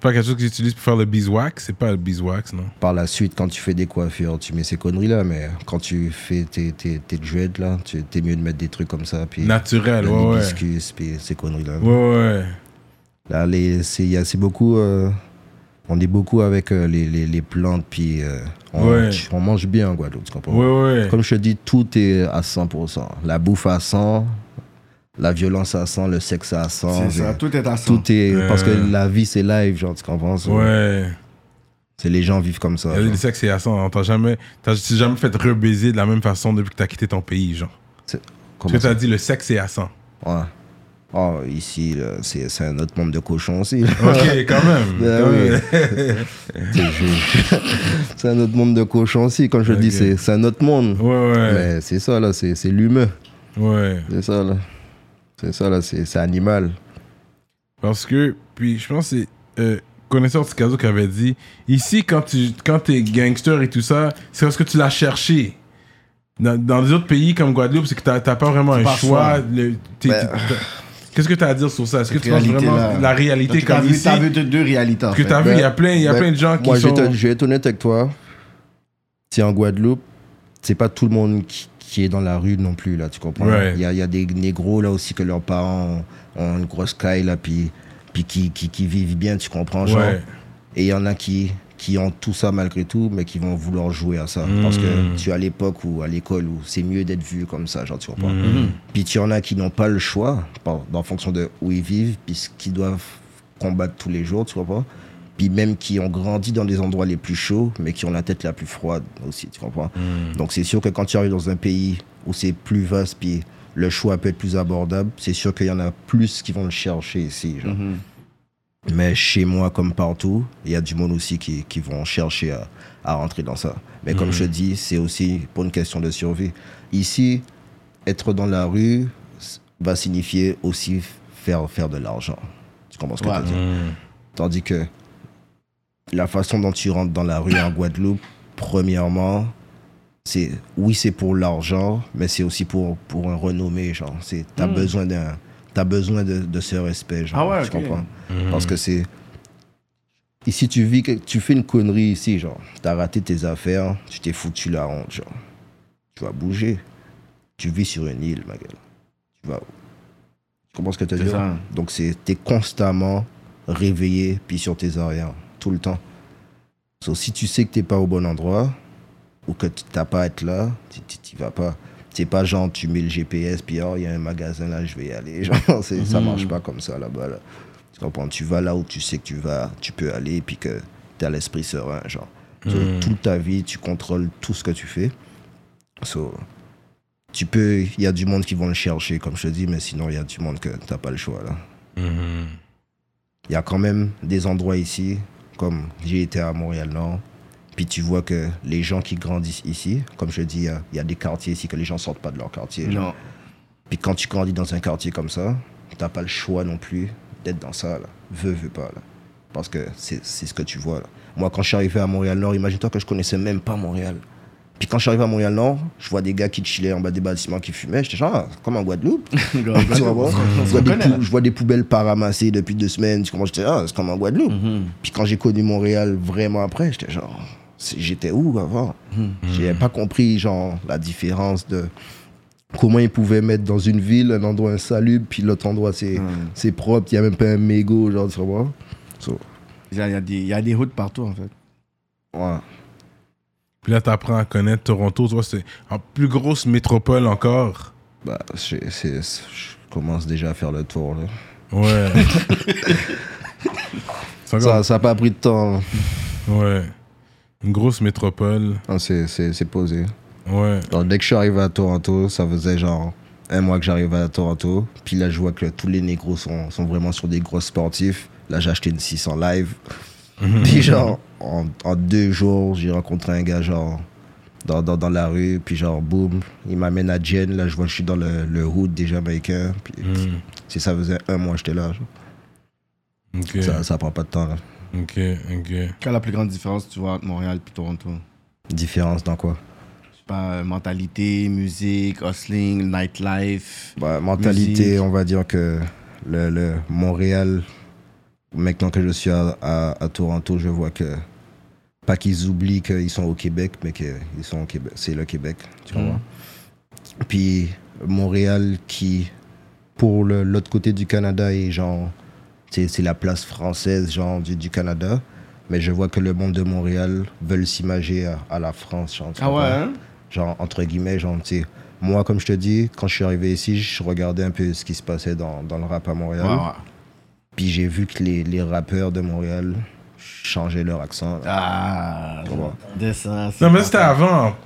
Speaker 3: Pas quelque chose qu'ils utilisent pour faire le beeswax, c'est pas le beeswax, non.
Speaker 4: Par la suite, quand tu fais des coiffures, tu mets ces conneries-là, mais quand tu fais tes, tes, tes dreads, là, tu, t'es mieux de mettre des trucs comme ça, puis
Speaker 3: Naturel,
Speaker 4: le
Speaker 3: ouais, ouais.
Speaker 4: hibiscus, puis ces conneries-là.
Speaker 3: Ouais, ouais.
Speaker 4: Là, les- c'est y a- c'est beaucoup... euh, on est beaucoup avec euh, les, les, les plantes, puis euh, on,
Speaker 3: Ouais.
Speaker 4: tu- on mange bien en Guadeloupe, tu comprends
Speaker 3: Ouais, ouais.
Speaker 4: Comme je te dis, tout est à 100%. La bouffe à 100, la violence à 100, le sexe à 100.
Speaker 5: C'est ça,
Speaker 3: ben,
Speaker 4: mais
Speaker 5: tout est à ça.
Speaker 4: tout est...
Speaker 3: Ouais.
Speaker 4: Parce que la vie, c'est live, genre, tu comprends C'est-
Speaker 3: Ouais.
Speaker 4: C'est les gens vivent comme ça.
Speaker 3: Il y a
Speaker 4: genre.
Speaker 3: des sexes et à ça, on t'a jamais, hein. t'as tu t'es jamais fait rebaiser de la même façon depuis que t'as quitté ton pays, genre.
Speaker 4: C'est-
Speaker 3: Parce
Speaker 4: comment
Speaker 3: que
Speaker 4: ça
Speaker 3: t'as dit le sexe est à 100.
Speaker 4: Ouais. Oh, ici, là, c'est c'est un autre membre de cochon aussi. là.
Speaker 3: Ok, quand même.
Speaker 4: Ben
Speaker 3: quand
Speaker 4: oui.
Speaker 3: même.
Speaker 4: C'est- je- c'est un autre monde de cochon aussi. Comme je te dis,
Speaker 3: Ok.
Speaker 4: c'est c'est un autre monde.
Speaker 3: Ouais, ouais.
Speaker 4: Mais c'est ça, là, c'est c'est l'humain.
Speaker 3: Ouais.
Speaker 4: C'est ça, là. C'est ça, là, c'est c'est animal.
Speaker 3: Parce que, puis je pense que c'est euh, connaisseur Tikazo qui avait dit ici, quand tu quand t'es gangster et tout ça, c'est parce que tu l'as cherché. Dans, dans les autres pays comme Guadeloupe, c'est que t'as t'as pas vraiment un
Speaker 5: pas
Speaker 3: choix.
Speaker 5: ça.
Speaker 3: le- t'es-
Speaker 4: Ben.
Speaker 3: t'es- Qu'est-ce que t'as à dire sur ça Est-ce que tu penses
Speaker 5: Réalité,
Speaker 3: vraiment
Speaker 5: là.
Speaker 3: la réalité
Speaker 5: T'as
Speaker 3: comme
Speaker 5: vu-
Speaker 3: ici
Speaker 5: T'as vu deux- deux réalités, en
Speaker 3: Que
Speaker 5: fait.
Speaker 3: t'as vu, il y a
Speaker 4: Ben,
Speaker 3: plein, il y a
Speaker 4: ben,
Speaker 3: plein de gens Ah, qui
Speaker 4: moi, je vais
Speaker 3: sont.
Speaker 4: te- je vais être honnête avec toi. Si en Guadeloupe, c'est pas tout le monde qui, qui est dans la rue non plus, là, tu comprends
Speaker 3: Ouais.
Speaker 4: Il y a, il y a des négros, là aussi, que leurs parents ont, ont une grosse caille, là, puis, puis qui, qui, qui vivent bien, tu comprends genre.
Speaker 3: Ouais.
Speaker 4: Et il y en a qui, qui ont tout ça malgré tout, mais qui vont vouloir jouer à ça. Parce que tu es à l'époque ou à l'école où c'est mieux d'être vu comme ça, genre, tu comprends Puis tu en as qui n'ont pas le choix, par- en fonction de où ils vivent, puis ce qu'ils doivent combattre tous les jours, tu comprends puis même qui ont grandi dans des endroits les plus chauds, mais qui ont la tête la plus froide aussi, tu comprends Donc c'est sûr que quand tu arrives dans un pays où c'est plus vaste, puis le choix peut être plus abordable, c'est sûr qu'il y en a plus qui vont le chercher ici. genre. Mais chez moi, comme partout, il y a du monde aussi qui, qui vont chercher à, à rentrer dans ça. Mais comme je te dis, c'est aussi pour une question de survie. Ici, être dans la rue s- va signifier aussi f- faire, faire de l'argent. Tu comprends ce que
Speaker 5: Ouais.
Speaker 4: je veux dire Tandis que la façon dont tu rentres dans la rue en Guadeloupe, premièrement, c'est oui, c'est pour l'argent, mais c'est aussi pour, pour un renommé, genre. C'est, t'as besoin d'un, t'as besoin de, de ce respect, genre.
Speaker 5: Hmm. Ah ouais,
Speaker 4: tu
Speaker 5: ok.
Speaker 4: comprends? Parce que c'est, ici, tu vis, que- tu fais une connerie ici, genre. T'as raté tes affaires, tu t'es foutu la honte, genre. Tu vas bouger. Tu vis sur une île, ma gueule. Tu vas. Tu comprends ce que tu as
Speaker 5: C'est
Speaker 4: dit?
Speaker 5: ça.
Speaker 4: Donc, c'est, t'es constamment réveillé, puis sur tes arrières, tout le temps. Sauf si tu sais que t'es pas au bon endroit, ou que tu t'as pas à être là, tu tu- tu vas pas. C'est pas genre tu mets le GPS, puis oh, il y a un magasin là, je vais y aller. Genre, c'est- ça marche pas comme ça là-bas. là. Tu comprends Tu vas là où tu sais que tu vas, tu peux aller, puis que t'as l'esprit serein. Genre, So, toute ta vie, tu contrôles tout ce que tu fais. So, tu peux, il y a du monde qui vont le chercher, comme je te dis, mais sinon, il y a du monde que t'as pas le choix là.
Speaker 3: Mhm.
Speaker 4: Il y a quand même des endroits ici, comme j'ai été à Montréal-Nord, puis tu vois que les gens qui grandissent ici, comme je dis, il y a- il y, a des quartiers ici que les gens sortent pas de leur quartier. genre.
Speaker 5: Non.
Speaker 4: Puis quand tu grandis dans un quartier comme ça, t'as pas le choix non plus d'être dans ça, là. Veux, veux pas, là. Parce que c'est c'est ce que tu vois, là. Moi, quand je suis arrivé à Montréal-Nord, imagine-toi que je connaissais même pas Montréal. Puis quand je suis arrivé à Montréal-Nord, je vois des gars qui chillaient en bas des bâtiments, qui fumaient. J'étais genre, ah, comme en Guadeloupe. Tu vois, je, vois des
Speaker 5: connaît, là.
Speaker 4: pou- je vois des poubelles pas ramassées depuis deux semaines. Tu comprends J'étais ah, c'est comme en Guadeloupe.
Speaker 5: Hum,
Speaker 4: Puis quand j'ai connu Montréal vraiment après, j'étais genre, c'est- j'étais où avant
Speaker 5: hum.
Speaker 4: J'ai pas compris genre la différence de comment ils pouvaient mettre dans une ville un endroit insalubre, puis l'autre endroit c'est c'est propre, il y a même pas un mégot, genre tu comprends So,
Speaker 5: Il y a- il y a des- il y a des routes partout, en fait.
Speaker 4: ouais.
Speaker 3: Puis là, t'apprends à connaître Toronto. Tu vois, c'est en plus grosse métropole encore.
Speaker 4: Bah, c'est- c'est- c'est- je commence déjà à faire le tour. là.
Speaker 3: Ouais. C'est encore-
Speaker 4: Ça, ça a pas pris de temps. hein.
Speaker 3: Ouais. Une grosse métropole.
Speaker 4: Non, Ah, c'est- C'est c'est posé.
Speaker 3: Ouais.
Speaker 4: Donc, dès que je suis arrivé à Toronto, ça faisait genre un mois que j'arrivais à Toronto. Puis là, je vois que tous les négros sont, sont vraiment sur des gros sportifs. Là, j'ai acheté une 600 live. Puis genre, en, en deux jours, j'ai rencontré un gars genre dans, dans, dans la rue. Puis genre, boum, il m'amène à Jen. Là, je vois que je suis dans le, le hood des Jamaïcains. Puis si ça faisait un mois, j'étais là. genre.
Speaker 3: Ok,
Speaker 4: Ça, ça prend pas de temps. là.
Speaker 3: ok, ok.
Speaker 5: Quelle est la plus grande différence, tu vois, entre Montréal et Toronto
Speaker 4: Différence dans quoi
Speaker 5: Je sais pas, euh, mentalité, musique, hustling, nightlife.
Speaker 4: Bah, mentalité,
Speaker 5: Musique.
Speaker 4: on va dire que le, le Montréal, maintenant que je suis à, à- à Toronto, je vois que pas qu'ils oublient qu'ils sont au Québec, mais qu'ils sont au Québec. C'est le Québec, tu
Speaker 5: Mhm.
Speaker 4: comprends? Puis Montréal qui, pour le- l'autre côté du Canada, est genre, c'est c'est la place française genre du, du Canada. Mais je vois que le monde de Montréal veulent s'imager à, à la France. genre, tu
Speaker 5: Ah ouais,
Speaker 4: comprends?
Speaker 5: hein?
Speaker 4: genre entre guillemets genre tu sais, moi comme je te dis quand je suis arrivé ici je regardais un peu ce qui se passait dans, dans le rap à Montréal
Speaker 5: Ouais, ouais.
Speaker 4: puis j'ai vu que les, les rappeurs de Montréal changeaient leur accent là.
Speaker 5: Ah,
Speaker 4: Comment
Speaker 5: dessin.
Speaker 3: Non, mais ça, c'était avant.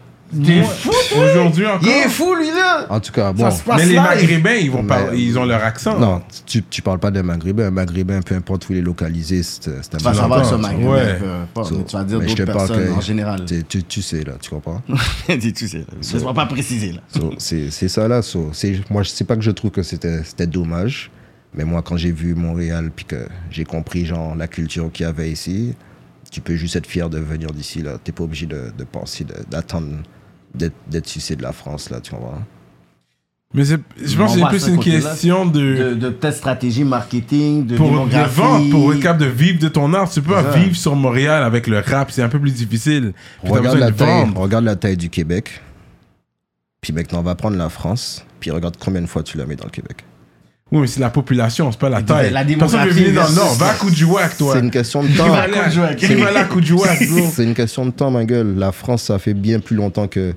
Speaker 3: T'es fou, Aujourd'hui encore.
Speaker 5: Il est fou, lui, là!
Speaker 4: en tout cas bon
Speaker 5: Ça se passe
Speaker 3: Ah, Mais les
Speaker 5: live.
Speaker 3: Maghrébins, ils, vont
Speaker 4: Mais-
Speaker 3: parler, ils ont leur accent.
Speaker 4: non tu, tu parles pas d'un maghrébin un maghrébin peu importe où il est localisé c'est c'est un
Speaker 5: Tu vas savoir
Speaker 3: l'entends,
Speaker 5: ce
Speaker 3: tu
Speaker 5: maghrébin.
Speaker 3: vois.
Speaker 5: euh, pas, mais tu vas dire d'autres personnes en général.
Speaker 4: tu, tu- tu sais là tu comprends
Speaker 5: Dis tu sais. Ça ne pas préciser, là.
Speaker 4: So, c'est c'est ça là. so, c'est- moi, je sais pas que je trouve que c'était c'était dommage, mais moi, quand j'ai vu Montréal, puis que j'ai compris genre la culture qu'il y avait ici, tu peux juste être fier de venir d'ici là. T'es pas obligé de, de penser, de- d'attendre d'être d'être sucé de la France là, tu vois.
Speaker 3: Mais c'est- je pense que
Speaker 5: On
Speaker 3: c'est
Speaker 5: va à
Speaker 3: plus
Speaker 5: ce
Speaker 3: une
Speaker 5: côté-là.
Speaker 3: question de.
Speaker 5: De, de peut-être stratégie marketing, de
Speaker 3: Euh, Pour le
Speaker 5: démographie.
Speaker 3: vendre, pour être capable de vivre de ton art, tu peux pas
Speaker 5: ça.
Speaker 3: vivre sur Montréal avec le rap, c'est un peu plus difficile. Puis t'as
Speaker 4: Regarde
Speaker 3: besoin
Speaker 4: la,
Speaker 3: de
Speaker 4: taille,
Speaker 3: vendre.
Speaker 4: regarde la taille du Québec. Puis maintenant, on va prendre la France. Puis regarde combien de fois tu la mets dans le Québec.
Speaker 3: Oui, mais c'est la population, c'est pas la
Speaker 5: La
Speaker 3: taille. Personne veut
Speaker 5: démographie
Speaker 3: venir dans le
Speaker 5: versus-
Speaker 3: Nord. Va à Coudjouac, toi.
Speaker 4: C'est une question de
Speaker 3: Qui
Speaker 4: temps.
Speaker 3: va aller à-
Speaker 5: Coudjouac.
Speaker 3: Qui va aller à Coudjouac, bro?
Speaker 4: C'est une question de temps, ma gueule. La France, ça fait bien plus longtemps que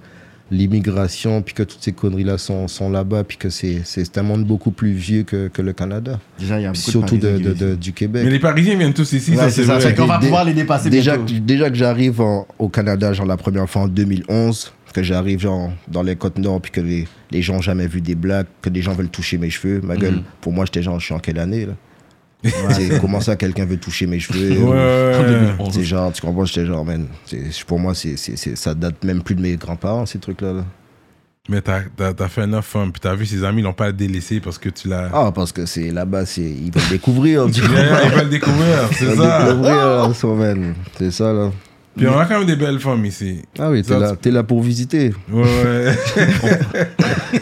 Speaker 4: l'immigration, puis que toutes ces conneries-là sont, sont là-bas, puis que c'est c'est un monde beaucoup plus vieux que, que le Canada.
Speaker 5: Déjà, il y a
Speaker 4: Puis
Speaker 5: Ah, beaucoup
Speaker 4: surtout
Speaker 5: de,
Speaker 4: de,
Speaker 5: Parisiens
Speaker 4: de-
Speaker 5: qui
Speaker 4: de- du Québec.
Speaker 3: Mais les Parisiens viennent tous ici,
Speaker 5: Ouais,
Speaker 3: ça
Speaker 5: c'est
Speaker 3: c'est
Speaker 5: ça,
Speaker 3: vrai.
Speaker 5: c'est qu'on va
Speaker 4: Dé-
Speaker 5: pouvoir les dépasser
Speaker 4: déjà,
Speaker 5: bientôt.
Speaker 4: que- déjà que j'arrive en- au Canada, genre la première fois en 2011, que j'arrive genre dans les côtes nord, puis que les, les gens ont jamais vu des blagues, que des gens veulent toucher mes cheveux, ma
Speaker 5: Mm.
Speaker 4: gueule, pour moi, j'étais genre, je suis en quelle année là C'est- Comment ça, quelqu'un veut toucher mes cheveux
Speaker 3: Ouais, ouais, ouais.
Speaker 4: Euh, C'est genre, tu comprends, j'étais genre, man, c'est- pour moi, c'est, c'est, c'est- ça date même plus de mes grands-parents, ces trucs-là. là.
Speaker 3: Mais t'as- t'as t'as fait un offre, puis t'as vu ses amis, ils l'ont pas délaissé parce que tu l'as.
Speaker 4: Ah, parce que c'est là-bas, c'est, ils veulent découvrir, tu vois.
Speaker 3: Yeah, Ils veulent découvrir, c'est
Speaker 4: Ils veulent
Speaker 3: ça.
Speaker 4: découvrir, là, so, man. C'est ça, là.
Speaker 3: Puis on a quand même des belles femmes ici.
Speaker 4: Ah oui, t'es
Speaker 3: Ça,
Speaker 4: là, t'es là pour visiter.
Speaker 3: Ouais, ouais.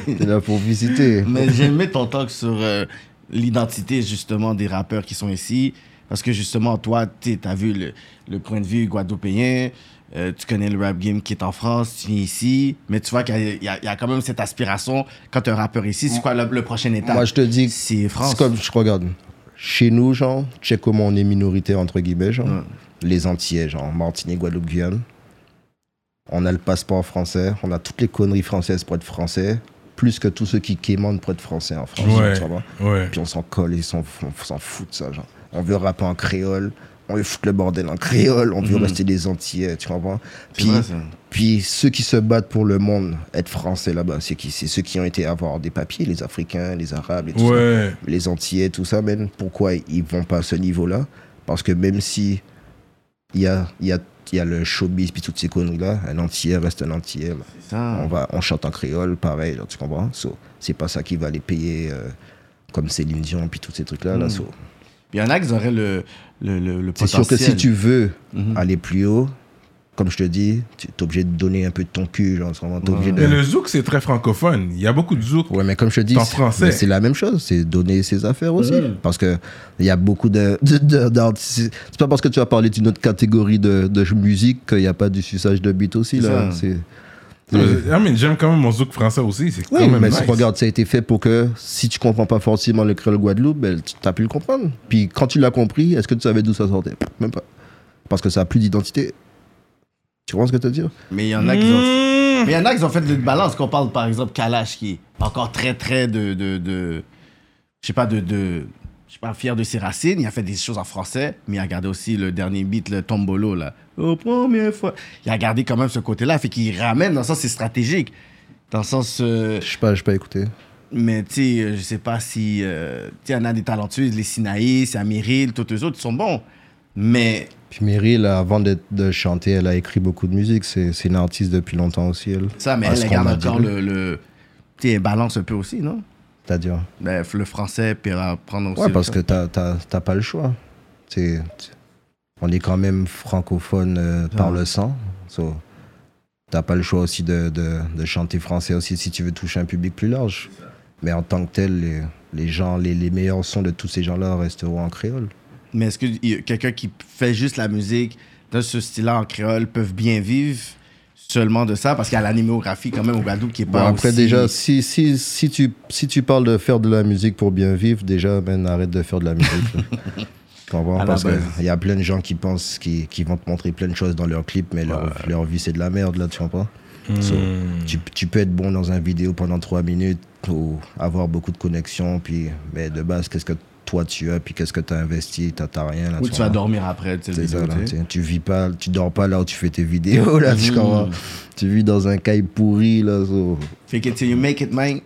Speaker 4: T'es là pour visiter.
Speaker 5: Mais j'ai aimé ton talk sur euh, l'identité justement des rappeurs qui sont ici. Parce que justement, toi, tu as vu le, le point de vue guadeloupéen, euh, tu connais le rap game qui est en France, tu viens ici, mais tu vois qu'il y, a- il y a- il y a quand même cette aspiration. Quand tu es un rappeur ici, c'est quoi la, le prochaine étape
Speaker 4: Moi, je te dis,
Speaker 5: C'est France.
Speaker 4: C'est comme, je regarde, chez nous, genre, tu sais comment on est minorité, entre guillemets, genre. Les Antillais, genre, Martinique, Guadeloupe, Guyane. On a le passeport français, on a toutes les conneries françaises pour être français, plus que tous ceux qui quémandent pour être français en France.
Speaker 3: Ouais.
Speaker 4: tu vois.
Speaker 3: Ouais.
Speaker 4: Puis on s'en colle, ils s'en f- on s'en fout de ça, genre. On veut rapper en créole, on veut foutre le bordel en créole, on veut rester des Antillais, tu comprends
Speaker 5: Mhm. C'est
Speaker 4: Puis
Speaker 5: vrai, ça.
Speaker 4: puis ceux qui se battent pour le monde, être français là-bas, c'est qui C'est ceux qui ont été avoir des papiers, les Africains, les Arabes et tout ça.
Speaker 3: Ouais.
Speaker 4: Les Antillais, tout ça, même. Pourquoi ils vont pas à ce niveau-là Parce que même si il y a, il y, a, il y a le showbiz puis toutes ces conneries-là, un Antillais reste un Antillais. là.
Speaker 5: Ça.
Speaker 4: On, va, on chante en créole, pareil, genre, tu comprends So, C'est pas ça qui va les payer euh, comme Céline Dion puis tous ces trucs-là. là, so.
Speaker 5: Puis il y en a qui auraient le, le, le, le
Speaker 4: C'est
Speaker 5: potentiel.
Speaker 4: sûr que si tu veux aller plus haut, comme je te dis, tu es obligé de donner un peu de ton cul. Genre, tu comprends? T'es obligé de...
Speaker 3: Mais le zouk, c'est très francophone. Il y a beaucoup de zouk.
Speaker 4: Ouais, mais comme je te dis,
Speaker 3: T'es en
Speaker 4: c'est-
Speaker 3: français.
Speaker 4: mais c'est la même chose, c'est donner ses affaires aussi. Parce que il y a beaucoup de. de- de- d'artistes. c'est pas parce que tu as parlé d'une autre catégorie de, de musique qu'il n'y a pas du suçage de beat aussi.
Speaker 5: C'est
Speaker 4: Là.
Speaker 5: ça.
Speaker 4: C'est-
Speaker 3: Ah, mais- Ah, mais j'aime quand même mon zouk français aussi. C'est quand
Speaker 4: Oui,
Speaker 3: même
Speaker 4: mais
Speaker 3: nice.
Speaker 4: si- regarde, ça a été fait pour que si tu comprends pas forcément le créole Guadeloupe, ben, tu as pu le comprendre. Puis quand tu l'as compris, est-ce que tu savais d'où ça sortait Même pas. Parce que ça a plus d'identité. Tu comprends ce que je veux dire
Speaker 5: Mais il y en a qui ont. Mais il y en a qui ont fait de balance. Qu'on parle par exemple Kalash qui est encore très très de de de- je sais pas de de je sais pas fier de ses racines. Il a fait des choses en français, mais il a gardé aussi le dernier beat le Tombolo là. Au première fois, il a gardé quand même ce côté-là, fait qu'il ramène dans le sens c'est stratégique, dans le sens euh,
Speaker 4: Je sais pas, je pas écouté.
Speaker 5: Mais tu sais, euh, je sais pas si. euh, tu sais, il y en a des talentueuses, les Sinaïs, Amiril, tous les autres, ils sont bons. Mais
Speaker 4: Puis Meryl, avant d'être- de chanter, elle a écrit beaucoup de musique. C'est c'est une artiste depuis longtemps aussi, elle.
Speaker 5: ça, mais
Speaker 4: À
Speaker 5: elle
Speaker 4: ce
Speaker 5: elle
Speaker 4: qu'on
Speaker 5: garde
Speaker 4: m'a dit,
Speaker 5: encore
Speaker 4: là.
Speaker 5: le. le tu sais, elle balance un peu aussi, non
Speaker 4: C'est-à-dire.
Speaker 5: Ben, f- Le français, puis elle va prendre aussi.
Speaker 4: Ouais,
Speaker 5: le
Speaker 4: parce que t'as
Speaker 5: français.
Speaker 4: t'as- t'as pas le choix. T'sais, t- on est quand même francophone euh, par le sang. So, t'as pas le choix aussi de, de- de chanter français aussi si tu veux toucher un public plus large. Mais en tant que tel, les, les gens, les, les meilleurs sons de tous ces gens-là resteront en créole.
Speaker 5: Mais est-ce que y- quelqu'un qui fait juste la musique dans ce style-là en créole peuvent bien vivre seulement de ça Parce qu'il y a la numérographie quand même au Guadeloupe qui est
Speaker 4: Bon,
Speaker 5: pas.
Speaker 4: après,
Speaker 5: aussi-
Speaker 4: déjà, si, si, si, tu, si tu parles de faire de la musique pour bien vivre, déjà, ben, arrête de faire de la musique. là. Tu comprends?
Speaker 5: À la
Speaker 4: Parce
Speaker 5: base.
Speaker 4: qu'il y a plein de gens qui pensent, qui, qui vont te montrer plein de choses dans leurs clips, mais leur, leur vie, c'est de la merde, là, tu comprends? So,
Speaker 5: Hmm.
Speaker 4: tu, tu peux être bon dans un vidéo pendant trois minutes ou avoir beaucoup de connexions, puis mais de base, qu'est-ce que toi tu as, puis qu'est-ce que tu as investi, t'as t'as rien. Là,
Speaker 5: Ou
Speaker 4: tu
Speaker 5: tu vas
Speaker 4: comprends?
Speaker 5: dormir après, tu sais, le
Speaker 4: C'est ça,
Speaker 5: vidéo,
Speaker 4: là,
Speaker 5: tu sais.
Speaker 4: tu, tu vis pas, tu dors pas là où tu fais tes vidéos, là, tu
Speaker 5: Mhm.
Speaker 4: comprends? Tu vis dans un caille pourri, là, so-
Speaker 5: Fake it till you make it, man.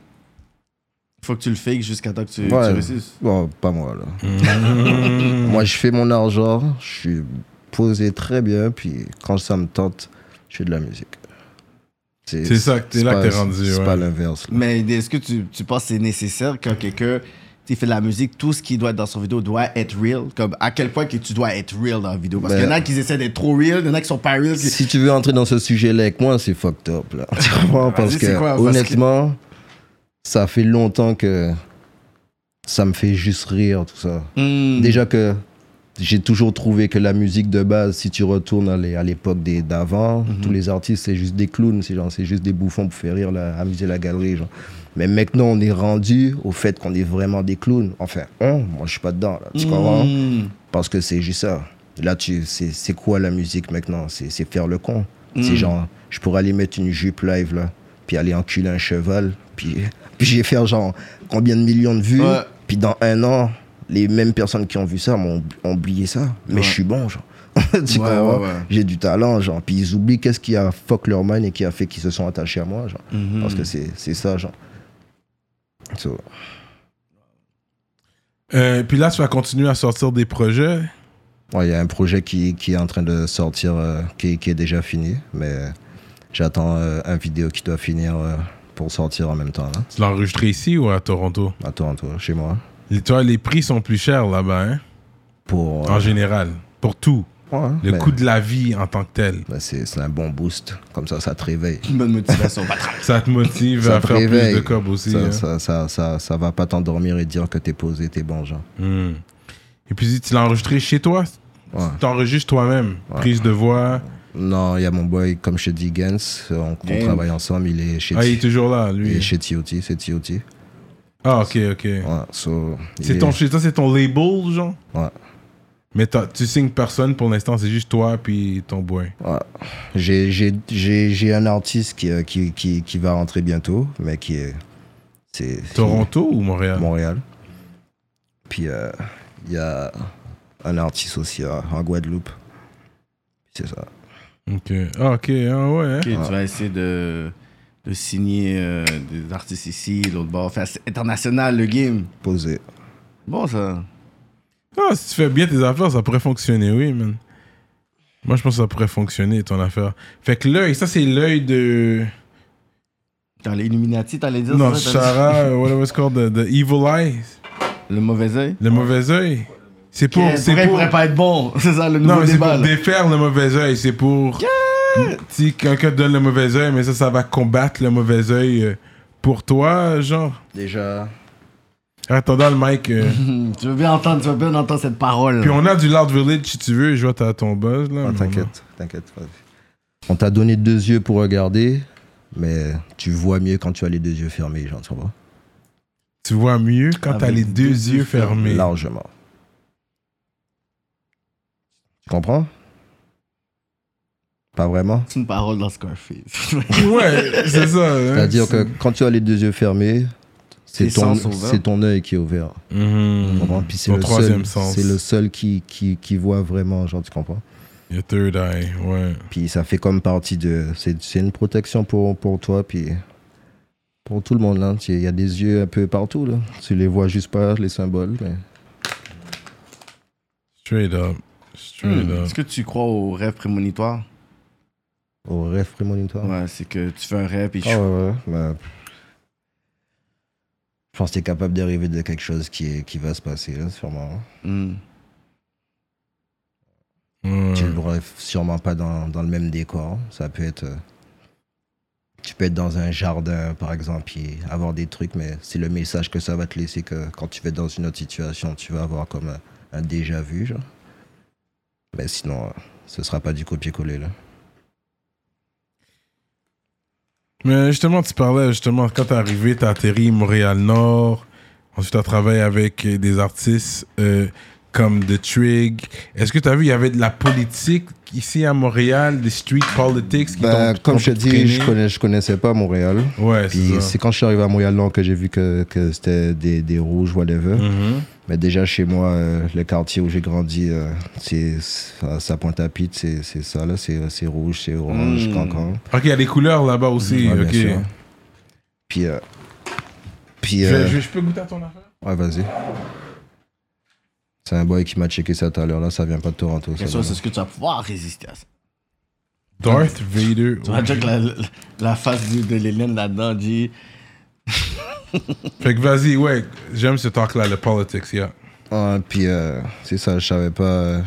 Speaker 5: Faut que tu le fakes jusqu'à temps que tu,
Speaker 4: Ouais.
Speaker 5: tu réussisses.
Speaker 4: Bon, pas moi, là.
Speaker 3: Mm. Mhm.
Speaker 4: moi, je fais mon argent, je suis posé très bien, puis quand ça me tente, je fais de la musique.
Speaker 3: C'est ça, t'es
Speaker 4: c'est
Speaker 3: là
Speaker 4: pas-
Speaker 3: que t'es rendu,
Speaker 4: C'est
Speaker 3: ouais.
Speaker 4: pas l'inverse, là.
Speaker 5: Mais est-ce que tu, tu penses que c'est nécessaire quand quelqu'un tu sais, fait de la musique, tout ce qui doit être dans son vidéo doit être real? Comme à quel point que tu dois être real dans la vidéo? Parce
Speaker 4: Ben-
Speaker 5: qu'il y en a qui essaient d'être trop real, il y en a qui sont pas real. qui-
Speaker 4: Si tu veux entrer dans ce sujet-là avec moi, c'est fucked up, là. Tu comprends? Parce
Speaker 5: Vas-y,
Speaker 4: que,
Speaker 5: c'est quoi, parce que-
Speaker 4: honnêtement, ça fait longtemps que ça me fait juste rire, tout ça.
Speaker 5: Hmm.
Speaker 4: Déjà que j'ai toujours trouvé que la musique de base, si tu retournes à l'é- à l'époque des- d'avant,
Speaker 5: Mhm.
Speaker 4: tous les artistes, c'est juste des clowns, c'est genre, c'est juste des bouffons pour faire rire, la- amuser la galerie. genre. Mais maintenant, on est rendu au fait qu'on est vraiment des clowns. Enfin, on, moi, je suis pas dedans, là, tu comprends
Speaker 5: Hmm.
Speaker 4: Parce que c'est juste ça. Là, tu, c'est c'est quoi la musique maintenant C'est c'est faire le con.
Speaker 5: Mhm.
Speaker 4: C'est genre, je pourrais aller mettre une jupe live, là, puis aller enculer un cheval, puis, puis je vais faire genre combien de millions de vues,
Speaker 5: Ouais.
Speaker 4: puis dans un an, les mêmes personnes qui ont vu ça m'ont ont oublié ça. Mais
Speaker 5: Ouais.
Speaker 4: je suis bon, genre. tu
Speaker 5: Ouais,
Speaker 4: comprends
Speaker 5: ouais, ouais.
Speaker 4: J'ai du talent, genre. Puis ils oublient qu'est-ce qui a fuck leur mind et qui a fait qu'ils se sont attachés à moi, genre.
Speaker 5: Mhm.
Speaker 4: Parce que c'est c'est ça, genre. So,
Speaker 3: Euh, puis là, tu vas continuer à sortir des projets.
Speaker 4: Ouais, Il y a un projet qui, qui est en train de sortir, euh, qui, qui est déjà fini, mais j'attends euh, un vidéo qui doit finir euh, pour sortir en même temps, là,
Speaker 3: Tu l'as enregistré ici ou à Toronto
Speaker 4: à Toronto, chez moi.
Speaker 3: les, Toi, les prix sont plus chers là-bas, hein,
Speaker 4: Pour, euh,
Speaker 3: en général. Pour tout. Ah, Le coût
Speaker 4: coup
Speaker 3: de la vie en tant que tel.
Speaker 4: C'est c'est un bon boost, comme ça, ça te réveille.
Speaker 5: Une bonne motivation. Pas tra-
Speaker 3: Ça te motive
Speaker 4: Ça
Speaker 3: à
Speaker 4: te
Speaker 3: faire plus
Speaker 4: réveille.
Speaker 3: de cob aussi.
Speaker 4: Ça,
Speaker 3: hein.
Speaker 4: ça, ça, ça, ça va pas t'endormir et dire que t'es posé, t'es bon, genre.
Speaker 3: Hmm. Et puis, tu l'as enregistré chez toi.
Speaker 4: Ouais.
Speaker 3: Tu t'enregistres toi-même. Prise de voix.
Speaker 4: Non, il y a mon boy, comme chez dis, Gens, on, on
Speaker 5: Gens.
Speaker 4: travaille ensemble, il est chez,
Speaker 3: Ah, il
Speaker 4: T-
Speaker 3: est toujours là,
Speaker 4: il est
Speaker 3: lui.
Speaker 4: chez TOT, c'est TOT.
Speaker 3: Ah, ok, ok.
Speaker 4: Ouais, so, il
Speaker 3: C'est
Speaker 4: est-
Speaker 3: ton, chez toi, c'est ton label, genre
Speaker 4: Ouais.
Speaker 3: Mais t'as- tu signes personne pour l'instant, c'est juste toi puis ton boy.
Speaker 4: Ouais. J'ai- J'ai j'ai- j'ai un artiste qui, euh, qui, qui, qui va rentrer bientôt, mais qui est. C'est
Speaker 3: Toronto ou
Speaker 4: c'est
Speaker 3: Montréal
Speaker 4: Montréal. Puis euh, il y a un artiste aussi euh, en Guadeloupe. C'est ça.
Speaker 3: Ok. Ah, ok, ah, ouais. hein.
Speaker 5: Ok, Tu vas essayer de, de signer euh, des artistes ici, l'autre bord. Enfin, c'est international le game.
Speaker 4: Posé.
Speaker 5: Bon, ça.
Speaker 3: Ah, si tu fais bien tes affaires, ça pourrait fonctionner, oui, man. Moi, je pense que ça pourrait fonctionner, ton affaire. Fait que l'œil, ça, c'est l'œil de.
Speaker 5: Dans les Illuminati, t'allais dire
Speaker 3: Non,
Speaker 5: ça, t'allais-
Speaker 3: Shara, euh, whatever it's called, the, the evil eye,
Speaker 5: Le mauvais œil. Eh,
Speaker 3: le mauvais œil. C'est pour.
Speaker 5: Pour,
Speaker 3: C'est
Speaker 5: pourrait,
Speaker 3: pour.
Speaker 5: pourrait pas être bon. C'est ça le nouveau
Speaker 3: Non, mais c'est
Speaker 5: débat.
Speaker 3: pour
Speaker 5: là.
Speaker 3: défaire le mauvais œil. C'est pour. Si quelqu'un te donne le mauvais œil, mais ça, ça va combattre le mauvais œil euh, pour toi, genre.
Speaker 4: Déjà.
Speaker 3: Attendant le mic. euh,
Speaker 5: Hmm, Tu veux bien entendre, tu veux bien entendre cette parole.
Speaker 3: Puis on a du Loud Village si tu veux, je vois t'as ton buzz là. mais
Speaker 4: Ah, t'inquiète, t'inquiète. vas-y. On t'a donné deux yeux pour regarder, mais tu vois mieux quand tu as les deux yeux fermés, genre, tu vois.
Speaker 3: Tu vois mieux quand t'as
Speaker 5: Avec
Speaker 3: les deux yeux fermés.
Speaker 4: Largement. Tu comprends Pas vraiment
Speaker 5: C'est une parole dans
Speaker 3: Hmm.
Speaker 5: Scarface.
Speaker 3: Ouais, c'est ça. hein.
Speaker 4: C'est-à-dire que quand tu as les deux yeux fermés, c'est
Speaker 5: Les
Speaker 4: ton,
Speaker 5: sens sont ouverts.
Speaker 4: c'est ton œil qui est ouvert.
Speaker 3: Mhm.
Speaker 4: Tu comprends Puis c'est
Speaker 3: Ton
Speaker 4: le
Speaker 3: troisième
Speaker 4: seul,
Speaker 3: sens.
Speaker 4: c'est le seul qui, qui, qui voit vraiment, genre, tu comprends
Speaker 3: Your third eye, ouais.
Speaker 4: Puis ça fait comme partie de. C'est c'est une protection pour, pour toi, puis pour tout le monde. là. Il y a des yeux un peu partout. Là. Tu les vois juste pas, les symboles. Mais...
Speaker 3: Straight up. Straight
Speaker 5: Hmm.
Speaker 3: up.
Speaker 5: Est-ce que tu crois aux rêves prémonitoires
Speaker 4: Au rêve
Speaker 3: Ah.
Speaker 4: prémonitoire.
Speaker 5: Ouais, c'est que tu fais un rêve et
Speaker 4: Ah ouais, ouais, bah, je pense que t'es capable d'arriver de quelque chose qui, est- qui va se passer, là, sûrement.
Speaker 5: Hmm.
Speaker 3: Hmm.
Speaker 4: Tu le rêves sûrement pas dans, dans le même décor. Ça peut être. euh, Tu peux être dans un jardin, par exemple, et avoir des trucs, mais c'est le message que ça va te laisser que quand tu vas être dans une autre situation, tu vas avoir comme un, un déjà-vu, genre. Mais sinon, euh, ce sera pas du copier-coller, là.
Speaker 3: Mais justement, tu parlais, justement, quand t'es arrivé, t'as atterri Montréal-Nord. Ensuite, t'as travaillé avec euh, des artistes euh, comme The Trig. Est-ce que t'as vu, il y avait de la politique ici à Montréal, des street politics qui
Speaker 4: Bah,
Speaker 3: t'ont-
Speaker 4: comme
Speaker 3: t'ont
Speaker 4: je te dis,
Speaker 3: traîné?
Speaker 4: je, connais, je connaissais pas Montréal.
Speaker 3: Ouais,
Speaker 4: Puis
Speaker 3: c'est ça.
Speaker 4: c'est quand je suis arrivé à Montréal Nord que j'ai vu que, que c'était des, des rouges, whatever.
Speaker 5: Mm.
Speaker 3: Mhm.
Speaker 4: Mais déjà chez moi, euh, le quartier où j'ai grandi, euh, c'est c'est- à sa pointe à Pite, c'est c'est ça là, c'est c'est rouge, c'est orange,
Speaker 5: Mm.
Speaker 4: cancan.
Speaker 3: Ok, il y a des couleurs là-bas aussi.
Speaker 4: Ouais, bien
Speaker 3: ok.
Speaker 4: sûr. Puis. euh, puis
Speaker 3: Je,
Speaker 4: euh,
Speaker 3: je- je peux goûter à ton affaire?
Speaker 4: Ouais, vas-y. C'est un boy qui m'a checké ça tout à l'heure, là, ça vient pas de Toronto.
Speaker 5: Bien
Speaker 4: ça,
Speaker 5: sûr,
Speaker 4: là.
Speaker 5: c'est ce que tu vas pouvoir résister à ça.
Speaker 3: Darth Vader.
Speaker 5: Tu vas dire que la, la- la face du- de l'Hélène là-dedans dit
Speaker 3: Fait que vas-y, ouais, j'aime ce talk-là, le politics, yeah.
Speaker 4: Ouais, puis euh, c'est ça, je savais pas. euh,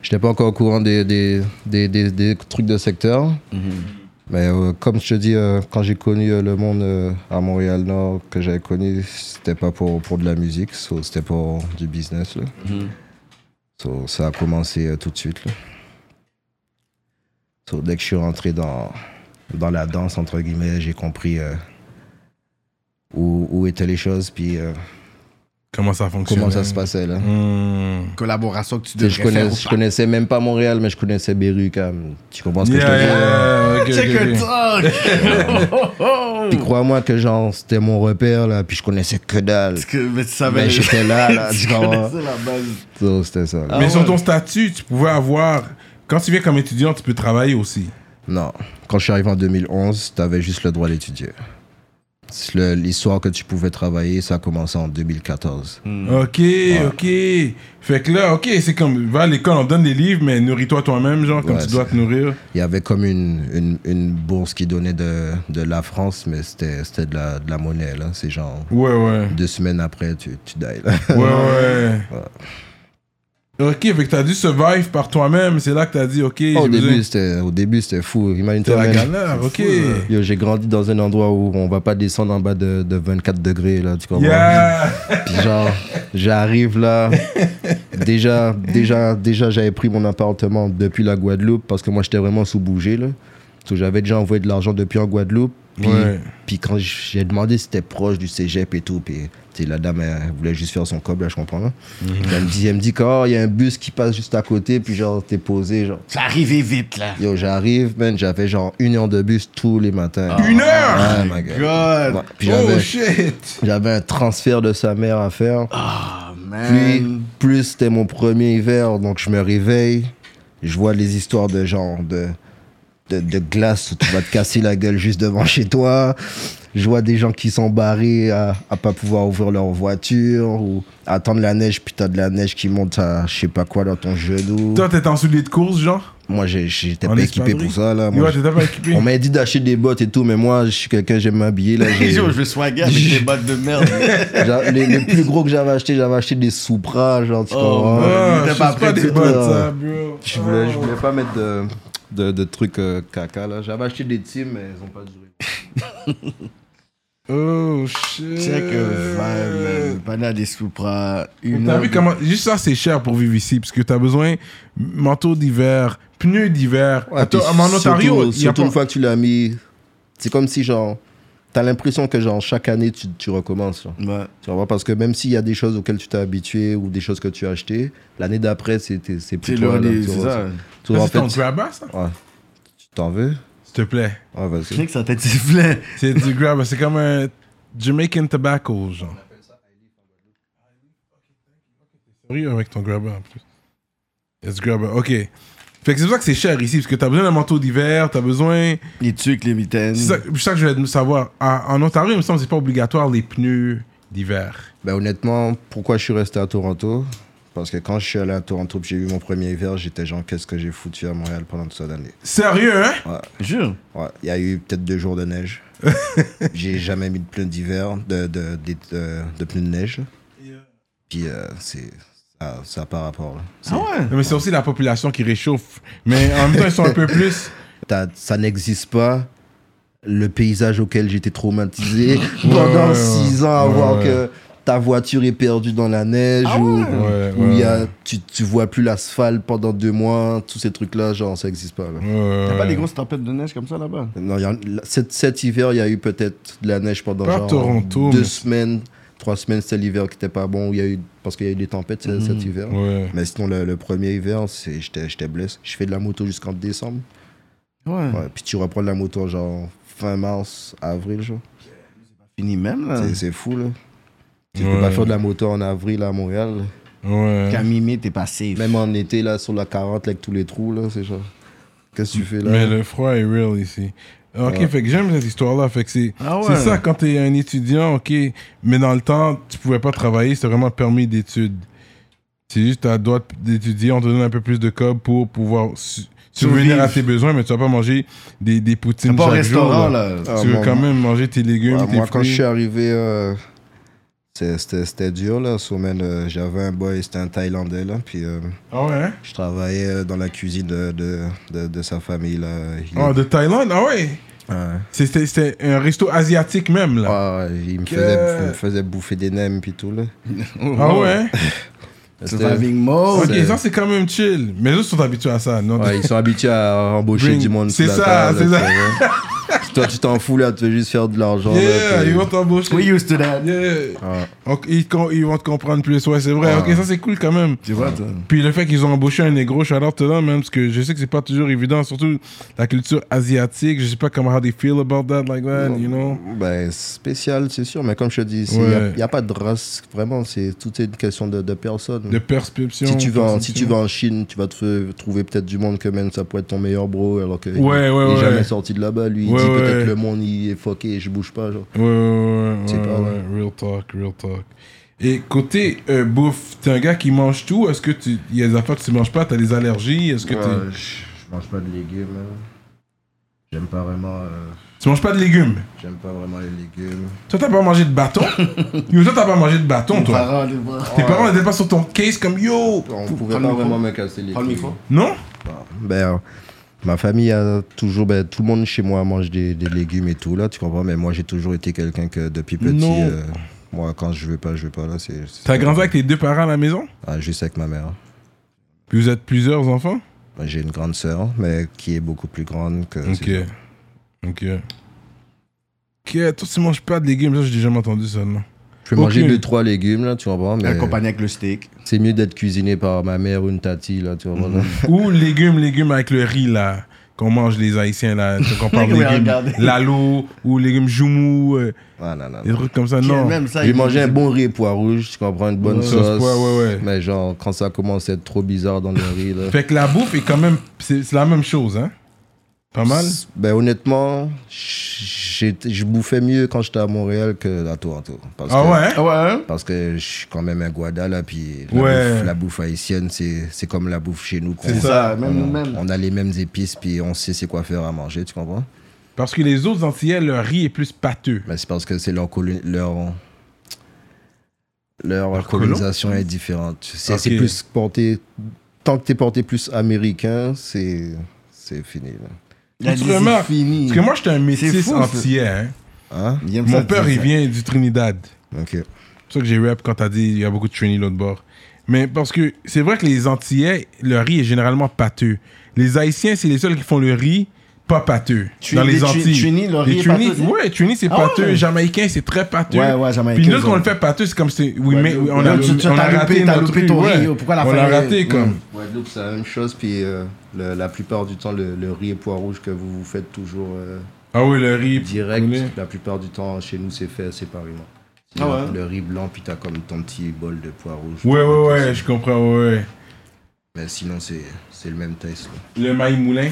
Speaker 4: J'étais pas encore au courant des, des, des, des- des trucs de secteur. Mais euh, comme je te dis, euh, quand j'ai connu euh, le monde euh, à Montréal-Nord, que j'avais connu, c'était pas pour, pour de la musique, so, c'était pour du business. Là. So, ça a commencé euh, tout de suite. là. So, dès que je suis rentré dans, dans la danse, entre guillemets, j'ai compris euh, où, où étaient les choses, puis euh,
Speaker 3: Comment ça fonctionne?
Speaker 4: comment ça se passait. là.
Speaker 3: Hmm.
Speaker 5: collaboration que tu
Speaker 4: Tu sais,
Speaker 5: devrais
Speaker 4: Je, connais,
Speaker 5: faire.
Speaker 4: je connaissais même pas Montréal, mais je connaissais Beru quand même. Tu comprends ce que
Speaker 3: Yeah,
Speaker 4: je te dis
Speaker 3: yeah,
Speaker 4: euh,
Speaker 3: yeah, ok, ok,
Speaker 5: Check it
Speaker 3: ok.
Speaker 5: out!
Speaker 4: Puis crois-moi que genre, c'était mon repère, là, puis je connaissais que dalle.
Speaker 5: Parce que mais tu savais.
Speaker 4: Mais j'étais là, là, tu
Speaker 5: tu
Speaker 4: comprends
Speaker 5: connaissais la base.
Speaker 4: So, C'était ça. là.
Speaker 5: Ah
Speaker 3: Mais sur
Speaker 5: ouais.
Speaker 3: ton statut, tu pouvais avoir. Quand tu viens comme étudiant, tu peux travailler aussi.
Speaker 4: Non. Quand je suis arrivé en 2011, t'avais juste le droit d'étudier. C'est le- L'histoire que tu pouvais travailler, ça a commencé en 2014.
Speaker 5: Hmm.
Speaker 3: Ok, ok. Fait que là, ok, c'est comme. Va à l'école, on te donne des livres, mais nourris-toi toi-même, genre, comme
Speaker 4: Ouais,
Speaker 3: tu dois
Speaker 4: c'est-
Speaker 3: te nourrir.
Speaker 4: Il y avait comme une, une, une bourse qui donnait de, de la France, mais c'était c'était de la, de la monnaie. là. C'est genre
Speaker 3: Ouais, ouais.
Speaker 4: deux semaines après, tu, tu die. là.
Speaker 3: Ouais, ouais. Ok, fait que t'as dû survive par toi-même. C'est là que t'as dit, ok,
Speaker 4: Au
Speaker 3: j'ai besoin-
Speaker 4: début, c'était- au début, c'était fou.
Speaker 3: c'est
Speaker 4: Imagine-toi.
Speaker 3: la
Speaker 4: man. euh.
Speaker 3: galère, ok.
Speaker 4: Yo, j'ai grandi dans un endroit où on va pas descendre en bas de, de 24 degrés, là, tu comprends?
Speaker 3: Yeah!
Speaker 4: Puis genre, j'arrive là, déjà, déjà, déjà, j'avais pris mon appartement depuis la Guadeloupe parce que moi, j'étais vraiment sous-bougé, là. Donc, j'avais déjà envoyé de l'argent depuis en Guadeloupe. Puis,
Speaker 3: Ouais.
Speaker 4: puis quand j'ai demandé si c'était proche du cégep et tout, puis tu sais, la dame, elle, voulait juste faire son cob, là, je comprends. hein.
Speaker 3: Mm-hmm.
Speaker 4: Elle me dit, elle me dit qu'Or, il y a un bus qui passe juste à côté, puis genre, t'es posé, genre.
Speaker 5: C'est arrivé vite là.
Speaker 4: Yo, j'arrive, man, j'avais genre une heure de bus tous les matins.
Speaker 3: Une heure!
Speaker 4: Ah, my God.
Speaker 5: God!
Speaker 4: Ouais. Puis
Speaker 3: Oh
Speaker 4: j'avais-
Speaker 3: shit!
Speaker 4: j'avais un transfert de sa mère à faire.
Speaker 5: Ah,
Speaker 4: Puis,
Speaker 5: man.
Speaker 4: plus c'était mon premier hiver, donc je me réveille. Je vois les histoires de genre de, de, de glace où tu vas te casser la gueule juste devant chez toi. Je vois des gens qui sont barrés à, à pas pouvoir ouvrir leur voiture ou attendre la neige, puis t'as de la neige qui monte à je sais pas quoi dans ton genou.
Speaker 3: Toi, t'étais en soulier de course, genre?
Speaker 4: Moi, j'ai- j'étais
Speaker 3: En
Speaker 4: pas équipé
Speaker 3: espadrille?
Speaker 4: pour ça. Là. Ah, Moi,
Speaker 3: Ouais, t'étais pas équipé.
Speaker 4: on m'a dit d'acheter des bottes et tout, mais moi, je suis quelqu'un, j'aime m'habiller. là, j'ai-
Speaker 5: Yo, je vais swagger avec tes bottes de merde.
Speaker 4: j'a- les, les plus gros que j'avais acheté, j'avais acheté des Supra, genre, tu
Speaker 5: Oh,
Speaker 4: comprends?
Speaker 5: ouais.
Speaker 3: Ah,
Speaker 5: Il était
Speaker 3: je sais
Speaker 5: pas
Speaker 3: pas
Speaker 5: prêt
Speaker 3: des
Speaker 5: du tout,
Speaker 3: bottes,
Speaker 4: là.
Speaker 3: ça, bro. Ah.
Speaker 4: Je voulais, je voulais pas mettre de, de, de trucs euh, caca là. J'avais acheté des teams, mais ils ont pas duré.
Speaker 3: Oh shit.
Speaker 5: Check euh, vibe, man. Panade des Supra. Une
Speaker 3: T'as
Speaker 5: heure
Speaker 3: vu
Speaker 5: de-
Speaker 3: comment. Juste ça, c'est cher pour vivre ici, parce que t'as besoin manteau d'hiver, pneus d'hiver. Attends,
Speaker 4: Puis
Speaker 3: en Ontario,
Speaker 4: surtout,
Speaker 3: il y a
Speaker 4: surtout
Speaker 3: pas.
Speaker 4: une fois que tu l'as mis, c'est comme si genre. T'as l'impression que genre chaque année tu, tu recommences. genre.
Speaker 5: Ouais.
Speaker 4: Tu vois, parce que même s'il y a des choses auxquelles tu t'es habitué ou des choses que tu as achetées, l'année d'après c'est t'es- c'est
Speaker 5: C'est
Speaker 4: plus
Speaker 5: le
Speaker 4: toi. là,
Speaker 5: des.
Speaker 4: tu
Speaker 5: C'est
Speaker 4: vois,
Speaker 5: ça.
Speaker 4: tu
Speaker 3: Ça,
Speaker 4: vois, en
Speaker 3: Ah, C'est ton
Speaker 4: fait,
Speaker 3: grabba, ça
Speaker 4: ouais. Tu t'en veux
Speaker 3: S'il te plaît.
Speaker 4: Ouais,
Speaker 5: Je
Speaker 4: vas-y.
Speaker 5: sais que ça t'a sifflé.
Speaker 3: C'est du grabba, c'est comme un Jamaican tobacco, genre. Oui, avec ton grabba en plus. It's grabba, ok. Fait que c'est pour ça que c'est cher ici, parce que t'as besoin d'un manteau d'hiver, t'as besoin.
Speaker 5: Les tucs, les mitaines.
Speaker 3: C'est ça, c'est ça que je voulais savoir. À- en Ontario, il me semble que c'est pas obligatoire les pneus d'hiver.
Speaker 4: Ben, honnêtement, pourquoi je suis resté à Toronto Parce que quand je suis allé à Toronto, puis j'ai eu mon premier hiver, j'étais genre, qu'est-ce que j'ai foutu à Montréal pendant toute cette année
Speaker 3: Sérieux, hein?
Speaker 5: Jure.
Speaker 4: Ouais, il y a eu peut-être deux jours de neige. j'ai jamais mis de pneus d'hiver, de, de, de, de- de pneus de neige. là. Puis euh, c'est. Ça ça a pas rapport. là. C'est-
Speaker 5: Ah ouais?
Speaker 3: Non, Mais c'est aussi la population qui réchauffe. Mais en même temps, ils sont un peu plus.
Speaker 4: t'as- Ça n'existe pas. Le paysage auquel j'étais traumatisé pendant
Speaker 3: ouais,
Speaker 4: six ans à
Speaker 3: ouais,
Speaker 4: voir
Speaker 3: ouais. Ah
Speaker 4: que ta voiture est perdue dans la neige ou,
Speaker 3: Ouais,
Speaker 4: où il y
Speaker 3: ouais.
Speaker 4: a, tu, tu vois plus l'asphalte pendant deux mois, tous ces trucs-là, genre ça n'existe pas. là.
Speaker 3: Mm.
Speaker 5: T'as
Speaker 3: T'as
Speaker 5: pas des grosses tempêtes de neige comme ça là-bas?
Speaker 4: Non, il y en- là, cet, cet hiver, il y a eu peut-être de la neige pendant
Speaker 3: Pas
Speaker 4: genre
Speaker 3: Toronto,
Speaker 4: deux
Speaker 3: mais-
Speaker 4: semaines, trois semaines. C'était l'hiver qui n'était pas bon, où il y a eu, parce qu'il y a eu des tempêtes cet- cet hiver.
Speaker 3: Mm. Ouais.
Speaker 4: Mais sinon, le, le premier hiver, c'est- j'étais j'étais blessé. Je fais de la moto jusqu'en décembre.
Speaker 5: Ouais.
Speaker 4: Ouais, puis tu reprends de la moto genre fin mars, avril, genre.
Speaker 5: Fini même là.
Speaker 4: C'est- C'est fou, là. Tu
Speaker 3: Ouais.
Speaker 4: peux pas faire de la moto en avril à Montréal.
Speaker 3: Ouais.
Speaker 5: Qu'à mi-mai, t'es pas safe.
Speaker 4: Même en été, là, sur la 40, là, avec tous les trous, là, c'est genre. Qu'est-ce que tu fais, là
Speaker 3: Mais le froid est real ici. Ok, fait que j'aime cette histoire-là. Fait que c'est
Speaker 5: Ah ouais.
Speaker 3: c'est ça quand t'es un étudiant, ok. Mais dans le temps, tu pouvais pas travailler, c'est vraiment permis d'études. C'est juste t'as le droit d'étudier, on te donne un peu plus de cob pour pouvoir su- subvenir à tes besoins, mais tu vas pas manger des, des poutines
Speaker 5: T'es pas au
Speaker 3: chaque
Speaker 5: restaurant
Speaker 3: jour,
Speaker 5: là.
Speaker 4: Ah,
Speaker 3: tu veux
Speaker 4: bon,
Speaker 3: quand même manger tes légumes,
Speaker 4: Ah,
Speaker 3: tes
Speaker 4: moi,
Speaker 3: fruits.
Speaker 4: quand je suis arrivé, euh, c'est- c'était c'était dur, là. sur man, euh, J'avais un boy, c'était un Thaïlandais, là. Puis euh,
Speaker 3: Ah ouais. hein?
Speaker 4: je travaillais euh, dans la cuisine de, de, de- de sa famille, là. Il,
Speaker 3: Ah, de Thaïlande, ah ouais.
Speaker 4: Ouais.
Speaker 3: C'était- C'était un resto asiatique même là.
Speaker 4: Ah, ouais, il me
Speaker 3: Que-
Speaker 4: faisait, il me faisait bouffer des nems, puis tout, là.
Speaker 3: Ah ouais. hein?
Speaker 4: C'était-
Speaker 5: Surviving mode.
Speaker 3: Ok, ça c'est quand même chill. Mais les autres sont habitués à ça, non
Speaker 4: Ah Ouais, ils sont habitués à embaucher
Speaker 3: Bring-
Speaker 4: du monde.
Speaker 3: c'est
Speaker 4: sur la
Speaker 3: ça,
Speaker 4: table,
Speaker 3: c'est
Speaker 4: là,
Speaker 3: ça.
Speaker 4: tu vois. Toi, tu t'en fous là, tu veux juste faire de l'argent. là,
Speaker 3: Yeah,
Speaker 4: puis-
Speaker 3: ils vont t'embaucher.
Speaker 5: We used to that.
Speaker 3: Yeah.
Speaker 4: Ah,
Speaker 3: Ok, ils, com- ils vont te comprendre plus, ouais, c'est vrai.
Speaker 4: Ah.
Speaker 3: Ok, ça c'est cool quand même.
Speaker 5: Tu vois, toi.
Speaker 3: Puis le fait qu'ils ont embauché un négro, shout out to them, même, parce que je sais que c'est pas toujours évident, surtout la culture asiatique. Je sais pas comment how they feel about that, like that, you know.
Speaker 4: ben, spécial, c'est sûr, mais comme je te dis, il
Speaker 3: Ouais.
Speaker 4: n'y a, pas de race, vraiment, c'est tout est une question de, de personne.
Speaker 3: De perception.
Speaker 4: si tu, vas en, si
Speaker 3: perception.
Speaker 4: tu vas en Chine, tu vas te trouver peut-être du monde que même ça pourrait être ton meilleur bro, alors que il-
Speaker 3: Ouais, ouais,
Speaker 4: il est
Speaker 3: ouais.
Speaker 4: jamais sorti de là-bas. Lui, il
Speaker 3: Ouais,
Speaker 4: dit
Speaker 3: ouais.
Speaker 4: peut-être le monde il est fucké et je bouge pas. Genre.
Speaker 3: Ouais, ouais, ouais,
Speaker 4: C'est
Speaker 3: ouais,
Speaker 4: pas,
Speaker 3: ouais, Real talk, real talk. Et côté euh, bouffe, t'es un gars qui mange tout. Est-ce que tu. Il y a des affaires que tu manges pas, t'as des allergies. Est-ce que
Speaker 4: Ouais,
Speaker 3: t'es-
Speaker 4: je, je mange pas de légumes. hein. J'aime pas vraiment. euh,
Speaker 3: tu manges pas de légumes?
Speaker 4: J'aime pas vraiment les légumes.
Speaker 3: Toi, t'as pas mangé de bâton? Yo, toi, t'as pas mangé de bâton, toi?
Speaker 5: Parents, les bras.
Speaker 3: Tes parents n'étaient pas sur ton case comme yo!
Speaker 4: On
Speaker 5: Pou-
Speaker 4: pouvait
Speaker 5: prends
Speaker 4: pas
Speaker 5: le micro.
Speaker 4: vraiment me
Speaker 3: hein,
Speaker 4: casser les
Speaker 5: Prends le
Speaker 4: couilles.
Speaker 5: micro.
Speaker 3: Non?
Speaker 4: Ben, euh, ma famille a toujours. Ben, tout le monde chez moi mange des, des légumes et tout, là, tu comprends? Mais moi, j'ai toujours été quelqu'un que depuis petit.
Speaker 3: Non.
Speaker 4: euh, moi, quand je veux pas, je veux pas, là. c'est- c'est-
Speaker 3: T'as grandi avec tes deux parents à la maison?
Speaker 4: Ah, Juste avec ma mère.
Speaker 3: Puis vous êtes plusieurs enfants?
Speaker 4: Ben, J'ai une grande sœur, mais qui est beaucoup plus grande que.
Speaker 3: Ok. Ok. Ok, toi, tu manges pas de légumes, ça, j'ai jamais entendu ça, non?
Speaker 4: Je peux manger
Speaker 3: Ok.
Speaker 4: deux, trois légumes, là, tu comprends? Mais
Speaker 5: Accompagné avec le steak.
Speaker 4: c'est mieux d'être cuisiné par ma mère ou une tati, là, tu comprends? là.
Speaker 3: Ou légumes, légumes avec le riz, là, qu'on mange les Haïtiens, là, qu'on parle
Speaker 5: Oui,
Speaker 3: légumes
Speaker 5: regardez.
Speaker 3: lalo, ou légumes joumou, euh,
Speaker 4: Ah, non, non,
Speaker 3: des
Speaker 4: non.
Speaker 3: trucs comme ça,
Speaker 5: Qui
Speaker 3: non?
Speaker 5: aime ça,
Speaker 4: J'ai
Speaker 5: il-
Speaker 4: mangé un bon riz et pois rouge, tu comprends? Une bonne
Speaker 3: Ouais. Sauce
Speaker 4: sauce.
Speaker 3: pois, ouais, ouais.
Speaker 4: Mais genre, quand ça commence à être trop bizarre dans le riz, là.
Speaker 3: Fait que la bouffe est quand même. C'est c'est la même chose, hein? Pas mal?
Speaker 4: Ben honnêtement, j'ai- je bouffais mieux quand j'étais à Montréal que à Toronto. Parce
Speaker 3: Ah
Speaker 4: que,
Speaker 3: ouais? hein?
Speaker 5: Ah ouais, hein?
Speaker 4: Parce que je suis quand même un Guada là, puis la,
Speaker 3: Ouais.
Speaker 4: bouffe, la bouffe haïtienne, c'est c'est comme la bouffe chez nous. qu'on-
Speaker 3: C'est
Speaker 5: C'est ça, même
Speaker 4: On,
Speaker 5: nous-mêmes.
Speaker 4: on a les mêmes épices, puis on sait c'est quoi faire à manger, tu comprends
Speaker 3: Parce que les autres Antillais, leur riz est plus pâteux.
Speaker 4: Mais c'est parce que c'est leur colo- leur leur,
Speaker 3: Leur colon
Speaker 4: colonisation est différente. C'est c'est
Speaker 3: Ok.
Speaker 4: plus porté. Tant que t'es porté plus américain, c'est c'est fini. là.
Speaker 5: La
Speaker 3: Tu
Speaker 5: vie, c'est
Speaker 3: remarques,
Speaker 5: fini.
Speaker 3: Parce que moi, j'étais un métis
Speaker 5: fou, ça.
Speaker 3: antillais, hein?
Speaker 4: Hein
Speaker 5: Il aime ça,
Speaker 3: Mon
Speaker 5: tu
Speaker 3: père,
Speaker 5: dis
Speaker 3: il
Speaker 5: ça.
Speaker 3: vient du Trinidad.
Speaker 4: Ok.
Speaker 3: C'est pour ça que j'ai rap quand t'as dit il y a beaucoup de Trini l'autre bord. Mais parce que c'est vrai que les Antillais, le riz est généralement pâteux. Les Haïtiens, c'est les seuls qui font le riz pas pâteux.
Speaker 5: Trini-
Speaker 3: dans les
Speaker 5: les
Speaker 3: Antilles.
Speaker 5: Trini, le riz
Speaker 3: Les
Speaker 5: est
Speaker 3: Trini-
Speaker 5: pâteux, c'est-
Speaker 3: Ouais, Trini, c'est
Speaker 5: Ah
Speaker 3: pâteux.
Speaker 5: ouais.
Speaker 3: Jamaïcain, c'est très pâteux.
Speaker 5: Ouais, ouais, Jamaïcain,
Speaker 3: Puis nous,
Speaker 5: ils
Speaker 3: quand on
Speaker 5: ont-
Speaker 3: le fait pâteux, c'est comme si. Oui, mais oui, on
Speaker 5: Là,
Speaker 3: a,
Speaker 5: tu- tu-
Speaker 3: on a
Speaker 5: t'as
Speaker 3: raté
Speaker 5: loupé- t'as
Speaker 3: notre
Speaker 5: loupé
Speaker 3: riz,
Speaker 5: ton riz,
Speaker 3: ouais.
Speaker 5: oh, pourquoi la
Speaker 3: On
Speaker 5: fin
Speaker 3: l'a
Speaker 5: est-
Speaker 3: raté,
Speaker 5: Mm.
Speaker 3: comme.
Speaker 4: Guadeloupe, c'est la même chose, puis euh, le- la plupart du temps, le, le riz et pois rouge que vous vous faites toujours euh,
Speaker 3: Ah oui, le riz.
Speaker 4: direct,
Speaker 3: coulé.
Speaker 4: la plupart du temps, chez nous, c'est fait séparément.
Speaker 5: Ah ouais.
Speaker 4: Le riz blanc, puis t'as comme ton petit bol de pois rouge.
Speaker 3: Ouais, ouais, ouais, je comprends, ouais. ouais.
Speaker 4: Mais sinon, c'est c'est le même test. là.
Speaker 3: Le maï moulin.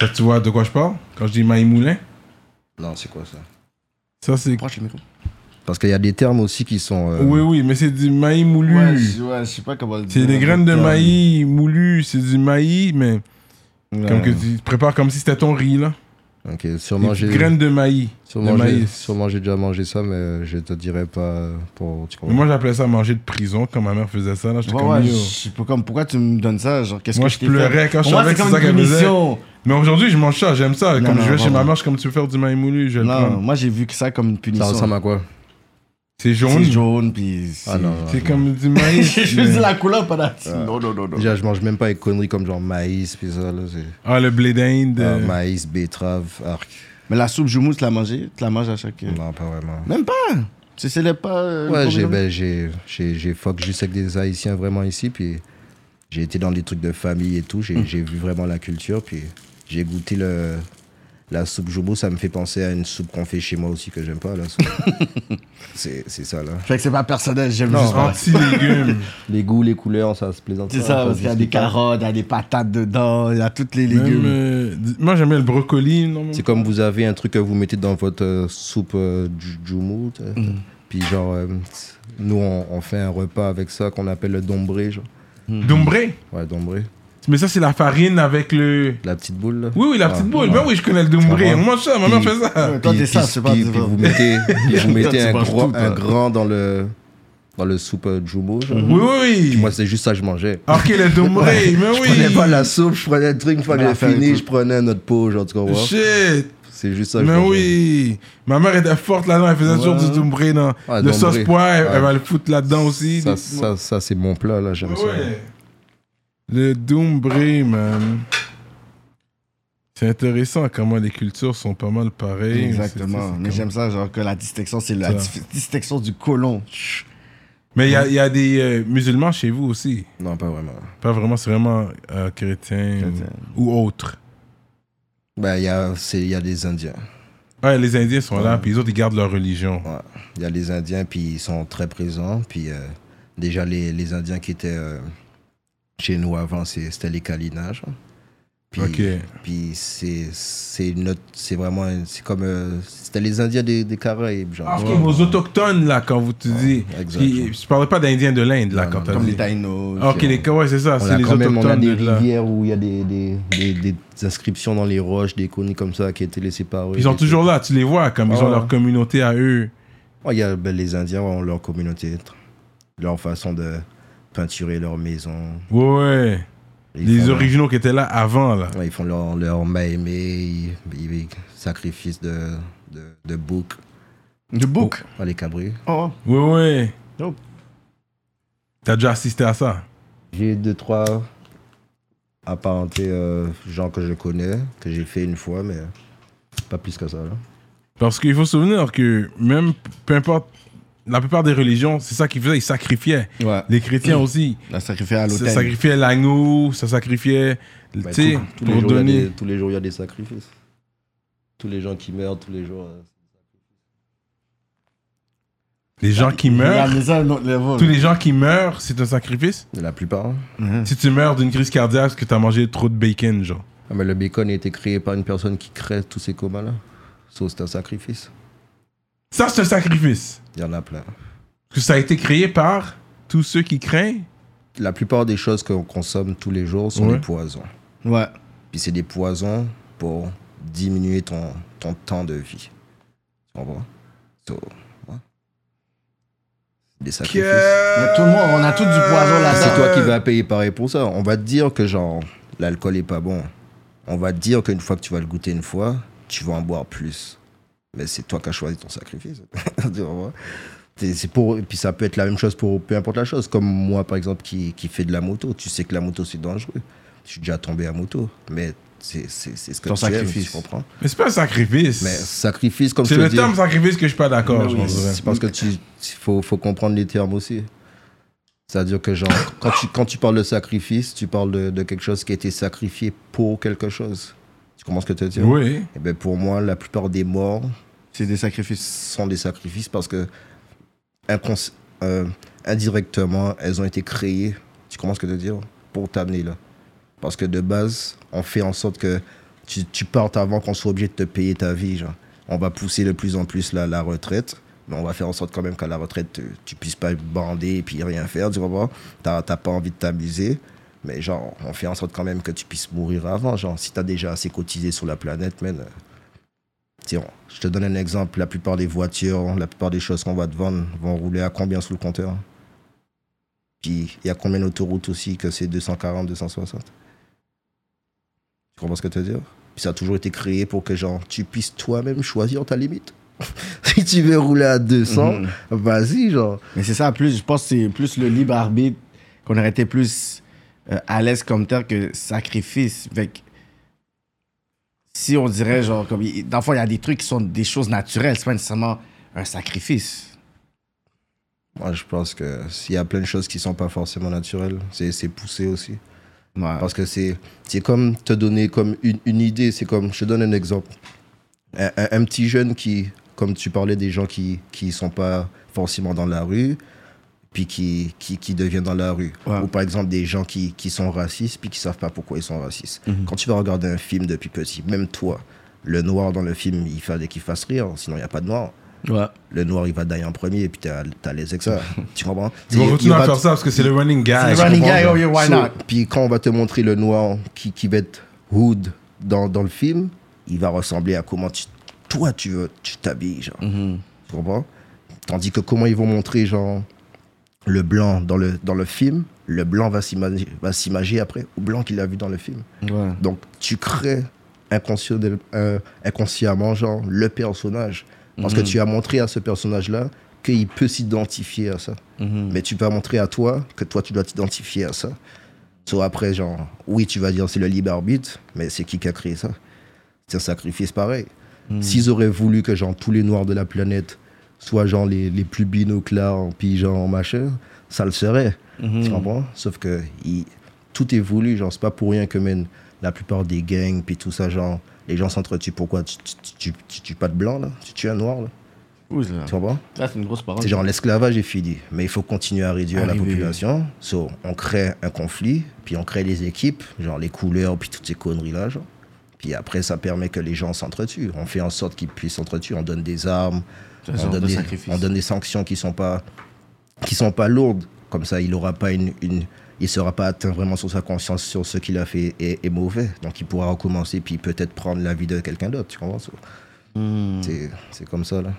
Speaker 3: Ça, tu vois de quoi je parle quand je dis maï moulin
Speaker 4: Non, c'est quoi ça
Speaker 3: Ça, c'est.
Speaker 5: Proche le micro.
Speaker 4: Parce qu'il y a des termes aussi qui sont. euh,
Speaker 3: Oui, oui, mais c'est du maïs moulu.
Speaker 5: Ouais, je ouais, je sais pas comment le dire.
Speaker 3: c'est des graines de
Speaker 5: Putain.
Speaker 3: maïs moulu, c'est du maïs, mais
Speaker 5: Ouais.
Speaker 3: comme que tu te prépares comme si c'était ton riz, là.
Speaker 4: Ok,
Speaker 3: Des
Speaker 4: sûrement
Speaker 3: petites
Speaker 4: j'ai.
Speaker 3: graines de maïs.
Speaker 4: Sûrement,
Speaker 3: de
Speaker 4: j'ai-
Speaker 3: maïs.
Speaker 4: sûrement j'ai déjà mangé ça, mais euh, je te dirais pas pour. Tu
Speaker 3: Mais
Speaker 4: comprends
Speaker 3: moi, j'appelais ça manger de prison quand ma mère faisait ça. Là, j'étais
Speaker 5: Ouais,
Speaker 3: comme,
Speaker 5: ouais,
Speaker 3: yo.
Speaker 5: je sais pas comme pourquoi tu me donnes ça, genre qu'est-ce
Speaker 3: Moi,
Speaker 5: que
Speaker 3: je
Speaker 5: t'ai
Speaker 3: pleurais
Speaker 5: fait?
Speaker 3: quand je
Speaker 5: Pour moi,
Speaker 3: savais
Speaker 5: c'est
Speaker 3: que c'est
Speaker 5: comme
Speaker 3: ça
Speaker 5: une
Speaker 3: qu'elle faisait.
Speaker 5: punition.
Speaker 3: Mais aujourd'hui, je mange ça, j'aime ça.
Speaker 5: Non,
Speaker 3: comme
Speaker 5: non,
Speaker 3: je vais chez ma
Speaker 5: vraiment.
Speaker 3: mère, je suis comme tu veux faire du maïs moulu, je vais le
Speaker 5: Non,
Speaker 3: prendre.
Speaker 5: moi j'ai vu que ça comme une punition.
Speaker 4: Ça ressemble à quoi
Speaker 3: C'est jaune.
Speaker 5: C'est jaune puis c'est-
Speaker 4: Ah non, non,
Speaker 3: C'est
Speaker 4: non.
Speaker 3: comme du maïs.
Speaker 5: je
Speaker 3: mais-
Speaker 5: dis la couleur pas la Non
Speaker 3: Oh
Speaker 5: non non non.
Speaker 4: Déjà, je mange même pas avec conneries comme genre maïs, puis ça, là. c'est-
Speaker 3: Ah, le blé d'Inde.
Speaker 4: Ah,
Speaker 3: euh,
Speaker 4: maïs, betterave, arc.
Speaker 5: Mais la soupe joumou, tu l'as mangée Tu la manges à chaque
Speaker 4: Non, pas vraiment.
Speaker 5: Même pas. Tu sais pas euh, le
Speaker 4: Ouais, j'ai,
Speaker 5: problème?
Speaker 4: ben, j'ai, j'ai, j'ai fuck juste avec des Haïtiens vraiment ici, puis j'ai été dans des trucs de famille et tout, j'ai, j'ai vu vraiment la culture, puis j'ai goûté le, la soupe Jobo, ça me fait penser à une soupe qu'on fait chez moi aussi que j'aime pas, là. ça. c'est, c'est ça, là.
Speaker 5: Fait que c'est pas personnel, j'aime
Speaker 4: Non,
Speaker 5: juste pas.
Speaker 3: Anti-légumes.
Speaker 4: Les goûts, les couleurs, ça se plaisante
Speaker 5: C'est ça, parce qu'il y a des carottes, il y a des patates dedans, il y a toutes les
Speaker 3: Même,
Speaker 5: légumes.
Speaker 3: euh, d- moi, j'aimais le brocoli. Non,
Speaker 4: C'est comme vous avez un truc que vous mettez dans votre euh, soupe euh, ju- Jomo, t'as- t'as-
Speaker 5: Hmm.
Speaker 4: puis genre, euh, nous, on, on fait un repas avec ça qu'on appelle le dombré, genre.
Speaker 3: Dumbré.
Speaker 4: Ouais, dombré.
Speaker 3: Mais ça, c'est la farine avec le.
Speaker 4: La petite boule, là.
Speaker 3: Oui, oui, la
Speaker 4: Ouais.
Speaker 3: petite boule. Ben oui, je connais le dumbré.
Speaker 4: comprends.
Speaker 3: Moi, ça, ma mère
Speaker 4: Puis-
Speaker 3: fait ça.
Speaker 5: Toi,
Speaker 4: Puis-
Speaker 5: t'es ça,
Speaker 4: puis-
Speaker 5: c'est pas
Speaker 4: puis-
Speaker 5: du
Speaker 4: puis
Speaker 5: vin.
Speaker 4: vous mettez, puis vous mettez
Speaker 5: Toi, tu
Speaker 4: un,
Speaker 5: manges
Speaker 4: gros-
Speaker 5: tout,
Speaker 4: un
Speaker 5: toi.
Speaker 4: grand dans le, dans le soupe euh, jumbo. genre.
Speaker 3: Oui, oui,
Speaker 4: Puis
Speaker 3: oui.
Speaker 4: moi, c'est juste ça que je mangeais.
Speaker 3: Ok, le dumbré, mais
Speaker 4: Je prenais pas
Speaker 3: oui.
Speaker 4: la soupe, je prenais le truc. Une fois que
Speaker 5: Mais
Speaker 4: j'ai
Speaker 5: affaire et
Speaker 4: fini,
Speaker 5: tout.
Speaker 4: je prenais notre pot, genre, tu comprends?
Speaker 3: Shit.
Speaker 4: C'est juste ça que je
Speaker 3: Mais
Speaker 4: mangeais.
Speaker 3: oui. Ma mère était forte là-dedans. Elle faisait toujours du dumbré. dans
Speaker 4: Ah,
Speaker 3: le
Speaker 4: dumbré.
Speaker 3: sauce poire, elle-
Speaker 4: Ouais.
Speaker 3: elle va le foutre là-dedans aussi.
Speaker 4: Ça,
Speaker 3: Des-
Speaker 4: ça, ça, c'est mon plat, là, j'aime ça.
Speaker 3: Ouais. Le dumbré, man. C'est intéressant comment les cultures sont pas mal pareilles. C'est- c'est-
Speaker 5: Exactement.
Speaker 3: c'est
Speaker 5: Mais
Speaker 3: comme-
Speaker 5: j'aime ça, genre que la distinction, c'est la
Speaker 3: Ça.
Speaker 5: dis- distinction du colon. Chut.
Speaker 3: Mais il y a, il y a des euh, musulmans chez vous aussi.
Speaker 4: Non, pas vraiment.
Speaker 3: Pas vraiment, c'est vraiment euh, chrétien,
Speaker 5: Chrétien.
Speaker 3: Ou, ou autre.
Speaker 4: Ben, il y a, c'est- il y a des Indiens.
Speaker 3: Ouais, les Indiens sont là, puis les autres, ils gardent leur religion.
Speaker 4: Ouais. Il y a les Indiens, puis ils sont très présents. Puis euh, déjà, les, les Indiens qui étaient euh, chez nous avant, c'est- c'était les Kalinages. Puis,
Speaker 3: Ok.
Speaker 4: puis c'est c'est une autre- c'est vraiment, un- c'est comme, euh, c'était les Indiens des, des Caraïbes, genre.
Speaker 3: Parce que vos autochtones, là, quand vous te dis.
Speaker 4: exact.
Speaker 3: Puis, je parlais pas d'Indiens de l'Inde, là,
Speaker 4: Non,
Speaker 3: quand
Speaker 4: non,
Speaker 3: t'as
Speaker 5: Comme
Speaker 3: dit.
Speaker 5: les euh, Taïnos.
Speaker 3: Ah, Ok, les ouais, c'est ça,
Speaker 4: On
Speaker 3: c'est
Speaker 4: a
Speaker 3: les
Speaker 4: quand même on a
Speaker 3: autochtones
Speaker 4: des
Speaker 3: de là.
Speaker 4: rivières où il y a des, des, des, des inscriptions dans les roches, des conneries comme ça qui étaient laissées par eux.
Speaker 3: Ils sont toujours là, tu les vois, comme ils
Speaker 4: Ah
Speaker 3: ont
Speaker 4: ouais.
Speaker 3: leur communauté à eux.
Speaker 4: Ouais, il y a, ben, les Indiens ont leur communauté, leur façon de peinturer leur maison.
Speaker 3: Ouais, ouais.
Speaker 4: Ils
Speaker 3: Les
Speaker 4: font leur-
Speaker 3: originaux qui étaient là avant, là.
Speaker 4: Ouais, ils font leur, leur maémé, ils, ils sacrificent de, de, de boucs.
Speaker 5: De bouc.
Speaker 4: Ah, les cabrés.
Speaker 5: Oh.
Speaker 3: Ouais, ouais.
Speaker 5: Dope.
Speaker 3: T'as déjà assisté à ça
Speaker 4: J'ai deux, trois apparentés, euh, gens que je connais, que j'ai fait une fois, mais pas plus que ça. Là.
Speaker 3: Parce qu'il faut se souvenir que même, peu importe, la plupart des religions, c'est ça qu'ils faisaient, ils sacrifiaient.
Speaker 5: Ouais.
Speaker 3: Les chrétiens aussi,
Speaker 5: La sacrifier à
Speaker 3: ça
Speaker 5: l'hôtel.
Speaker 3: sacrifiait l'agneau, ça sacrifiait, tu
Speaker 4: Ben,
Speaker 3: sais,
Speaker 4: tous- tous
Speaker 3: pour
Speaker 4: les jours, il y a
Speaker 3: donner.
Speaker 4: des- tous les jours, il y a des sacrifices. Tous les gens qui meurent, tous les jours. euh,
Speaker 3: Les gens qui meurent,
Speaker 5: Regardez ça à un autre level.
Speaker 3: tous les gens qui meurent, c'est un sacrifice.
Speaker 4: la plupart.
Speaker 5: Mhm.
Speaker 3: Si tu meurs d'une crise cardiaque parce que t'as mangé trop de bacon, genre.
Speaker 4: Ah, mais le bacon a été créé par une personne qui crée tous ces comas-là. Ça, c'est un sacrifice.
Speaker 3: Ça, c'est un sacrifice.
Speaker 4: Il y en a plein.
Speaker 3: Parce que ça a été créé par tous ceux qui craignent.
Speaker 4: La plupart des choses qu'on consomme tous les jours sont
Speaker 3: Ouais.
Speaker 4: des poisons.
Speaker 5: Ouais.
Speaker 4: Puis c'est des poisons pour diminuer ton, ton temps de vie. Tu comprends So, ouais. Des sacrifices.
Speaker 5: Mais tout le monde, on a tout du poison
Speaker 4: Ah,
Speaker 5: là-dedans.
Speaker 4: C'est toi qui vas payer pareil pour ça. On va te dire que genre l'alcool est pas bon. On va te dire qu'une fois que tu vas le goûter une fois, tu vas en boire plus. Mais c'est toi qui as choisi ton sacrifice. Tu vois C'est c'est pour et puis ça peut être la même chose pour peu importe la chose. Comme moi par exemple qui, qui fait de la moto, tu sais que la moto c'est dangereux. Je suis déjà tombé à moto, mais c'est c'est- c'est ce que
Speaker 5: Ton
Speaker 4: tu aimes,
Speaker 5: sacrifice.
Speaker 4: tu comprends
Speaker 3: Mais c'est pas un sacrifice.
Speaker 4: Mais sacrifice comme
Speaker 3: C'est
Speaker 4: je te
Speaker 3: le
Speaker 4: dis,
Speaker 3: terme sacrifice que je suis pas d'accord, je pense.
Speaker 4: c'est parce que tu il faut, faut comprendre les termes aussi. C'est-à-dire que genre quand tu quand tu parles de sacrifice, tu parles de, de quelque chose qui a été sacrifié pour quelque chose. Tu comprends ce que tu veux dire
Speaker 3: Oui.
Speaker 4: Et ben pour moi, la plupart des morts
Speaker 5: C'est des sacrifices.
Speaker 4: sont des sacrifices parce que incons- euh, indirectement, elles ont été créées Tu comprends ce que je veux dire Pour t'amener là. Parce que de base, on fait en sorte que tu, tu partes avant qu'on soit obligé de te payer ta vie. Genre. On va pousser de plus en plus la, la retraite, mais on va faire en sorte quand même qu'à la retraite, tu, tu puisses pas bander et puis rien faire, tu comprends T'as t'as pas envie de t'amuser, mais genre, on fait en sorte quand même que tu puisses mourir avant. Genre, si t'as déjà assez cotisé sur la planète, man, euh, tu sais, on- je te donne un exemple, la plupart des voitures, la plupart des choses qu'on va te vendre vont rouler à combien sous le compteur Puis il y a combien d'autoroutes aussi que c'est 240, 260 Tu comprends ce que je veux dire Puis ça a toujours été créé pour que genre tu puisses toi-même choisir ta limite. si tu veux rouler à 200, vas-y genre.
Speaker 5: Mais c'est ça, plus, je pense que c'est plus le libre arbitre qu'on aurait été plus euh, à l'aise comme tel que sacrifice. Fait que, si on dirait, genre, comme. il- Dans le fond, il y a des trucs qui sont des choses naturelles, c'est pas nécessairement un sacrifice.
Speaker 4: Moi je pense que s'il y a plein de choses qui sont pas forcément naturelles, c'est c'est poussé aussi.
Speaker 5: Ouais.
Speaker 4: Parce que c'est c'est comme te donner comme une, une idée. C'est comme, je te donne un exemple. Un, un- un petit jeune qui, comme tu parlais des gens qui qui sont pas forcément dans la rue, puis qui, qui, qui deviennent dans la rue.
Speaker 5: Ouais.
Speaker 4: Ou par exemple des gens qui, qui sont racistes, puis qui savent pas pourquoi ils sont racistes.
Speaker 5: Mhm.
Speaker 4: Quand tu vas regarder un film depuis petit, même toi, le noir dans le film, il fallait qu'il fasse rire, sinon il n'y a pas de noir.
Speaker 6: Ouais.
Speaker 4: Le noir, il va die en premier, et puis t'as as les extras. tu comprends
Speaker 3: Ils vont
Speaker 4: Il- il
Speaker 3: continuer à
Speaker 4: va-
Speaker 3: faire ça parce que c'est le running guy.
Speaker 5: le running guy, oh yeah, why
Speaker 4: So,
Speaker 5: not?
Speaker 4: Puis quand on va te montrer le noir qui, qui va être hood dans, dans le film, il va ressembler à comment tu, toi tu veux, tu t'habilles, genre.
Speaker 3: Mm-hmm.
Speaker 4: Tu comprends Tandis que comment ils vont montrer, genre, le blanc dans le, dans le film, le blanc va s'imager va s'imager après au blanc qu'il a vu dans le film.
Speaker 5: Ouais.
Speaker 4: Donc tu crées inconsciemment, inconsciemment genre, le personnage. Parce que tu as montré à ce personnage-là qu'il peut s'identifier à ça. Mais tu vas montrer à toi que toi, tu dois t'identifier à ça. Soit après, genre, oui, tu vas dire c'est le libre arbitre, mais c'est qui qui a créé ça C'est un sacrifice pareil. S'ils auraient voulu que, genre, tous les noirs de la planète soient, genre, les, les plus binoclars, puis, genre, machin, ça le serait. Tu comprends Sauf que il- tout est voulu, genre, c'est pas pour rien que, même la plupart des gangs, puis tout ça, genre, les gens s'entretuent. Pourquoi tu, tu, tu, tu- tu tues pas de blanc, là Tu tues un noir, là
Speaker 5: Ouh, ça.
Speaker 4: Tu comprends
Speaker 5: Ça, c'est une grosse parole.
Speaker 4: c'est genre l'esclavage est fini, mais il faut continuer à réduire la
Speaker 5: Arrivé.
Speaker 4: population. So, on crée un conflit, puis on crée les équipes, genre les couleurs, puis toutes ces conneries-là. genre. Puis après, ça permet que les gens s'entretuent. On fait en sorte qu'ils puissent s'entretuer. On donne des armes,
Speaker 5: un
Speaker 4: on
Speaker 5: genre
Speaker 4: donne
Speaker 5: de
Speaker 4: des,
Speaker 5: sacrifice.
Speaker 4: on donne des sanctions qui sont pas qui sont pas lourdes. Comme ça, il n'aura pas une, une- il sera pas atteint vraiment sur sa conscience sur ce qu'il a fait est, est mauvais. Donc, il pourra recommencer, puis peut-être prendre la vie de quelqu'un d'autre. Tu comprends So,
Speaker 5: Hmm.
Speaker 4: c'est- C'est comme ça là.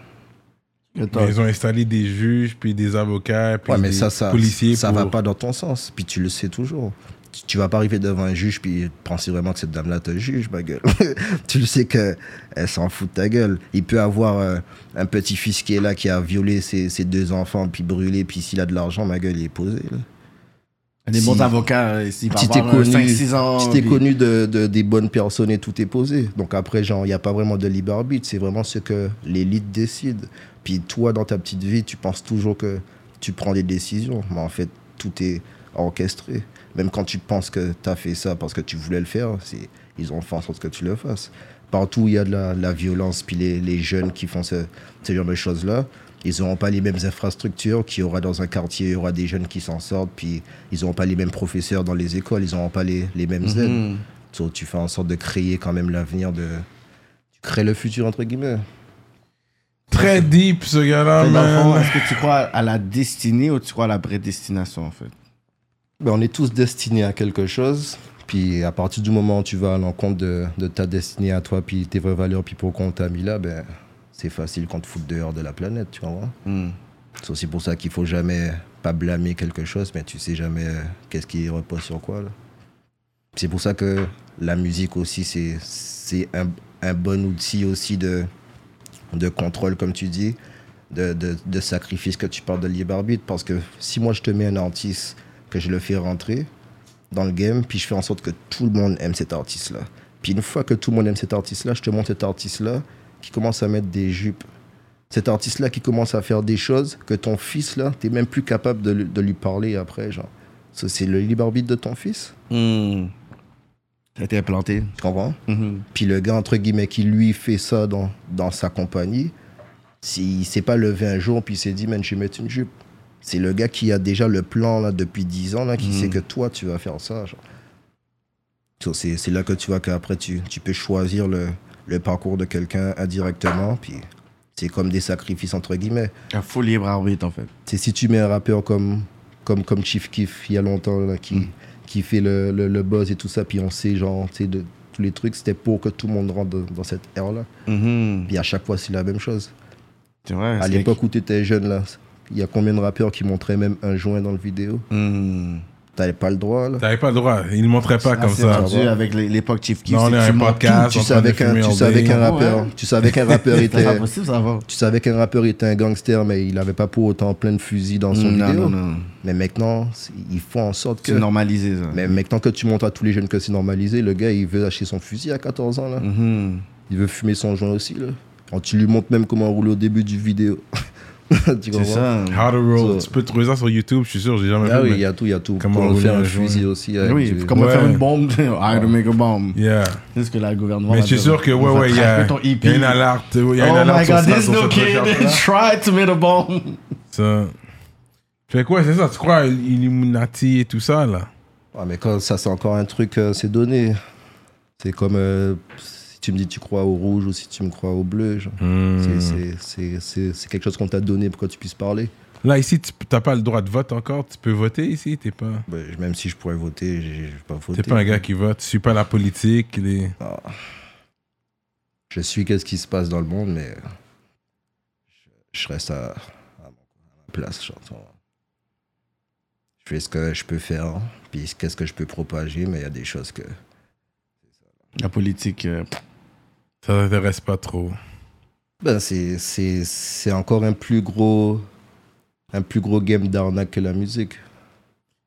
Speaker 3: Mais ils ont installé des juges, puis des avocats, puis
Speaker 4: Ouais, mais
Speaker 3: des
Speaker 4: ça, ça,
Speaker 3: policiers.
Speaker 4: ça
Speaker 3: pour-
Speaker 4: va pas dans ton sens. Puis tu le sais toujours. Tu, tu vas pas arriver devant un juge puis penser vraiment que cette dame-là te juge, ma gueule. tu le sais que elle s'en fout de ta gueule. Il peut avoir euh, un petit-fils qui est là, qui a violé ses, ses deux enfants, puis brûlé, puis s'il a de l'argent, ma gueule, il est posé. là.
Speaker 5: Des
Speaker 4: Si-
Speaker 5: bons avocats, euh, s'il va
Speaker 4: Si t'es
Speaker 5: avoir
Speaker 4: connu,
Speaker 5: 5-6 ans.
Speaker 4: si t'es
Speaker 5: puis-
Speaker 4: connu de, de- des bonnes personnes et tout est posé. Donc après, genre, il n'y a pas vraiment de libre arbitre. C'est vraiment ce que l'élite décide. Puis toi, dans ta petite vie, tu penses toujours que tu prends des décisions. Mais en fait, tout est orchestré. Même quand tu penses que tu as fait ça parce que tu voulais le faire, c'est- ils ont fait en sorte que tu le fasses. Partout où il y a de la, la violence, puis les, les jeunes qui font ce, ce genre de choses-là, ils n'auront pas les mêmes infrastructures qu'il y aura dans un quartier, il y aura des jeunes qui s'en sortent, puis ils n'auront pas les mêmes professeurs dans les écoles, ils n'auront pas les, les
Speaker 5: Mm.
Speaker 4: mêmes aides. So, tu fais en sorte de créer quand même l'avenir de. Tu crées le futur, entre guillemets.
Speaker 3: Très deep, ce gars-là,
Speaker 5: Fait que Dans
Speaker 4: Ah,
Speaker 5: le fond,
Speaker 3: man.
Speaker 5: est-ce que tu crois à la destinée ou tu crois à la prédestination, en fait
Speaker 4: Ben, on est tous destinés à quelque chose. Puis à partir du moment où tu vas à l'encontre de, de ta destinée à toi, puis tes vraies valeurs, puis pourquoi on t'a mis là, ben, c'est facile qu'on te foute dehors de la planète, tu vois.
Speaker 5: Hmm.
Speaker 4: C'est aussi pour ça qu'il faut jamais pas blâmer quelque chose, mais tu sais jamais euh, qu'est-ce qui repose sur quoi. là. C'est pour ça que la musique aussi, c'est- c'est un, un bon outil aussi de, de contrôle, comme tu dis, de, de, de sacrifice que tu parles de libre arbitre. Parce que si moi je te mets un artiste, que je le fais rentrer dans le game, puis je fais en sorte que tout le monde aime cet artiste-là. Puis une fois que tout le monde aime cet artiste-là, je te montre cet artiste-là qui commence à mettre des jupes cet artiste-là qui commence à faire des choses que ton fils, là, t'es même plus capable de, lui- de lui parler après, genre. Ça, C'est le libre arbitre de ton fils,
Speaker 5: Hmm. Ça a été implanté.
Speaker 4: tu comprends
Speaker 5: Mhm.
Speaker 4: Puis le gars, entre guillemets, qui lui fait ça dans, dans sa compagnie, s'il s'est pas levé un jour, puis il s'est dit, man, je vais mettre une jupe. C'est le gars qui a déjà le plan là, depuis 10 ans, là, qui sait que toi, tu vas faire ça. genre. So, C'est c'est là que tu vois qu'après, tu, tu peux choisir le, le parcours de quelqu'un indirectement. Puis c'est comme des sacrifices, entre guillemets.
Speaker 5: Un faux libre arbitre, en fait.
Speaker 4: C'est si tu mets un rappeur comme, comme, comme Chief Keef, il y a longtemps, là, qui,
Speaker 5: Mm.
Speaker 4: qui fait le, le, le buzz et tout ça, puis on sait, genre, tu sais, de, tous les trucs, c'était pour que tout le monde rentre dans, dans cette ère-là. Puis à chaque fois, c'est la même chose.
Speaker 5: Ah, C'est vrai.
Speaker 4: Mm-hmm. À l'époque où tu étais jeune, là, il y a combien de rappeurs qui montraient même un joint dans le vidéo T'avais pas le droit, là.
Speaker 3: T'avais pas le droit. Il ne montrait pas comme ça.
Speaker 5: rendu avec les- l'époque Chief Keef.
Speaker 3: Non, on
Speaker 5: c'est
Speaker 3: est
Speaker 5: que
Speaker 3: un
Speaker 5: tu montes
Speaker 3: podcast.
Speaker 4: Tu
Speaker 3: en train
Speaker 4: savais
Speaker 3: de
Speaker 4: qu'un
Speaker 3: fumer
Speaker 4: tu
Speaker 3: en
Speaker 4: savais
Speaker 3: bing.
Speaker 4: qu'un
Speaker 5: hein. Ouais.
Speaker 4: rappeur, tu savais qu'un rappeur
Speaker 5: tout. C'est
Speaker 4: était
Speaker 5: pas possible, ça va.
Speaker 4: tu savais qu'un rappeur était un gangster mais il avait pas pour autant plein de fusils dans son
Speaker 5: Non,
Speaker 4: vidéo.
Speaker 5: non, non.
Speaker 4: Mais maintenant, c'est- ils font en sorte que
Speaker 5: C'est normalisé, ça.
Speaker 4: mais maintenant que tu montres à tous les jeunes que c'est normalisé, le gars il veut acheter son fusil à 14 ans là.
Speaker 5: Mhm.
Speaker 4: Il veut fumer son joint aussi là. Quand tu lui montres même comment rouler au début du vidéo. Tu
Speaker 5: C'est
Speaker 4: comprends
Speaker 5: ça.
Speaker 3: How to roll.
Speaker 4: So-
Speaker 3: Tu peux trouver ça sur YouTube, je suis sûr, j'ai jamais
Speaker 4: Ah
Speaker 3: vu.
Speaker 4: oui, il
Speaker 3: mais-
Speaker 4: y a tout, il y a tout.
Speaker 3: Comment
Speaker 4: Comment
Speaker 3: rouler
Speaker 4: faire
Speaker 3: un
Speaker 4: un
Speaker 3: joint.
Speaker 4: fusil aussi. avec
Speaker 5: Oui,
Speaker 4: du-
Speaker 5: comment
Speaker 3: Ouais.
Speaker 5: faire une bombe I to make a bomb.
Speaker 3: Yeah.
Speaker 5: C'est ce que la gouvernement
Speaker 3: Mais
Speaker 5: va
Speaker 3: je suis
Speaker 5: dire.
Speaker 3: sûr que, ouais,
Speaker 5: Va
Speaker 3: ouais, il y a
Speaker 5: traquer ton
Speaker 3: il y a
Speaker 5: hippie.
Speaker 3: une alerte. il y a une
Speaker 5: Oh my
Speaker 3: alerte sur
Speaker 5: god,
Speaker 3: ça,
Speaker 5: this
Speaker 3: sur
Speaker 5: no
Speaker 3: cette
Speaker 5: kid
Speaker 3: recherche-là.
Speaker 5: tried to make a bomb.
Speaker 3: Ça. Fait quoi, c'est ça, tu crois à Illuminati et tout ça, là
Speaker 4: Ah, mais quand ça, c'est encore un truc, euh, c'est donné. C'est comme euh, si tu me dis tu crois au rouge ou si tu me crois au bleu. genre.
Speaker 5: Hmm.
Speaker 3: Hmm.
Speaker 4: C'est- c'est- C'est c'est- c'est quelque chose qu'on t'a donné pour que tu puisses parler.
Speaker 3: Là, ici, tu n'as pas le droit de vote encore. Tu peux voter ici. Tu n'es pas,
Speaker 4: Ben, je- même si je pourrais voter, j'ai- j'ai pas
Speaker 3: t'es
Speaker 4: voté.
Speaker 3: pas un gars qui vote. Tu suis pas la politique. les-
Speaker 4: Ah. Je suis qu'est-ce qui se passe dans le monde, mais euh, je, je reste à, à ma place. genre, tu vois. Je fais ce que je peux faire, puis qu'est-ce que je peux propager, mais il y a des choses que.
Speaker 5: La politique. euh,
Speaker 3: Ça ne t'intéresse pas trop.
Speaker 4: Ben, c'est- c'est c'est encore un plus gros un plus gros game d'arnaque que la musique.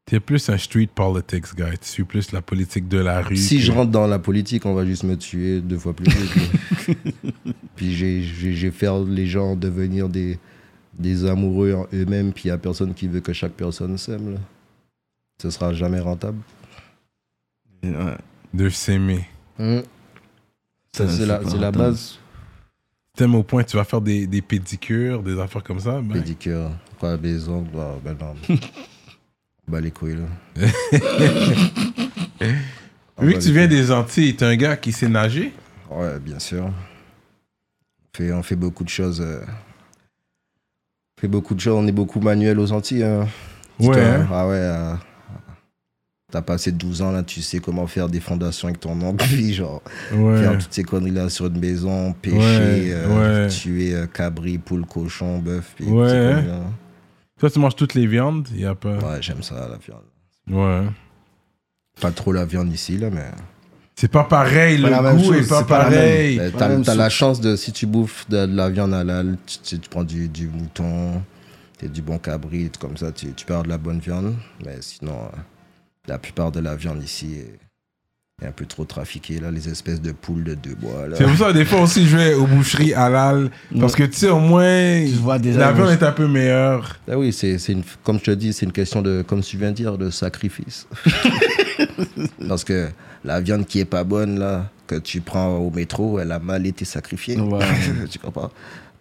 Speaker 3: Tu es plus un street politics guy. Tu suis plus la politique de la rue.
Speaker 4: Si
Speaker 3: que-
Speaker 4: je rentre dans la politique, on va juste me tuer deux fois plus vite. puis j'ai- j'ai j'ai faire les gens devenir des des amoureux en eux-mêmes, puis il y a personne qui veut que chaque personne s'aime. là. Ce sera jamais rentable.
Speaker 5: ouais.
Speaker 3: De s'aimer.
Speaker 4: Hmm. Ça,
Speaker 5: Ça,
Speaker 4: C'est
Speaker 5: c'est
Speaker 4: la,
Speaker 5: pas
Speaker 4: c'est la
Speaker 5: rentable.
Speaker 4: base.
Speaker 3: T'aimes au point, tu vas faire des, des pédicures, des affaires comme ça. ben,
Speaker 4: Pédicure, quoi, les ongles, ah, ben non. bah les couilles là.
Speaker 3: Vu
Speaker 4: Ah,
Speaker 3: que
Speaker 4: bah,
Speaker 3: tu
Speaker 4: les
Speaker 3: viens
Speaker 4: couilles.
Speaker 3: des Antilles, tu es un gars qui sait nager.
Speaker 4: Ouais, bien sûr. On fait, on fait beaucoup de choses. euh, On fait beaucoup de choses. On est beaucoup manuel aux Antilles. hein. Dis-toi,
Speaker 3: Ouais,
Speaker 4: hein.
Speaker 3: hein.
Speaker 4: Ah ouais. euh, T'as passé 12 ans là, tu sais comment faire des fondations avec ton oncle, puis genre
Speaker 3: Ouais.
Speaker 4: faire toutes ces conneries là sur une maison, pêcher,
Speaker 3: Ouais,
Speaker 4: euh,
Speaker 3: ouais.
Speaker 4: tuer euh, cabri, poule, cochon, bœuf, puis
Speaker 3: Ouais. hein.
Speaker 4: toutes ces conneries-là.
Speaker 3: Toi, tu manges toutes les viandes. Il y a pas.
Speaker 4: Ouais, j'aime ça la viande.
Speaker 3: Ouais.
Speaker 4: Pas trop la viande ici là, mais.
Speaker 3: C'est pas pareil.
Speaker 5: Pas la
Speaker 3: le
Speaker 5: même
Speaker 3: goût
Speaker 5: chose,
Speaker 3: est pas
Speaker 5: c'est pas la
Speaker 3: pareil.
Speaker 4: Euh,
Speaker 5: Ouais,
Speaker 4: T'as
Speaker 5: même
Speaker 4: t'as
Speaker 5: chose.
Speaker 4: la chance de, si tu bouffes de, de la viande halal, tu, tu- tu prends du, du mouton, t'es du bon cabri, tout comme ça, tu, tu peux avoir de la bonne viande. Mais sinon, euh, la plupart de la viande ici est, est un peu trop trafiquée. Là, les espèces de poules de deux bois. Là.
Speaker 3: C'est pour ça, des fois aussi, je vais aux boucheries halal. Parce que, tu sais, au moins,
Speaker 5: Tu vois déjà
Speaker 3: la
Speaker 5: les
Speaker 3: viande
Speaker 5: bouches.
Speaker 3: est un peu meilleure.
Speaker 4: Ah oui, c'est c'est une, comme je te dis, c'est une question de, comme tu viens de dire, de sacrifice. Parce que la viande qui est pas bonne, là, que tu prends au métro, elle a mal été sacrifiée.
Speaker 5: Ouais.
Speaker 4: tu comprends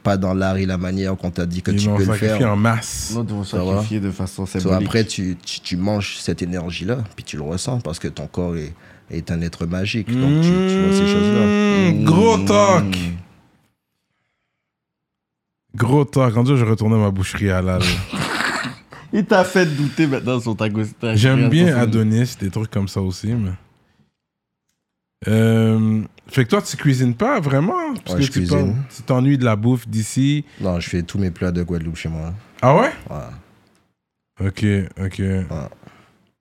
Speaker 4: Pas dans l'art et la manière qu'on t'a dit que
Speaker 3: Ils
Speaker 4: tu
Speaker 3: l'ont
Speaker 4: peux le
Speaker 3: sacrifié
Speaker 4: faire.
Speaker 3: en masse.
Speaker 5: L'autre vont
Speaker 4: Ça va.
Speaker 5: sacrifier de façon
Speaker 4: So,
Speaker 5: symbolique.
Speaker 4: après, tu, tu, tu manges cette énergie-là, puis tu le ressens parce que ton corps est, est un être magique. Mmh. Donc, tu, tu vois ces choses-là.
Speaker 3: Mmh, Gros talk. Gros talk. Quand je retournais à ma boucherie halal.
Speaker 5: Il t'a fait douter maintenant sur ta gauche.
Speaker 3: J'aime bien Adonis, des trucs comme ça aussi. Mais... Euh, fait que toi, tu cuisines pas vraiment Parce
Speaker 4: Ouais,
Speaker 3: que
Speaker 4: je
Speaker 3: tu
Speaker 4: cuisine.
Speaker 3: parles- tu t'ennuies de la bouffe d'ici.
Speaker 4: Non, je fais tous mes plats de Guadeloupe chez moi.
Speaker 3: Ah ouais
Speaker 4: Voilà.
Speaker 3: Ok, ok.